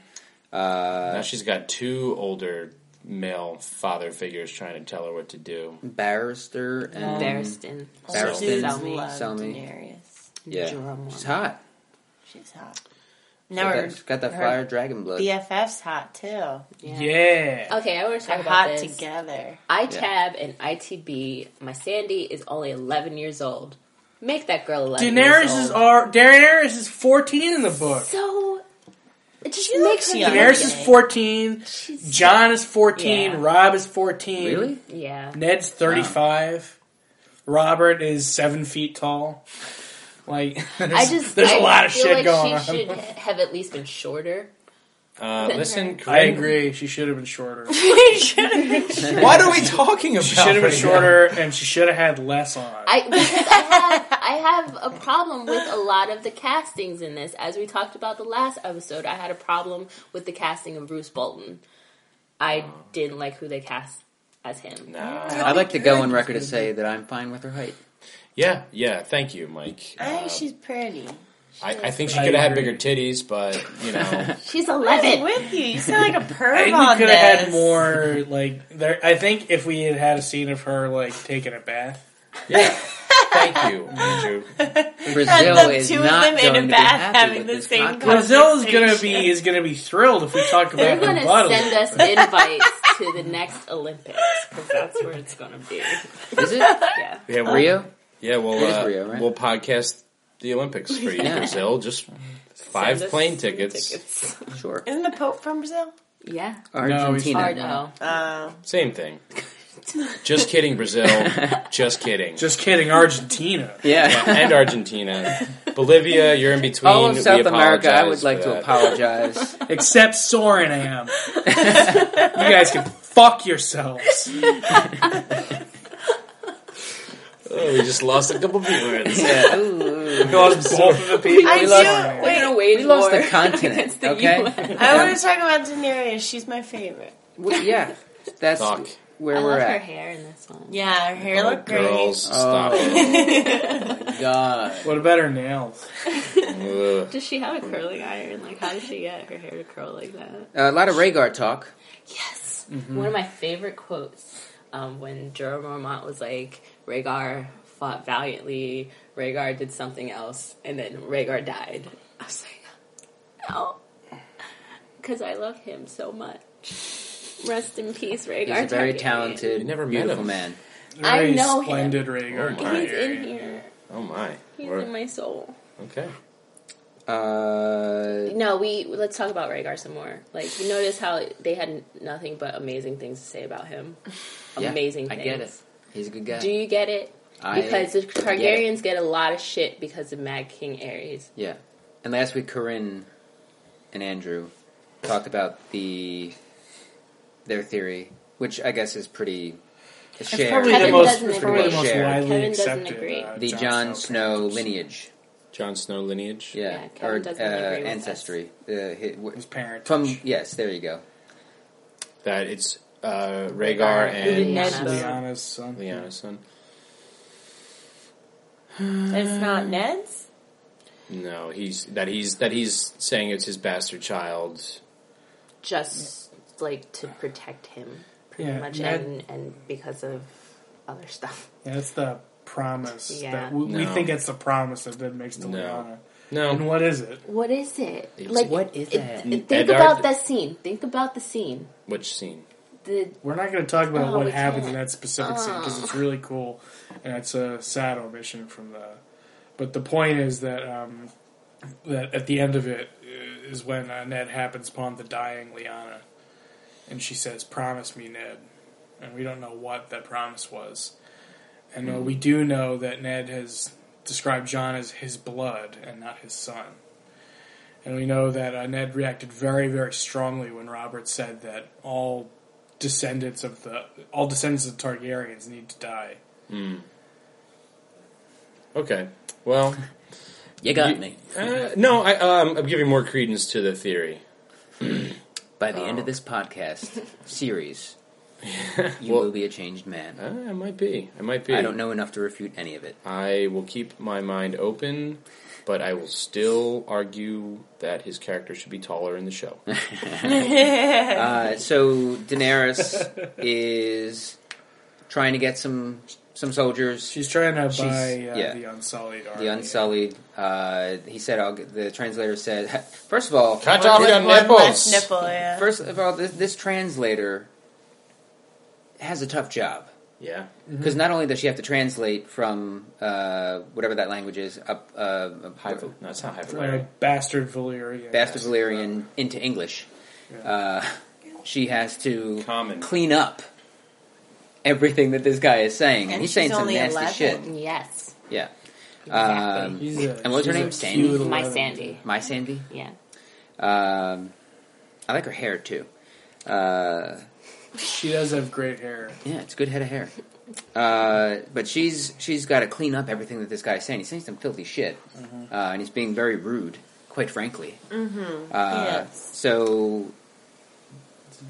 [SPEAKER 1] Uh,
[SPEAKER 4] now she's got two older male father figures trying to tell her what to do.
[SPEAKER 1] barrister and
[SPEAKER 3] Barristan.
[SPEAKER 1] Barristan.
[SPEAKER 5] Dudes
[SPEAKER 1] Selmy.
[SPEAKER 5] love
[SPEAKER 1] Selmy.
[SPEAKER 5] Daenerys.
[SPEAKER 1] yeah,
[SPEAKER 3] Jorah
[SPEAKER 1] she's
[SPEAKER 3] Mormont.
[SPEAKER 1] hot.
[SPEAKER 5] She's hot.
[SPEAKER 1] She's
[SPEAKER 5] Now
[SPEAKER 1] got,
[SPEAKER 5] her,
[SPEAKER 1] that- she's got that
[SPEAKER 5] her
[SPEAKER 1] fire dragon blood.
[SPEAKER 5] BFF's hot too.
[SPEAKER 3] Yeah.
[SPEAKER 2] yeah.
[SPEAKER 3] Okay, I want to talk
[SPEAKER 5] They're
[SPEAKER 3] about
[SPEAKER 5] hot
[SPEAKER 3] this.
[SPEAKER 5] together.
[SPEAKER 3] ITAB and ITB. My Sandy is only 11 years old. Make that girl 11 years
[SPEAKER 2] Daenerys
[SPEAKER 3] old.
[SPEAKER 2] is our Daenerys is fourteen in the book.
[SPEAKER 3] So, it just
[SPEAKER 5] She
[SPEAKER 3] makes
[SPEAKER 5] looks
[SPEAKER 3] me...
[SPEAKER 5] young.
[SPEAKER 2] Daenerys is
[SPEAKER 5] Okay.
[SPEAKER 2] fourteen.
[SPEAKER 3] She's-
[SPEAKER 2] John is fourteen.
[SPEAKER 3] Yeah.
[SPEAKER 2] Rob is fourteen.
[SPEAKER 1] Really?
[SPEAKER 3] Yeah.
[SPEAKER 2] Ned's 35. Robert is seven feet tall. Like, there's,
[SPEAKER 3] I just...
[SPEAKER 2] there's
[SPEAKER 3] a
[SPEAKER 2] a lot of shit going on.
[SPEAKER 3] she should have at least been shorter.
[SPEAKER 4] Uh, listen,
[SPEAKER 2] I
[SPEAKER 4] Corinne,
[SPEAKER 2] agree. She should have been shorter.
[SPEAKER 4] What are we talking about?
[SPEAKER 2] She should have been shorter, and she should have had less on.
[SPEAKER 3] I, because I have, I have a problem with a lot of the castings in this. As we talked about the last episode, I had a problem with the casting of Bruce Bolton. I didn't like who they cast as him.
[SPEAKER 4] Nah.
[SPEAKER 1] I'd like to go on record to say that I'm fine with her height.
[SPEAKER 4] Yeah, yeah. Thank you, Mike.
[SPEAKER 5] I think
[SPEAKER 4] Uh,
[SPEAKER 5] she's pretty.
[SPEAKER 4] I, I think she
[SPEAKER 2] I
[SPEAKER 4] could have had
[SPEAKER 2] agree.
[SPEAKER 4] bigger titties, but you know,
[SPEAKER 3] She's
[SPEAKER 5] What's
[SPEAKER 3] 11.
[SPEAKER 5] with you? You sound like a perv
[SPEAKER 2] I think
[SPEAKER 5] on
[SPEAKER 2] we could
[SPEAKER 5] this.
[SPEAKER 2] have had more, like, there. I think if we had had a scene of her, like, taking a bath.
[SPEAKER 4] yeah. Thank you, Andrew.
[SPEAKER 1] Brazil
[SPEAKER 5] the
[SPEAKER 1] is
[SPEAKER 5] two of
[SPEAKER 1] not
[SPEAKER 5] them in a
[SPEAKER 1] going to be
[SPEAKER 5] bath
[SPEAKER 1] happy
[SPEAKER 5] having
[SPEAKER 1] with
[SPEAKER 5] the
[SPEAKER 1] this
[SPEAKER 5] same
[SPEAKER 1] content.
[SPEAKER 5] conversation.
[SPEAKER 2] Brazil is gonna be is gonna be thrilled if we talk
[SPEAKER 3] They're
[SPEAKER 2] about
[SPEAKER 3] going
[SPEAKER 2] her
[SPEAKER 3] to
[SPEAKER 2] bottle.
[SPEAKER 3] send us invites to the next Olympics because that's where it's going to be.
[SPEAKER 1] Is it
[SPEAKER 3] Yeah.
[SPEAKER 4] Yeah, we'll,
[SPEAKER 1] Rio?
[SPEAKER 4] Yeah, we'll
[SPEAKER 1] It is
[SPEAKER 4] uh,
[SPEAKER 1] Rio, right?
[SPEAKER 4] we'll podcast the Olympics for you,
[SPEAKER 1] Yeah.
[SPEAKER 4] Brazil. Just five
[SPEAKER 3] Send us
[SPEAKER 4] plane
[SPEAKER 3] some
[SPEAKER 4] tickets.
[SPEAKER 3] tickets.
[SPEAKER 1] Sure.
[SPEAKER 5] Isn't the Pope from Brazil?
[SPEAKER 3] Yeah.
[SPEAKER 1] Argentina.
[SPEAKER 3] Hard no.
[SPEAKER 5] Uh,
[SPEAKER 4] Same thing. Just kidding, Brazil. Just kidding.
[SPEAKER 2] Just kidding, Argentina.
[SPEAKER 1] Yeah.
[SPEAKER 4] Yeah, and Argentina, Bolivia. You're in between.
[SPEAKER 1] All of
[SPEAKER 4] We
[SPEAKER 1] South America, I
[SPEAKER 4] apologize
[SPEAKER 1] would
[SPEAKER 4] for
[SPEAKER 1] like to
[SPEAKER 4] that.
[SPEAKER 1] apologize.
[SPEAKER 2] Except Sorenham. you guys can fuck yourselves.
[SPEAKER 4] Oh, we just lost a couple viewers.
[SPEAKER 1] yeah. Ooh.
[SPEAKER 2] We lost both of the people.
[SPEAKER 5] I
[SPEAKER 2] We
[SPEAKER 5] do.
[SPEAKER 2] lost-
[SPEAKER 5] Wait,
[SPEAKER 3] We're going to wage
[SPEAKER 1] We lost
[SPEAKER 3] war
[SPEAKER 1] the continent.
[SPEAKER 3] against the
[SPEAKER 1] okay. Um,
[SPEAKER 3] US.
[SPEAKER 5] I want to talk about Daenerys. She's my favorite.
[SPEAKER 1] W- yeah. That's
[SPEAKER 4] Fuck.
[SPEAKER 1] where
[SPEAKER 3] I
[SPEAKER 1] we're
[SPEAKER 3] love her
[SPEAKER 1] at.
[SPEAKER 3] hair in this one.
[SPEAKER 5] Yeah, her hair
[SPEAKER 4] Oh,
[SPEAKER 5] looked great.
[SPEAKER 4] girls, stop
[SPEAKER 1] Oh.
[SPEAKER 5] I
[SPEAKER 1] God.
[SPEAKER 2] What about her nails?
[SPEAKER 4] it. Ugh.
[SPEAKER 3] Does she have a curling iron? Like, how did she get her hair to curl like that?
[SPEAKER 1] Uh, a lot of Rhaegar talk.
[SPEAKER 3] Yes.
[SPEAKER 1] Mm-hmm.
[SPEAKER 3] One of my favorite quotes um, when Jorah Mormont was like, Rhaegar fought valiantly, Rhaegar did something else, and then Rhaegar died. I was like, no. Because I love him so much. Rest in peace, Rhaegar.
[SPEAKER 1] He's a very
[SPEAKER 3] Targaryen.
[SPEAKER 1] talented,
[SPEAKER 4] You never met
[SPEAKER 1] beautiful
[SPEAKER 4] him.
[SPEAKER 1] man.
[SPEAKER 3] I
[SPEAKER 2] Very
[SPEAKER 3] know him.
[SPEAKER 2] splendid Rhaegar.
[SPEAKER 4] Oh
[SPEAKER 3] He's
[SPEAKER 4] my.
[SPEAKER 3] in here.
[SPEAKER 4] Oh my.
[SPEAKER 3] He's
[SPEAKER 4] We're-
[SPEAKER 3] in my soul.
[SPEAKER 4] okay.
[SPEAKER 1] Uh,
[SPEAKER 3] No, we let's talk about Rhaegar some more. Like you notice how they had nothing but amazing things to say about him.
[SPEAKER 1] Yeah,
[SPEAKER 3] amazing
[SPEAKER 1] I
[SPEAKER 3] things.
[SPEAKER 1] get it. he's a good guy.
[SPEAKER 3] Do you get it?
[SPEAKER 1] I
[SPEAKER 3] because the
[SPEAKER 1] get it.
[SPEAKER 3] Targaryens get, a lot of shit because of Mad King Ares.
[SPEAKER 1] Yeah. And last week, Corinne and Andrew talked about the their theory, which I guess is pretty
[SPEAKER 2] It's
[SPEAKER 1] shared.
[SPEAKER 2] probably
[SPEAKER 3] Kevin
[SPEAKER 2] the most,
[SPEAKER 3] doesn't
[SPEAKER 2] it's probably the
[SPEAKER 3] agree.
[SPEAKER 2] most
[SPEAKER 1] Shared.
[SPEAKER 2] widely
[SPEAKER 3] Kevin doesn't agree.
[SPEAKER 2] accepted. uh,
[SPEAKER 1] the
[SPEAKER 2] Jon
[SPEAKER 1] Jon Snow
[SPEAKER 2] Snow characters.
[SPEAKER 1] lineage.
[SPEAKER 4] Jon Snow lineage.
[SPEAKER 1] Yeah,
[SPEAKER 3] Yeah, Kevin
[SPEAKER 1] or
[SPEAKER 3] doesn't
[SPEAKER 1] uh,
[SPEAKER 3] agree with us.
[SPEAKER 1] ancestry. Uh, hi- wh-
[SPEAKER 2] His parent.
[SPEAKER 1] from yes, there you go.
[SPEAKER 4] That it's uh, Rhaegar
[SPEAKER 3] Even Ned
[SPEAKER 4] and
[SPEAKER 5] Ned Stark.
[SPEAKER 1] um,
[SPEAKER 2] Lyanna's son.
[SPEAKER 4] Lyanna's son.
[SPEAKER 5] It's not Ned's.
[SPEAKER 4] No, he's that he's that he's saying it's his bastard child.
[SPEAKER 3] just like to protect him, pretty
[SPEAKER 2] Yeah,
[SPEAKER 3] much,
[SPEAKER 2] Ned-
[SPEAKER 3] and and because of other stuff.
[SPEAKER 2] Yeah, that's the promise.
[SPEAKER 3] Yeah.
[SPEAKER 2] That we, we
[SPEAKER 4] No.
[SPEAKER 2] think it's the promise that Ned makes to
[SPEAKER 4] No.
[SPEAKER 2] Lyanna. And
[SPEAKER 4] No,
[SPEAKER 2] what is it?
[SPEAKER 3] What is it?
[SPEAKER 4] It's-
[SPEAKER 3] like
[SPEAKER 1] what is that?
[SPEAKER 3] Think
[SPEAKER 4] Edard-
[SPEAKER 3] about that scene. Think about the scene.
[SPEAKER 4] which scene?
[SPEAKER 3] The
[SPEAKER 2] We're not going to talk about
[SPEAKER 3] Oh,
[SPEAKER 2] what
[SPEAKER 3] we
[SPEAKER 2] happens in
[SPEAKER 3] can't.
[SPEAKER 2] that specific scene because it's really cool, and it's a sad omission from the. But the point is that um, that at the end of it uh, is when uh, Ned happens upon the dying Liana, and she says, "Promise me, Ned," and we don't know what that promise was, and uh, we
[SPEAKER 3] Hmm.
[SPEAKER 2] do know that Ned has described John as his blood and not his son. And we know that uh, Ned reacted very, very strongly when Robert said that all descendants of the all descendants of Targaryens need to die.
[SPEAKER 4] Okay, well,
[SPEAKER 1] You
[SPEAKER 4] got me. uh, no, I, um, I'm giving more credence to the theory.
[SPEAKER 1] By the
[SPEAKER 4] Oh.
[SPEAKER 1] end of this podcast series, you
[SPEAKER 4] Well-
[SPEAKER 1] will be a changed man.
[SPEAKER 4] Uh, I might be. I might be.
[SPEAKER 1] I don't know enough to refute any of it.
[SPEAKER 4] I will keep my mind open, but I will still argue that his character should be taller in the show.
[SPEAKER 1] Uh, so Daenerys is trying to get some some soldiers.
[SPEAKER 2] She's trying to
[SPEAKER 1] She's-
[SPEAKER 2] buy uh,
[SPEAKER 1] yeah.
[SPEAKER 2] the Unsullied army.
[SPEAKER 1] the Unsullied. Uh, he said, I'll, get- "The translator said, first of all,
[SPEAKER 4] Cut
[SPEAKER 5] One-
[SPEAKER 4] off your
[SPEAKER 5] one less
[SPEAKER 4] nipples.
[SPEAKER 5] nipple, yeah.
[SPEAKER 1] first of all, this, this translator has a tough job."
[SPEAKER 4] Yeah,
[SPEAKER 1] Because not only does she have to translate from uh, whatever that language is, up uh, up-
[SPEAKER 4] high. No, it's not high.
[SPEAKER 2] Like a bastard Valyrian.
[SPEAKER 1] Bastard Valyrian into English, uh, she has to
[SPEAKER 4] Common.
[SPEAKER 1] clean up everything that this guy is saying, and,
[SPEAKER 5] And
[SPEAKER 1] he's
[SPEAKER 5] she's
[SPEAKER 1] saying some
[SPEAKER 5] only
[SPEAKER 1] nasty
[SPEAKER 5] 11.
[SPEAKER 1] shit.
[SPEAKER 3] yes,
[SPEAKER 1] Yeah,
[SPEAKER 3] Exactly.
[SPEAKER 1] um, and what's her name? Sandy?
[SPEAKER 2] Sandy.
[SPEAKER 3] my Sandy.
[SPEAKER 1] my Sandy.
[SPEAKER 3] Yeah,
[SPEAKER 1] Um, I like her hair too. Uh,
[SPEAKER 2] She does have great hair.
[SPEAKER 1] yeah, it's a good head of hair. Uh, but she's she's got to clean up everything that this guy's saying. He's saying some filthy shit, uh, and he's being very rude, quite frankly. Mm-hmm. Uh,
[SPEAKER 5] Yes.
[SPEAKER 1] So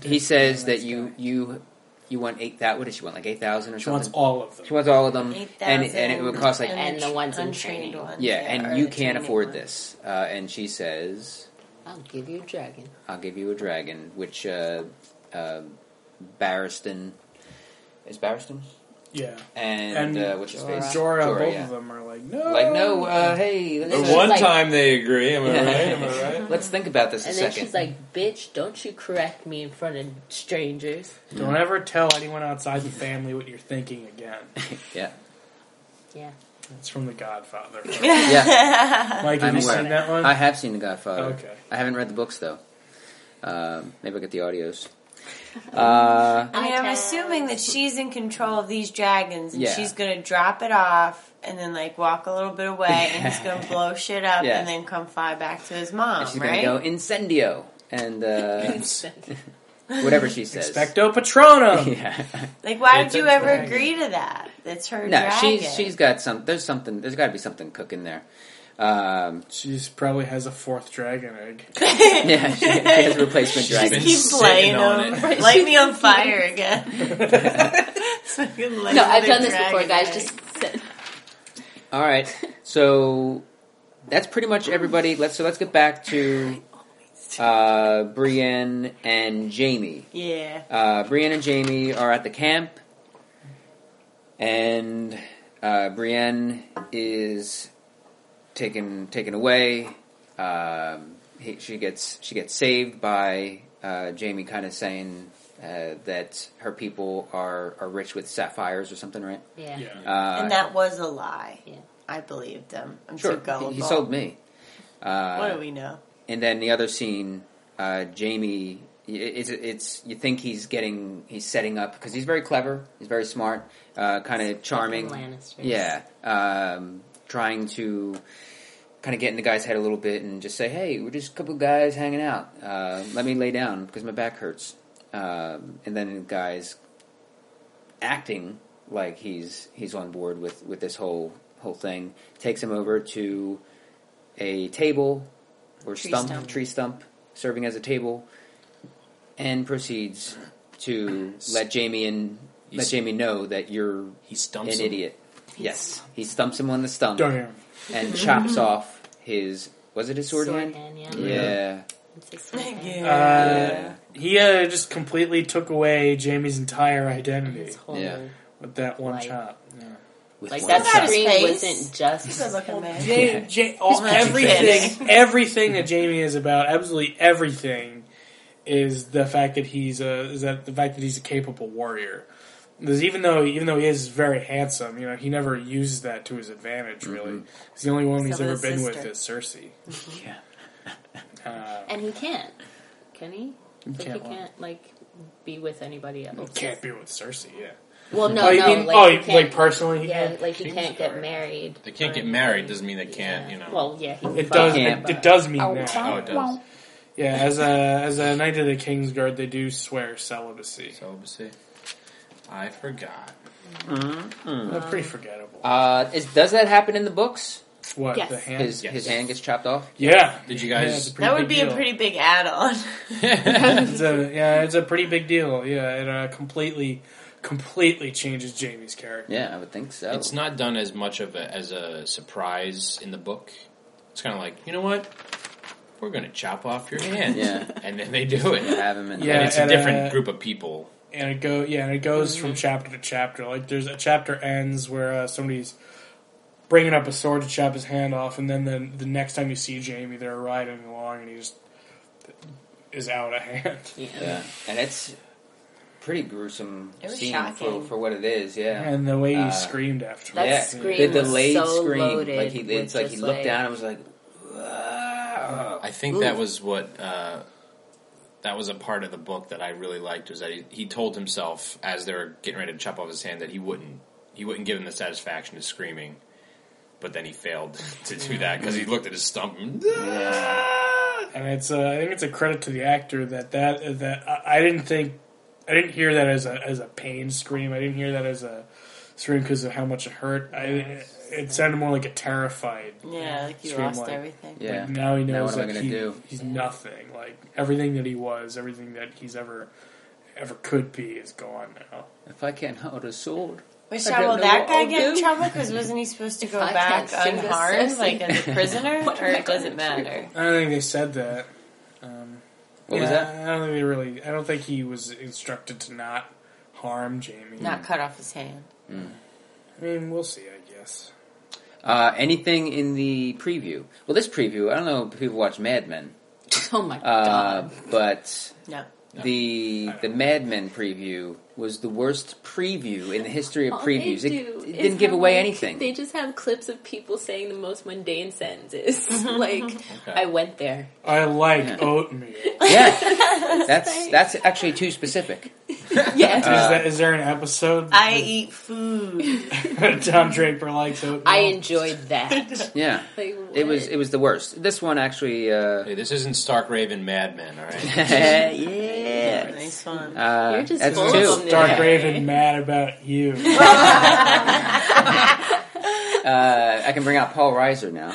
[SPEAKER 1] he says that you you you want eight that. What does she want? Like eight thousand or
[SPEAKER 2] She wants
[SPEAKER 1] something.
[SPEAKER 2] all of them.
[SPEAKER 1] she wants all of them,
[SPEAKER 5] Eight
[SPEAKER 1] and
[SPEAKER 5] thousand,
[SPEAKER 1] and it would cost like
[SPEAKER 3] And the
[SPEAKER 5] tr-
[SPEAKER 3] ones in
[SPEAKER 5] untrained
[SPEAKER 3] training.
[SPEAKER 5] ones.
[SPEAKER 1] yeah,
[SPEAKER 5] or
[SPEAKER 1] and you
[SPEAKER 5] the
[SPEAKER 1] can't
[SPEAKER 5] training
[SPEAKER 1] afford
[SPEAKER 5] ones.
[SPEAKER 1] this. Uh, and she says,
[SPEAKER 3] I'll give you a dragon.
[SPEAKER 1] I'll give you a dragon, which uh, uh, Barristan is Barristan,
[SPEAKER 2] Yeah.
[SPEAKER 1] and,
[SPEAKER 2] And
[SPEAKER 1] uh, what's his
[SPEAKER 2] And
[SPEAKER 1] face?
[SPEAKER 2] Jorah,
[SPEAKER 1] Jorah,
[SPEAKER 2] both
[SPEAKER 1] yeah.
[SPEAKER 2] of them are like, no.
[SPEAKER 1] Like no, uh, hey, let's,
[SPEAKER 3] Or She's what? like-
[SPEAKER 4] they agree. Am
[SPEAKER 1] Yeah.
[SPEAKER 4] I
[SPEAKER 1] let's think about this a
[SPEAKER 3] And then
[SPEAKER 1] second.
[SPEAKER 3] she's like, "Bitch, don't you correct me in front of strangers."
[SPEAKER 2] Don't ever tell anyone outside the family what you're thinking again.
[SPEAKER 1] yeah,
[SPEAKER 3] Yeah,
[SPEAKER 2] It's from The Godfather.
[SPEAKER 1] yeah.
[SPEAKER 2] Mike, have
[SPEAKER 1] I'm
[SPEAKER 2] you
[SPEAKER 1] aware.
[SPEAKER 2] seen that one?
[SPEAKER 1] I have seen The Godfather.
[SPEAKER 2] Okay.
[SPEAKER 1] I haven't read the books though. Um, maybe I'll get the audios. Uh,
[SPEAKER 5] I mean, I'm
[SPEAKER 3] Okay.
[SPEAKER 5] assuming that she's in control of these dragons, and
[SPEAKER 1] Yeah.
[SPEAKER 5] she's gonna drop it off, and then like walk a little bit away, and he's gonna blow shit up,
[SPEAKER 1] Yeah.
[SPEAKER 5] and then come fly back to his mom,
[SPEAKER 1] she's
[SPEAKER 5] right?
[SPEAKER 1] gonna go incendio and uh, whatever she says.
[SPEAKER 2] Expecto Patronum!
[SPEAKER 1] yeah.
[SPEAKER 5] Like, why
[SPEAKER 2] It's
[SPEAKER 5] did you
[SPEAKER 2] a
[SPEAKER 5] ever
[SPEAKER 2] dragon.
[SPEAKER 5] agree to that? That's her
[SPEAKER 1] No,
[SPEAKER 5] dragon.
[SPEAKER 1] she's she's got some. There's something. There's got to be something cooking there. Um,
[SPEAKER 2] She's probably has a fourth dragon egg.
[SPEAKER 1] yeah, she, she has a replacement
[SPEAKER 5] Just
[SPEAKER 1] dragon.
[SPEAKER 4] been
[SPEAKER 5] keep
[SPEAKER 4] sitting
[SPEAKER 5] lighting
[SPEAKER 4] on
[SPEAKER 5] them.
[SPEAKER 4] it.
[SPEAKER 5] Light me on fire again. So I can light
[SPEAKER 3] No, I've
[SPEAKER 5] the
[SPEAKER 3] done this before,
[SPEAKER 5] dragon
[SPEAKER 3] guys.
[SPEAKER 5] egg.
[SPEAKER 3] Just
[SPEAKER 1] All right, so that's pretty much everybody. Let's so let's get back to uh, Brienne and Jamie.
[SPEAKER 5] yeah.
[SPEAKER 1] Uh, Brienne and Jamie are at the camp, and uh, Brienne is taken taken away. Um, he, she gets she gets saved by uh, Jamie, kind of saying uh, that her people are are rich with sapphires or something, right?
[SPEAKER 3] yeah.
[SPEAKER 2] Yeah.
[SPEAKER 1] Uh,
[SPEAKER 5] and that was a lie.
[SPEAKER 3] Yeah.
[SPEAKER 5] I believed him. I'm
[SPEAKER 1] sure,
[SPEAKER 5] too gullible.
[SPEAKER 1] he, he sold me. Uh,
[SPEAKER 5] What do we know?
[SPEAKER 1] and then the other scene, uh, Jamie, i- it's, it's you think he's getting he's setting up because he's very clever, he's very smart, uh, kind of charming,
[SPEAKER 3] Lannisters.
[SPEAKER 1] yeah, um, trying to kind of get in the guy's head a little bit and just say, hey, we're just a couple guys hanging out. Uh, let me lay down because my back hurts. um, and then guys acting like he's he's on board with with this whole whole thing takes him over to a table or
[SPEAKER 5] Tree
[SPEAKER 1] stump,
[SPEAKER 5] stump.
[SPEAKER 1] tree stump serving as a table and proceeds to let Jamie and let
[SPEAKER 4] He's-
[SPEAKER 1] Jamie know that you're
[SPEAKER 4] He stumps
[SPEAKER 1] an
[SPEAKER 4] him.
[SPEAKER 1] idiot. Yes, he stumps him on the stump
[SPEAKER 2] Damn.
[SPEAKER 1] and chops off his was it his sword, hand?
[SPEAKER 3] yeah.
[SPEAKER 1] Yeah.
[SPEAKER 3] It's a sword hand.
[SPEAKER 2] Uh, he uh, just completely took away Jamie's entire identity
[SPEAKER 3] It's whole
[SPEAKER 1] Yeah.
[SPEAKER 2] with that one
[SPEAKER 3] Like-
[SPEAKER 2] chop. Yeah.
[SPEAKER 1] With
[SPEAKER 3] Like
[SPEAKER 1] one
[SPEAKER 3] that
[SPEAKER 5] That's not
[SPEAKER 1] shot.
[SPEAKER 5] his
[SPEAKER 3] scream
[SPEAKER 5] face.
[SPEAKER 3] wasn't just
[SPEAKER 5] Good looking man.
[SPEAKER 2] Ja- Ja- all-
[SPEAKER 5] not
[SPEAKER 2] everything,
[SPEAKER 5] kidding.
[SPEAKER 2] everything that Jamie is about, absolutely everything, is the fact that he's a is that the fact that he's a capable warrior. Because even though even though he is very handsome, you know he never uses that to his advantage. Really, he's the only one he's
[SPEAKER 5] Except
[SPEAKER 2] ever
[SPEAKER 5] with his
[SPEAKER 2] been with
[SPEAKER 5] sister.
[SPEAKER 2] is Cersei.
[SPEAKER 1] Yeah.
[SPEAKER 2] Uh,
[SPEAKER 3] and he can't. Can he? Like
[SPEAKER 2] can't
[SPEAKER 3] he
[SPEAKER 2] what?
[SPEAKER 3] can't like be with anybody else.
[SPEAKER 2] can't be with Cersei. Yeah.
[SPEAKER 3] Well, no,
[SPEAKER 2] oh, you
[SPEAKER 3] no.
[SPEAKER 2] mean
[SPEAKER 3] like,
[SPEAKER 2] oh,
[SPEAKER 3] he
[SPEAKER 2] you-
[SPEAKER 3] can't,
[SPEAKER 2] like personally? he
[SPEAKER 3] yeah,
[SPEAKER 2] can't?
[SPEAKER 3] like he
[SPEAKER 4] King's
[SPEAKER 3] can't get
[SPEAKER 4] Guard.
[SPEAKER 3] married.
[SPEAKER 4] They can't
[SPEAKER 3] or
[SPEAKER 4] get married,
[SPEAKER 3] anything.
[SPEAKER 4] doesn't mean they can't,
[SPEAKER 3] Yeah.
[SPEAKER 4] you know.
[SPEAKER 3] Well, yeah, he
[SPEAKER 2] It does.
[SPEAKER 1] can't,
[SPEAKER 2] It, it does mean that.
[SPEAKER 4] Oh, it does.
[SPEAKER 2] Yeah, as a as a knight of the Kingsguard, they do swear celibacy.
[SPEAKER 4] Celibacy. I forgot.
[SPEAKER 2] Uh, pretty forgettable.
[SPEAKER 1] Uh, is, does that happen in the books?
[SPEAKER 2] what
[SPEAKER 3] yes.
[SPEAKER 2] the hand?
[SPEAKER 1] His
[SPEAKER 4] Yes.
[SPEAKER 1] his hand gets chopped off.
[SPEAKER 2] yeah.
[SPEAKER 4] Did you
[SPEAKER 2] Yeah,
[SPEAKER 4] guys-
[SPEAKER 2] it's a pretty
[SPEAKER 5] That would
[SPEAKER 2] big
[SPEAKER 5] be
[SPEAKER 2] deal.
[SPEAKER 5] a pretty big add-on.
[SPEAKER 2] It's a, yeah, it's a pretty big deal. Yeah, it uh, completely, completely changes Jamie's character.
[SPEAKER 1] Yeah, I would think so.
[SPEAKER 4] It's not done as much of a, as a surprise in the book. It's kind of like, you know what? We're going to chop off your hand.
[SPEAKER 1] Yeah.
[SPEAKER 4] And then they do it.
[SPEAKER 1] have him in.
[SPEAKER 2] Yeah.
[SPEAKER 4] And it's a
[SPEAKER 2] and,
[SPEAKER 4] different
[SPEAKER 2] uh,
[SPEAKER 4] group of people.
[SPEAKER 2] And it go yeah, and it goes
[SPEAKER 5] Mm-hmm.
[SPEAKER 2] from chapter to chapter. Like there's a chapter ends where uh, somebody's bringing up a sword to chop his hand off, and then the, the next time you see Jamie, they're riding along, and he just is out of hand.
[SPEAKER 1] Yeah, and it's pretty gruesome
[SPEAKER 5] It was
[SPEAKER 1] scene for,
[SPEAKER 5] shocking.
[SPEAKER 1] for what it is. Yeah,
[SPEAKER 2] And the way he
[SPEAKER 1] Uh,
[SPEAKER 2] screamed after
[SPEAKER 3] That
[SPEAKER 1] yeah.
[SPEAKER 3] scream
[SPEAKER 1] the
[SPEAKER 3] was
[SPEAKER 1] delayed
[SPEAKER 3] so
[SPEAKER 1] scream,
[SPEAKER 3] loaded
[SPEAKER 1] like he,
[SPEAKER 3] with
[SPEAKER 1] it's like he
[SPEAKER 3] just,
[SPEAKER 1] looked
[SPEAKER 3] like-
[SPEAKER 1] down and was like, "Wow."
[SPEAKER 4] I think that was what uh, that was a part of the book that I really liked was that he, he told himself as they were getting ready to chop off his hand that he wouldn't he wouldn't give him the satisfaction of screaming, but then he failed to do that because he looked at his stump. And,
[SPEAKER 1] Yeah.
[SPEAKER 2] and it's uh, I think it's a credit to the actor that that that uh, I, I didn't think I didn't hear that as a as a pain scream. I didn't hear that as a scream because of how much it hurt. I, it sounded more like a terrified.
[SPEAKER 5] Yeah, like you
[SPEAKER 2] Scream
[SPEAKER 5] lost
[SPEAKER 2] like-
[SPEAKER 5] everything.
[SPEAKER 1] Yeah.
[SPEAKER 2] Like now he
[SPEAKER 1] Now
[SPEAKER 2] knows
[SPEAKER 1] what am I
[SPEAKER 2] that
[SPEAKER 1] gonna
[SPEAKER 2] he,
[SPEAKER 1] do?
[SPEAKER 2] he's nothing. Like everything that he was, everything that he's ever ever could be is gone now.
[SPEAKER 1] If I can't hold a sword,
[SPEAKER 5] Which
[SPEAKER 1] I
[SPEAKER 5] now
[SPEAKER 1] don't
[SPEAKER 5] will
[SPEAKER 1] know
[SPEAKER 5] that
[SPEAKER 1] what
[SPEAKER 5] guy
[SPEAKER 1] I'll
[SPEAKER 5] get in
[SPEAKER 1] do.
[SPEAKER 5] trouble? Because wasn't he supposed to go
[SPEAKER 3] I can't
[SPEAKER 5] back
[SPEAKER 3] sing a
[SPEAKER 5] unharmed,
[SPEAKER 3] sexy-
[SPEAKER 5] like as a prisoner,
[SPEAKER 3] What am
[SPEAKER 5] or
[SPEAKER 3] I
[SPEAKER 5] it
[SPEAKER 3] gonna
[SPEAKER 5] doesn't
[SPEAKER 3] do?
[SPEAKER 5] matter?
[SPEAKER 2] I don't think they said that. Um,
[SPEAKER 1] What was
[SPEAKER 2] yeah,
[SPEAKER 1] that?
[SPEAKER 2] I don't think they really. I don't think he was instructed to not harm Jamie.
[SPEAKER 5] Not cut off his hand.
[SPEAKER 2] I mean, we'll see. I guess.
[SPEAKER 1] Uh, anything in the preview? Well, this preview, I don't know if people watch Mad Men,
[SPEAKER 3] Oh my
[SPEAKER 1] uh,
[SPEAKER 3] god!
[SPEAKER 1] but
[SPEAKER 5] No.
[SPEAKER 1] the the Mad Men preview was the worst preview in the history of previews. It, it
[SPEAKER 3] is
[SPEAKER 1] didn't give
[SPEAKER 3] have,
[SPEAKER 1] away
[SPEAKER 3] like,
[SPEAKER 1] anything.
[SPEAKER 3] They just have clips of people saying the most mundane sentences. like, I went there.
[SPEAKER 2] I like
[SPEAKER 1] Yeah.
[SPEAKER 2] oatmeal.
[SPEAKER 1] yeah, that's that's actually too specific.
[SPEAKER 3] Yes,
[SPEAKER 2] is, that, is there an episode?
[SPEAKER 5] I eat food.
[SPEAKER 2] Tom Draper likes oatmeal.
[SPEAKER 3] I enjoyed that.
[SPEAKER 1] Yeah,
[SPEAKER 3] Like,
[SPEAKER 1] it was
[SPEAKER 3] what?
[SPEAKER 1] it was the worst. This one actually, uh,
[SPEAKER 4] Hey, this isn't Stark Raven Mad Men, all right?
[SPEAKER 1] yeah,
[SPEAKER 5] Nice one.
[SPEAKER 1] uh,
[SPEAKER 3] You're just
[SPEAKER 1] that's
[SPEAKER 3] full
[SPEAKER 1] two.
[SPEAKER 3] of them
[SPEAKER 2] Dark
[SPEAKER 3] Yeah.
[SPEAKER 2] Raven mad about you.
[SPEAKER 1] Uh, I can bring out Paul Reiser now.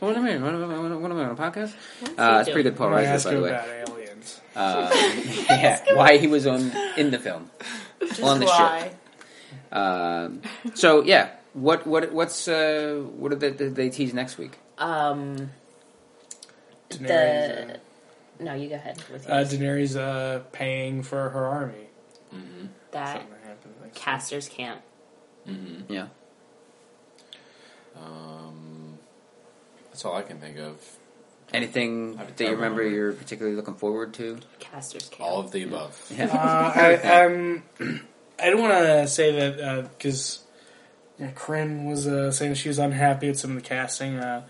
[SPEAKER 1] what am I? What am I? What am I on a podcast? Uh, it's pretty good, Paul
[SPEAKER 2] I
[SPEAKER 1] Reiser,
[SPEAKER 2] ask
[SPEAKER 1] by the
[SPEAKER 2] him
[SPEAKER 1] way.
[SPEAKER 2] about aliens.
[SPEAKER 1] Uh, yeah, why he was on in the film?
[SPEAKER 5] Just
[SPEAKER 1] on the
[SPEAKER 5] why?
[SPEAKER 1] Um, so yeah, what what what's uh, what do they, they, they tease next week?
[SPEAKER 3] um
[SPEAKER 2] Daenerys,
[SPEAKER 3] the. No, you go ahead with
[SPEAKER 2] uh, uh,
[SPEAKER 3] yours.
[SPEAKER 2] Daenerys uh, paying for her army.
[SPEAKER 3] that
[SPEAKER 4] Mm-hmm,
[SPEAKER 2] Something that happened. Like,
[SPEAKER 3] caster's camp.
[SPEAKER 4] mm-hmm.
[SPEAKER 1] Yeah,
[SPEAKER 4] Um, that's all I can think of.
[SPEAKER 1] anything
[SPEAKER 4] I-
[SPEAKER 1] that you
[SPEAKER 4] I
[SPEAKER 1] remember
[SPEAKER 4] remember.
[SPEAKER 1] you're particularly looking forward to?
[SPEAKER 3] Caster's camp.
[SPEAKER 4] All of the above.
[SPEAKER 1] Yeah.
[SPEAKER 2] Uh, I, I'm. I don't want to say that because yeah, Corinne was uh, saying she was unhappy at some of the casting. Uh,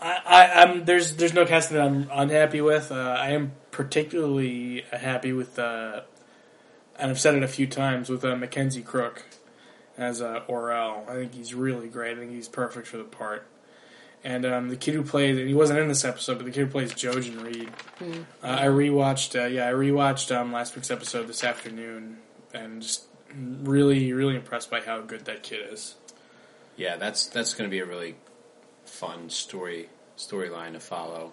[SPEAKER 2] I, I, I'm there's there's no casting that I'm unhappy with. Uh, I am particularly happy with, uh, and I've said it a few times with uh, Mackenzie Crook as uh, Orel. I think he's really great. I think he's perfect for the part. And um, the kid who played, and he wasn't in this episode, but the kid who plays Jojen Reed. Uh, I rewatched, uh, yeah, I rewatched um, last week's episode this afternoon, and just really, really impressed by how good that kid is.
[SPEAKER 4] Yeah, that's that's going to be a really fun story storyline to follow.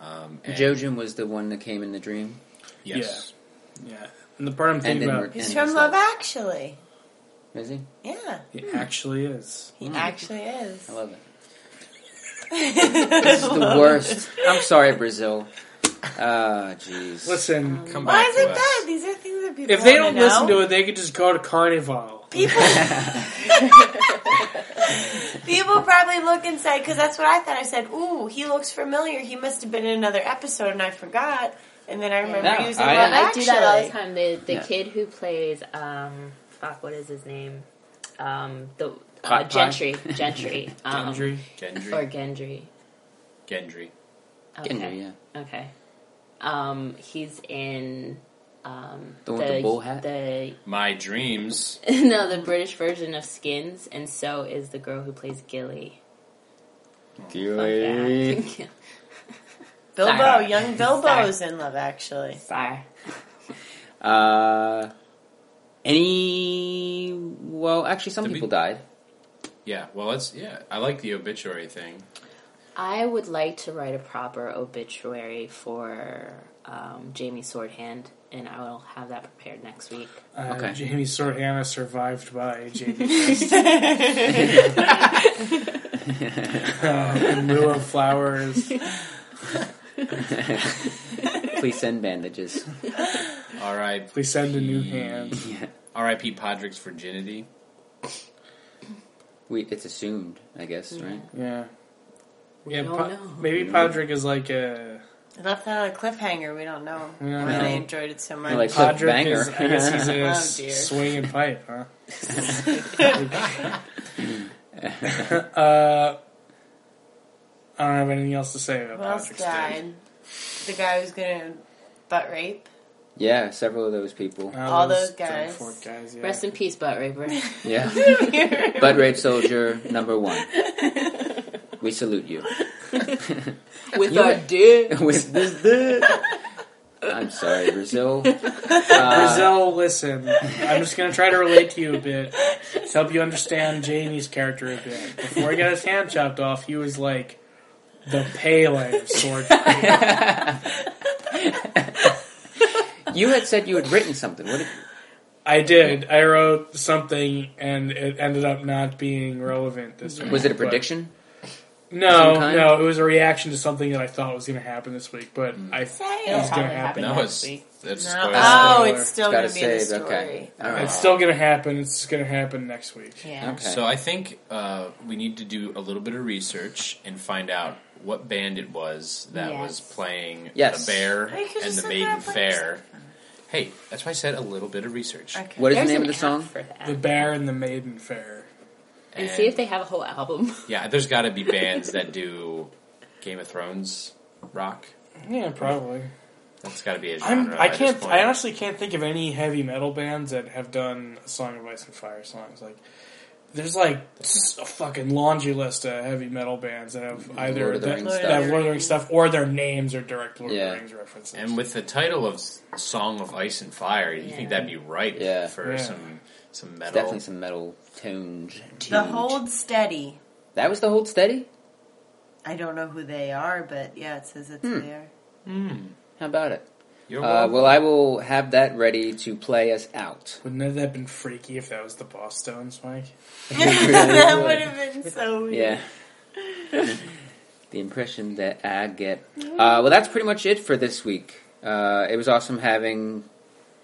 [SPEAKER 4] Um, and-
[SPEAKER 1] Jojen was the one that came in the dream.
[SPEAKER 4] yes,
[SPEAKER 2] Yeah, and the part I'm
[SPEAKER 1] And
[SPEAKER 2] thinking
[SPEAKER 1] then
[SPEAKER 2] about,
[SPEAKER 5] He's
[SPEAKER 1] and
[SPEAKER 5] from
[SPEAKER 1] it's
[SPEAKER 5] Love
[SPEAKER 1] like-
[SPEAKER 5] Actually.
[SPEAKER 1] Is he?
[SPEAKER 5] Yeah,
[SPEAKER 2] it actually is.
[SPEAKER 1] Hmm.
[SPEAKER 5] he actually is.
[SPEAKER 1] I love it. this is the worst. I'm sorry, Brazil. Ah, jeez.
[SPEAKER 2] Listen,
[SPEAKER 4] come
[SPEAKER 5] Why
[SPEAKER 4] back
[SPEAKER 5] is
[SPEAKER 4] to
[SPEAKER 5] it
[SPEAKER 4] us.
[SPEAKER 5] bad? These are things that people
[SPEAKER 2] if they
[SPEAKER 5] wanna
[SPEAKER 2] don't listen
[SPEAKER 5] know.
[SPEAKER 2] to it, they could just go to Carnival.
[SPEAKER 5] People probably look inside because that's what I thought. I said, "Ooh, he looks familiar. He must have been in another episode, and I forgot." And then I remember
[SPEAKER 1] Yeah.
[SPEAKER 5] using
[SPEAKER 1] No, I-
[SPEAKER 5] Love
[SPEAKER 1] Yeah,
[SPEAKER 3] I
[SPEAKER 5] Actually.
[SPEAKER 3] do that all the time. The the
[SPEAKER 1] Yeah.
[SPEAKER 3] kid who plays um fuck what is his name um the uh,
[SPEAKER 1] Pot pie?
[SPEAKER 3] Gentry Gentry um,
[SPEAKER 2] Andrew.
[SPEAKER 3] or Gendry
[SPEAKER 4] Gendry. Gendry.
[SPEAKER 3] okay.
[SPEAKER 1] Gendry, yeah.
[SPEAKER 3] okay um he's in um
[SPEAKER 1] The one with the bowl hat?
[SPEAKER 3] the
[SPEAKER 4] My dreams.
[SPEAKER 3] no the British version of Skins and so is the girl who plays Gilly. Fun fact.
[SPEAKER 5] Bilbo,
[SPEAKER 3] Sorry.
[SPEAKER 5] young Bilbo's in Love Actually.
[SPEAKER 3] Sorry.
[SPEAKER 1] Uh, any? Well, actually, some
[SPEAKER 4] Did we-
[SPEAKER 1] people died.
[SPEAKER 4] Yeah, well, it's yeah. I like the obituary thing.
[SPEAKER 3] I would like to write a proper obituary for um, Jamie Swordhand, and I will have that prepared next week.
[SPEAKER 2] Uh,
[SPEAKER 1] Okay.
[SPEAKER 2] Jamie Sorhana survived by Jamie uh, Milo Flowers.
[SPEAKER 1] Please send bandages.
[SPEAKER 4] All right,
[SPEAKER 2] Please send a new hand.
[SPEAKER 1] yeah,
[SPEAKER 4] R.I.P. Podrick's virginity.
[SPEAKER 1] we. It's assumed, I guess, right?
[SPEAKER 2] Yeah. Yeah,
[SPEAKER 3] don't
[SPEAKER 2] Pa-
[SPEAKER 3] know.
[SPEAKER 2] maybe Podrick is like a.
[SPEAKER 5] I left that on a cliffhanger. We don't know.
[SPEAKER 2] We don't
[SPEAKER 5] I
[SPEAKER 2] know.
[SPEAKER 5] really enjoyed it so much.
[SPEAKER 1] Like
[SPEAKER 2] Podrick
[SPEAKER 1] cliffhanger.
[SPEAKER 2] is, I guess he's a
[SPEAKER 5] Oh,
[SPEAKER 2] s-
[SPEAKER 5] dear.
[SPEAKER 2] swinging pipe, huh? uh, I don't have anything else to say about
[SPEAKER 5] Who else
[SPEAKER 2] Podrick's death.
[SPEAKER 5] died? The guy who's gonna butt rape.
[SPEAKER 1] Yeah, several of those people.
[SPEAKER 2] Uh,
[SPEAKER 5] All those
[SPEAKER 2] three or
[SPEAKER 5] guys.
[SPEAKER 2] four guys, yeah.
[SPEAKER 3] Rest in peace, Butt Raper.
[SPEAKER 1] Yeah, butt rape soldier number one. We salute you.
[SPEAKER 3] With
[SPEAKER 1] You-
[SPEAKER 3] our dick.
[SPEAKER 1] With this, dick. I'm sorry, Brazil. Uh,
[SPEAKER 2] Brazil, listen. I'm just going to try to relate to you a bit to help you understand Jamie's character a bit. Before he got his hand chopped off, he was like the pale of sword.
[SPEAKER 1] You had said you had written something. What? Did,
[SPEAKER 2] I did. I wrote something, and it ended up not being relevant this week.
[SPEAKER 1] was it a
[SPEAKER 2] but-
[SPEAKER 1] prediction?
[SPEAKER 2] No,
[SPEAKER 1] some kind?
[SPEAKER 2] no. It was a reaction to something that I thought was going to happen this week, but
[SPEAKER 1] Hmm.
[SPEAKER 2] I
[SPEAKER 5] Say
[SPEAKER 2] thought
[SPEAKER 5] it.
[SPEAKER 2] it was going to happen.
[SPEAKER 4] No, it's
[SPEAKER 5] week.
[SPEAKER 4] that's
[SPEAKER 5] No.
[SPEAKER 4] spoiler.
[SPEAKER 5] Oh,
[SPEAKER 2] Spoiler.
[SPEAKER 5] it's still
[SPEAKER 1] Gotta
[SPEAKER 5] gonna be in the
[SPEAKER 1] save,
[SPEAKER 5] story.
[SPEAKER 1] okay. All right.
[SPEAKER 2] It's still going to happen. It's going to happen next week.
[SPEAKER 5] Yeah.
[SPEAKER 1] Okay.
[SPEAKER 4] So I think uh, we need to do a little bit of research and find out what band it was that
[SPEAKER 3] Yes.
[SPEAKER 4] was playing
[SPEAKER 1] Yes.
[SPEAKER 4] the Bear
[SPEAKER 5] Or you could
[SPEAKER 4] and
[SPEAKER 5] just
[SPEAKER 4] the
[SPEAKER 5] look it
[SPEAKER 4] Maiden
[SPEAKER 5] up on
[SPEAKER 4] Fair. Hey, that's why I said a little bit of research.
[SPEAKER 5] Okay.
[SPEAKER 1] What is
[SPEAKER 3] There's
[SPEAKER 1] the name
[SPEAKER 3] an
[SPEAKER 1] of the
[SPEAKER 3] app
[SPEAKER 1] song?
[SPEAKER 3] for that.
[SPEAKER 2] The Bear and the Maiden Fair.
[SPEAKER 3] and see if they have a whole album.
[SPEAKER 4] Yeah, there's got to be bands that do Game of Thrones rock.
[SPEAKER 2] Yeah, probably.
[SPEAKER 4] That's got to be a
[SPEAKER 2] I'm,
[SPEAKER 4] genre.
[SPEAKER 2] I
[SPEAKER 4] by
[SPEAKER 2] can't.
[SPEAKER 4] This point.
[SPEAKER 2] I honestly can't think of any heavy metal bands that have done a Song of Ice and Fire songs. Like, there's like s- a fucking laundry list of heavy metal bands that have either
[SPEAKER 1] Lord of the
[SPEAKER 2] that,
[SPEAKER 1] Rings
[SPEAKER 2] that
[SPEAKER 1] stuff.
[SPEAKER 2] have Lord of the Rings stuff or their names are direct Lord
[SPEAKER 1] Yeah.
[SPEAKER 2] of the Rings references.
[SPEAKER 4] And with the title of S- "Song of Ice and Fire," you think that'd be right
[SPEAKER 1] Yeah.
[SPEAKER 4] for
[SPEAKER 2] Yeah.
[SPEAKER 4] some some metal?
[SPEAKER 1] Definitely some metal toned.
[SPEAKER 5] The Hold Steady.
[SPEAKER 1] That was the hold steady.
[SPEAKER 5] I don't know who they are, but yeah, it says
[SPEAKER 1] Hmm.
[SPEAKER 5] it's there.
[SPEAKER 1] How about it?
[SPEAKER 4] Hmm. You're
[SPEAKER 1] Uh,
[SPEAKER 4] welcome.
[SPEAKER 1] well, I will have that ready to play us out.
[SPEAKER 2] Wouldn't that have been freaky if that was the Boss Stones, Mike?
[SPEAKER 5] that would have been so weird.
[SPEAKER 1] Yeah. the impression that I get. Uh, well, that's pretty much it for this week. Uh, it was awesome having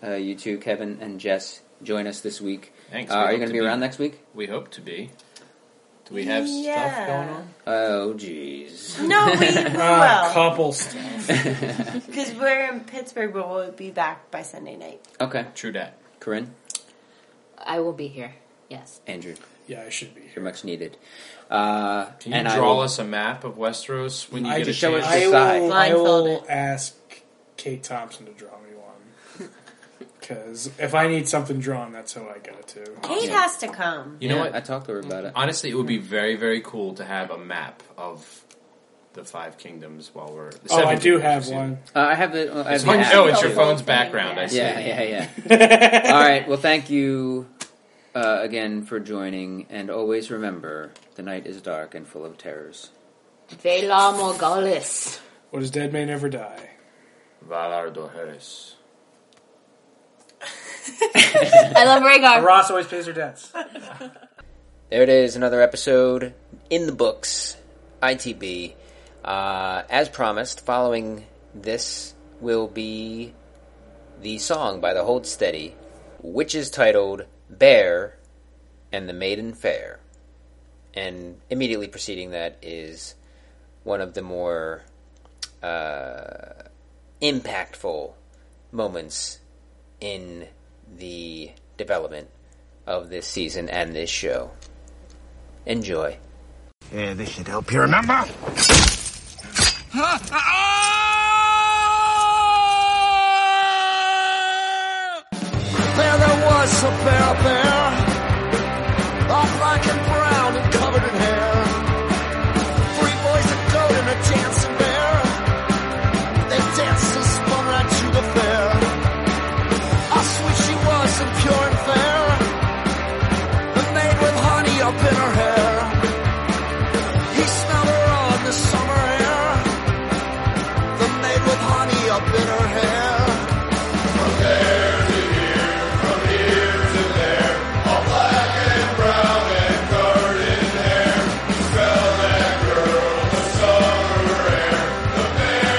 [SPEAKER 1] uh, you two, Kevin and Jess, join us this week.
[SPEAKER 4] Thanks.
[SPEAKER 1] Uh,
[SPEAKER 4] we
[SPEAKER 1] are you
[SPEAKER 4] hope
[SPEAKER 1] going to be around next week?
[SPEAKER 4] We hope to be. Do we have
[SPEAKER 5] Yeah.
[SPEAKER 4] stuff going on?
[SPEAKER 1] Oh, jeez.
[SPEAKER 5] No, we, we
[SPEAKER 2] Ah,
[SPEAKER 5] will.
[SPEAKER 2] couple stuff.
[SPEAKER 5] Because we're in Pittsburgh, but we'll be back by Sunday night.
[SPEAKER 1] Okay,
[SPEAKER 4] True dat.
[SPEAKER 1] Corinne,
[SPEAKER 3] I will be here. Yes.
[SPEAKER 1] Andrew,
[SPEAKER 2] Yeah, I should be here.
[SPEAKER 1] you're much needed. Uh,
[SPEAKER 4] Can you
[SPEAKER 1] and I
[SPEAKER 4] draw
[SPEAKER 1] will-
[SPEAKER 4] us a map of Westeros when you
[SPEAKER 2] I
[SPEAKER 4] get a
[SPEAKER 1] just show
[SPEAKER 4] chance?
[SPEAKER 1] us
[SPEAKER 2] I
[SPEAKER 1] Decide.
[SPEAKER 2] will, I will
[SPEAKER 5] Blindfolded.
[SPEAKER 2] ask Kate Thompson to draw me one. because if I need something drawn, that's how I Oh, got it too.
[SPEAKER 5] Kate
[SPEAKER 4] Yeah.
[SPEAKER 5] has to come.
[SPEAKER 4] You know
[SPEAKER 1] Yeah,
[SPEAKER 4] what?
[SPEAKER 1] I talked to her about it.
[SPEAKER 4] Honestly, it would be very, very cool to have a map of the five kingdoms while we're. the
[SPEAKER 2] Oh,
[SPEAKER 4] seven
[SPEAKER 2] I do
[SPEAKER 4] kingdoms,
[SPEAKER 2] have
[SPEAKER 4] excuse
[SPEAKER 2] one.
[SPEAKER 4] me.
[SPEAKER 1] Uh, I have the. I have
[SPEAKER 4] It's
[SPEAKER 1] the
[SPEAKER 4] on-
[SPEAKER 1] app.
[SPEAKER 4] oh, it's your
[SPEAKER 5] Yeah.
[SPEAKER 4] phone's background. I see.
[SPEAKER 1] Yeah, yeah, yeah. All right. Well, thank you uh, again for joining, and always remember the night is dark and full of terrors.
[SPEAKER 3] Vela Morgalis.
[SPEAKER 2] What is dead may never die.
[SPEAKER 4] Valar Dohaeris.
[SPEAKER 3] I love Rhaegar.
[SPEAKER 2] Ross always pays her debts.
[SPEAKER 1] There it is, another episode in the books. ITB. Uh, as promised, following this will be the song by the Hold Steady, which is titled "Bear and the Maiden Fair," and immediately preceding that is one of the more uh, impactful moments in the development of this season and this show. Enjoy.
[SPEAKER 6] Yeah, this should help you remember. There, there was a fair bear, all black and brown and covered in hair. Three boys, a goat, and a dancing bear. They danced and spun right to the fair. How sweet she was and pure and fair, and made with honey up in her hair. He smelled her on the summer air. The maid with honey up in her hair.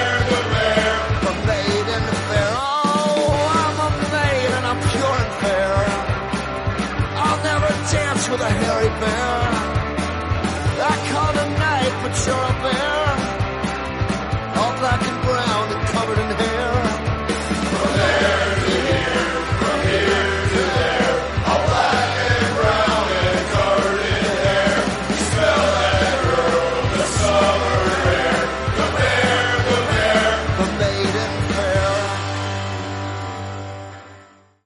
[SPEAKER 6] From there to there, all black and brown and covered in hair. Smell that girl, the summer air. The maid in the fair. Oh, I'm a maid and I'm pure and fair. I'll never dance with a hairy bear. I call the night, but you're a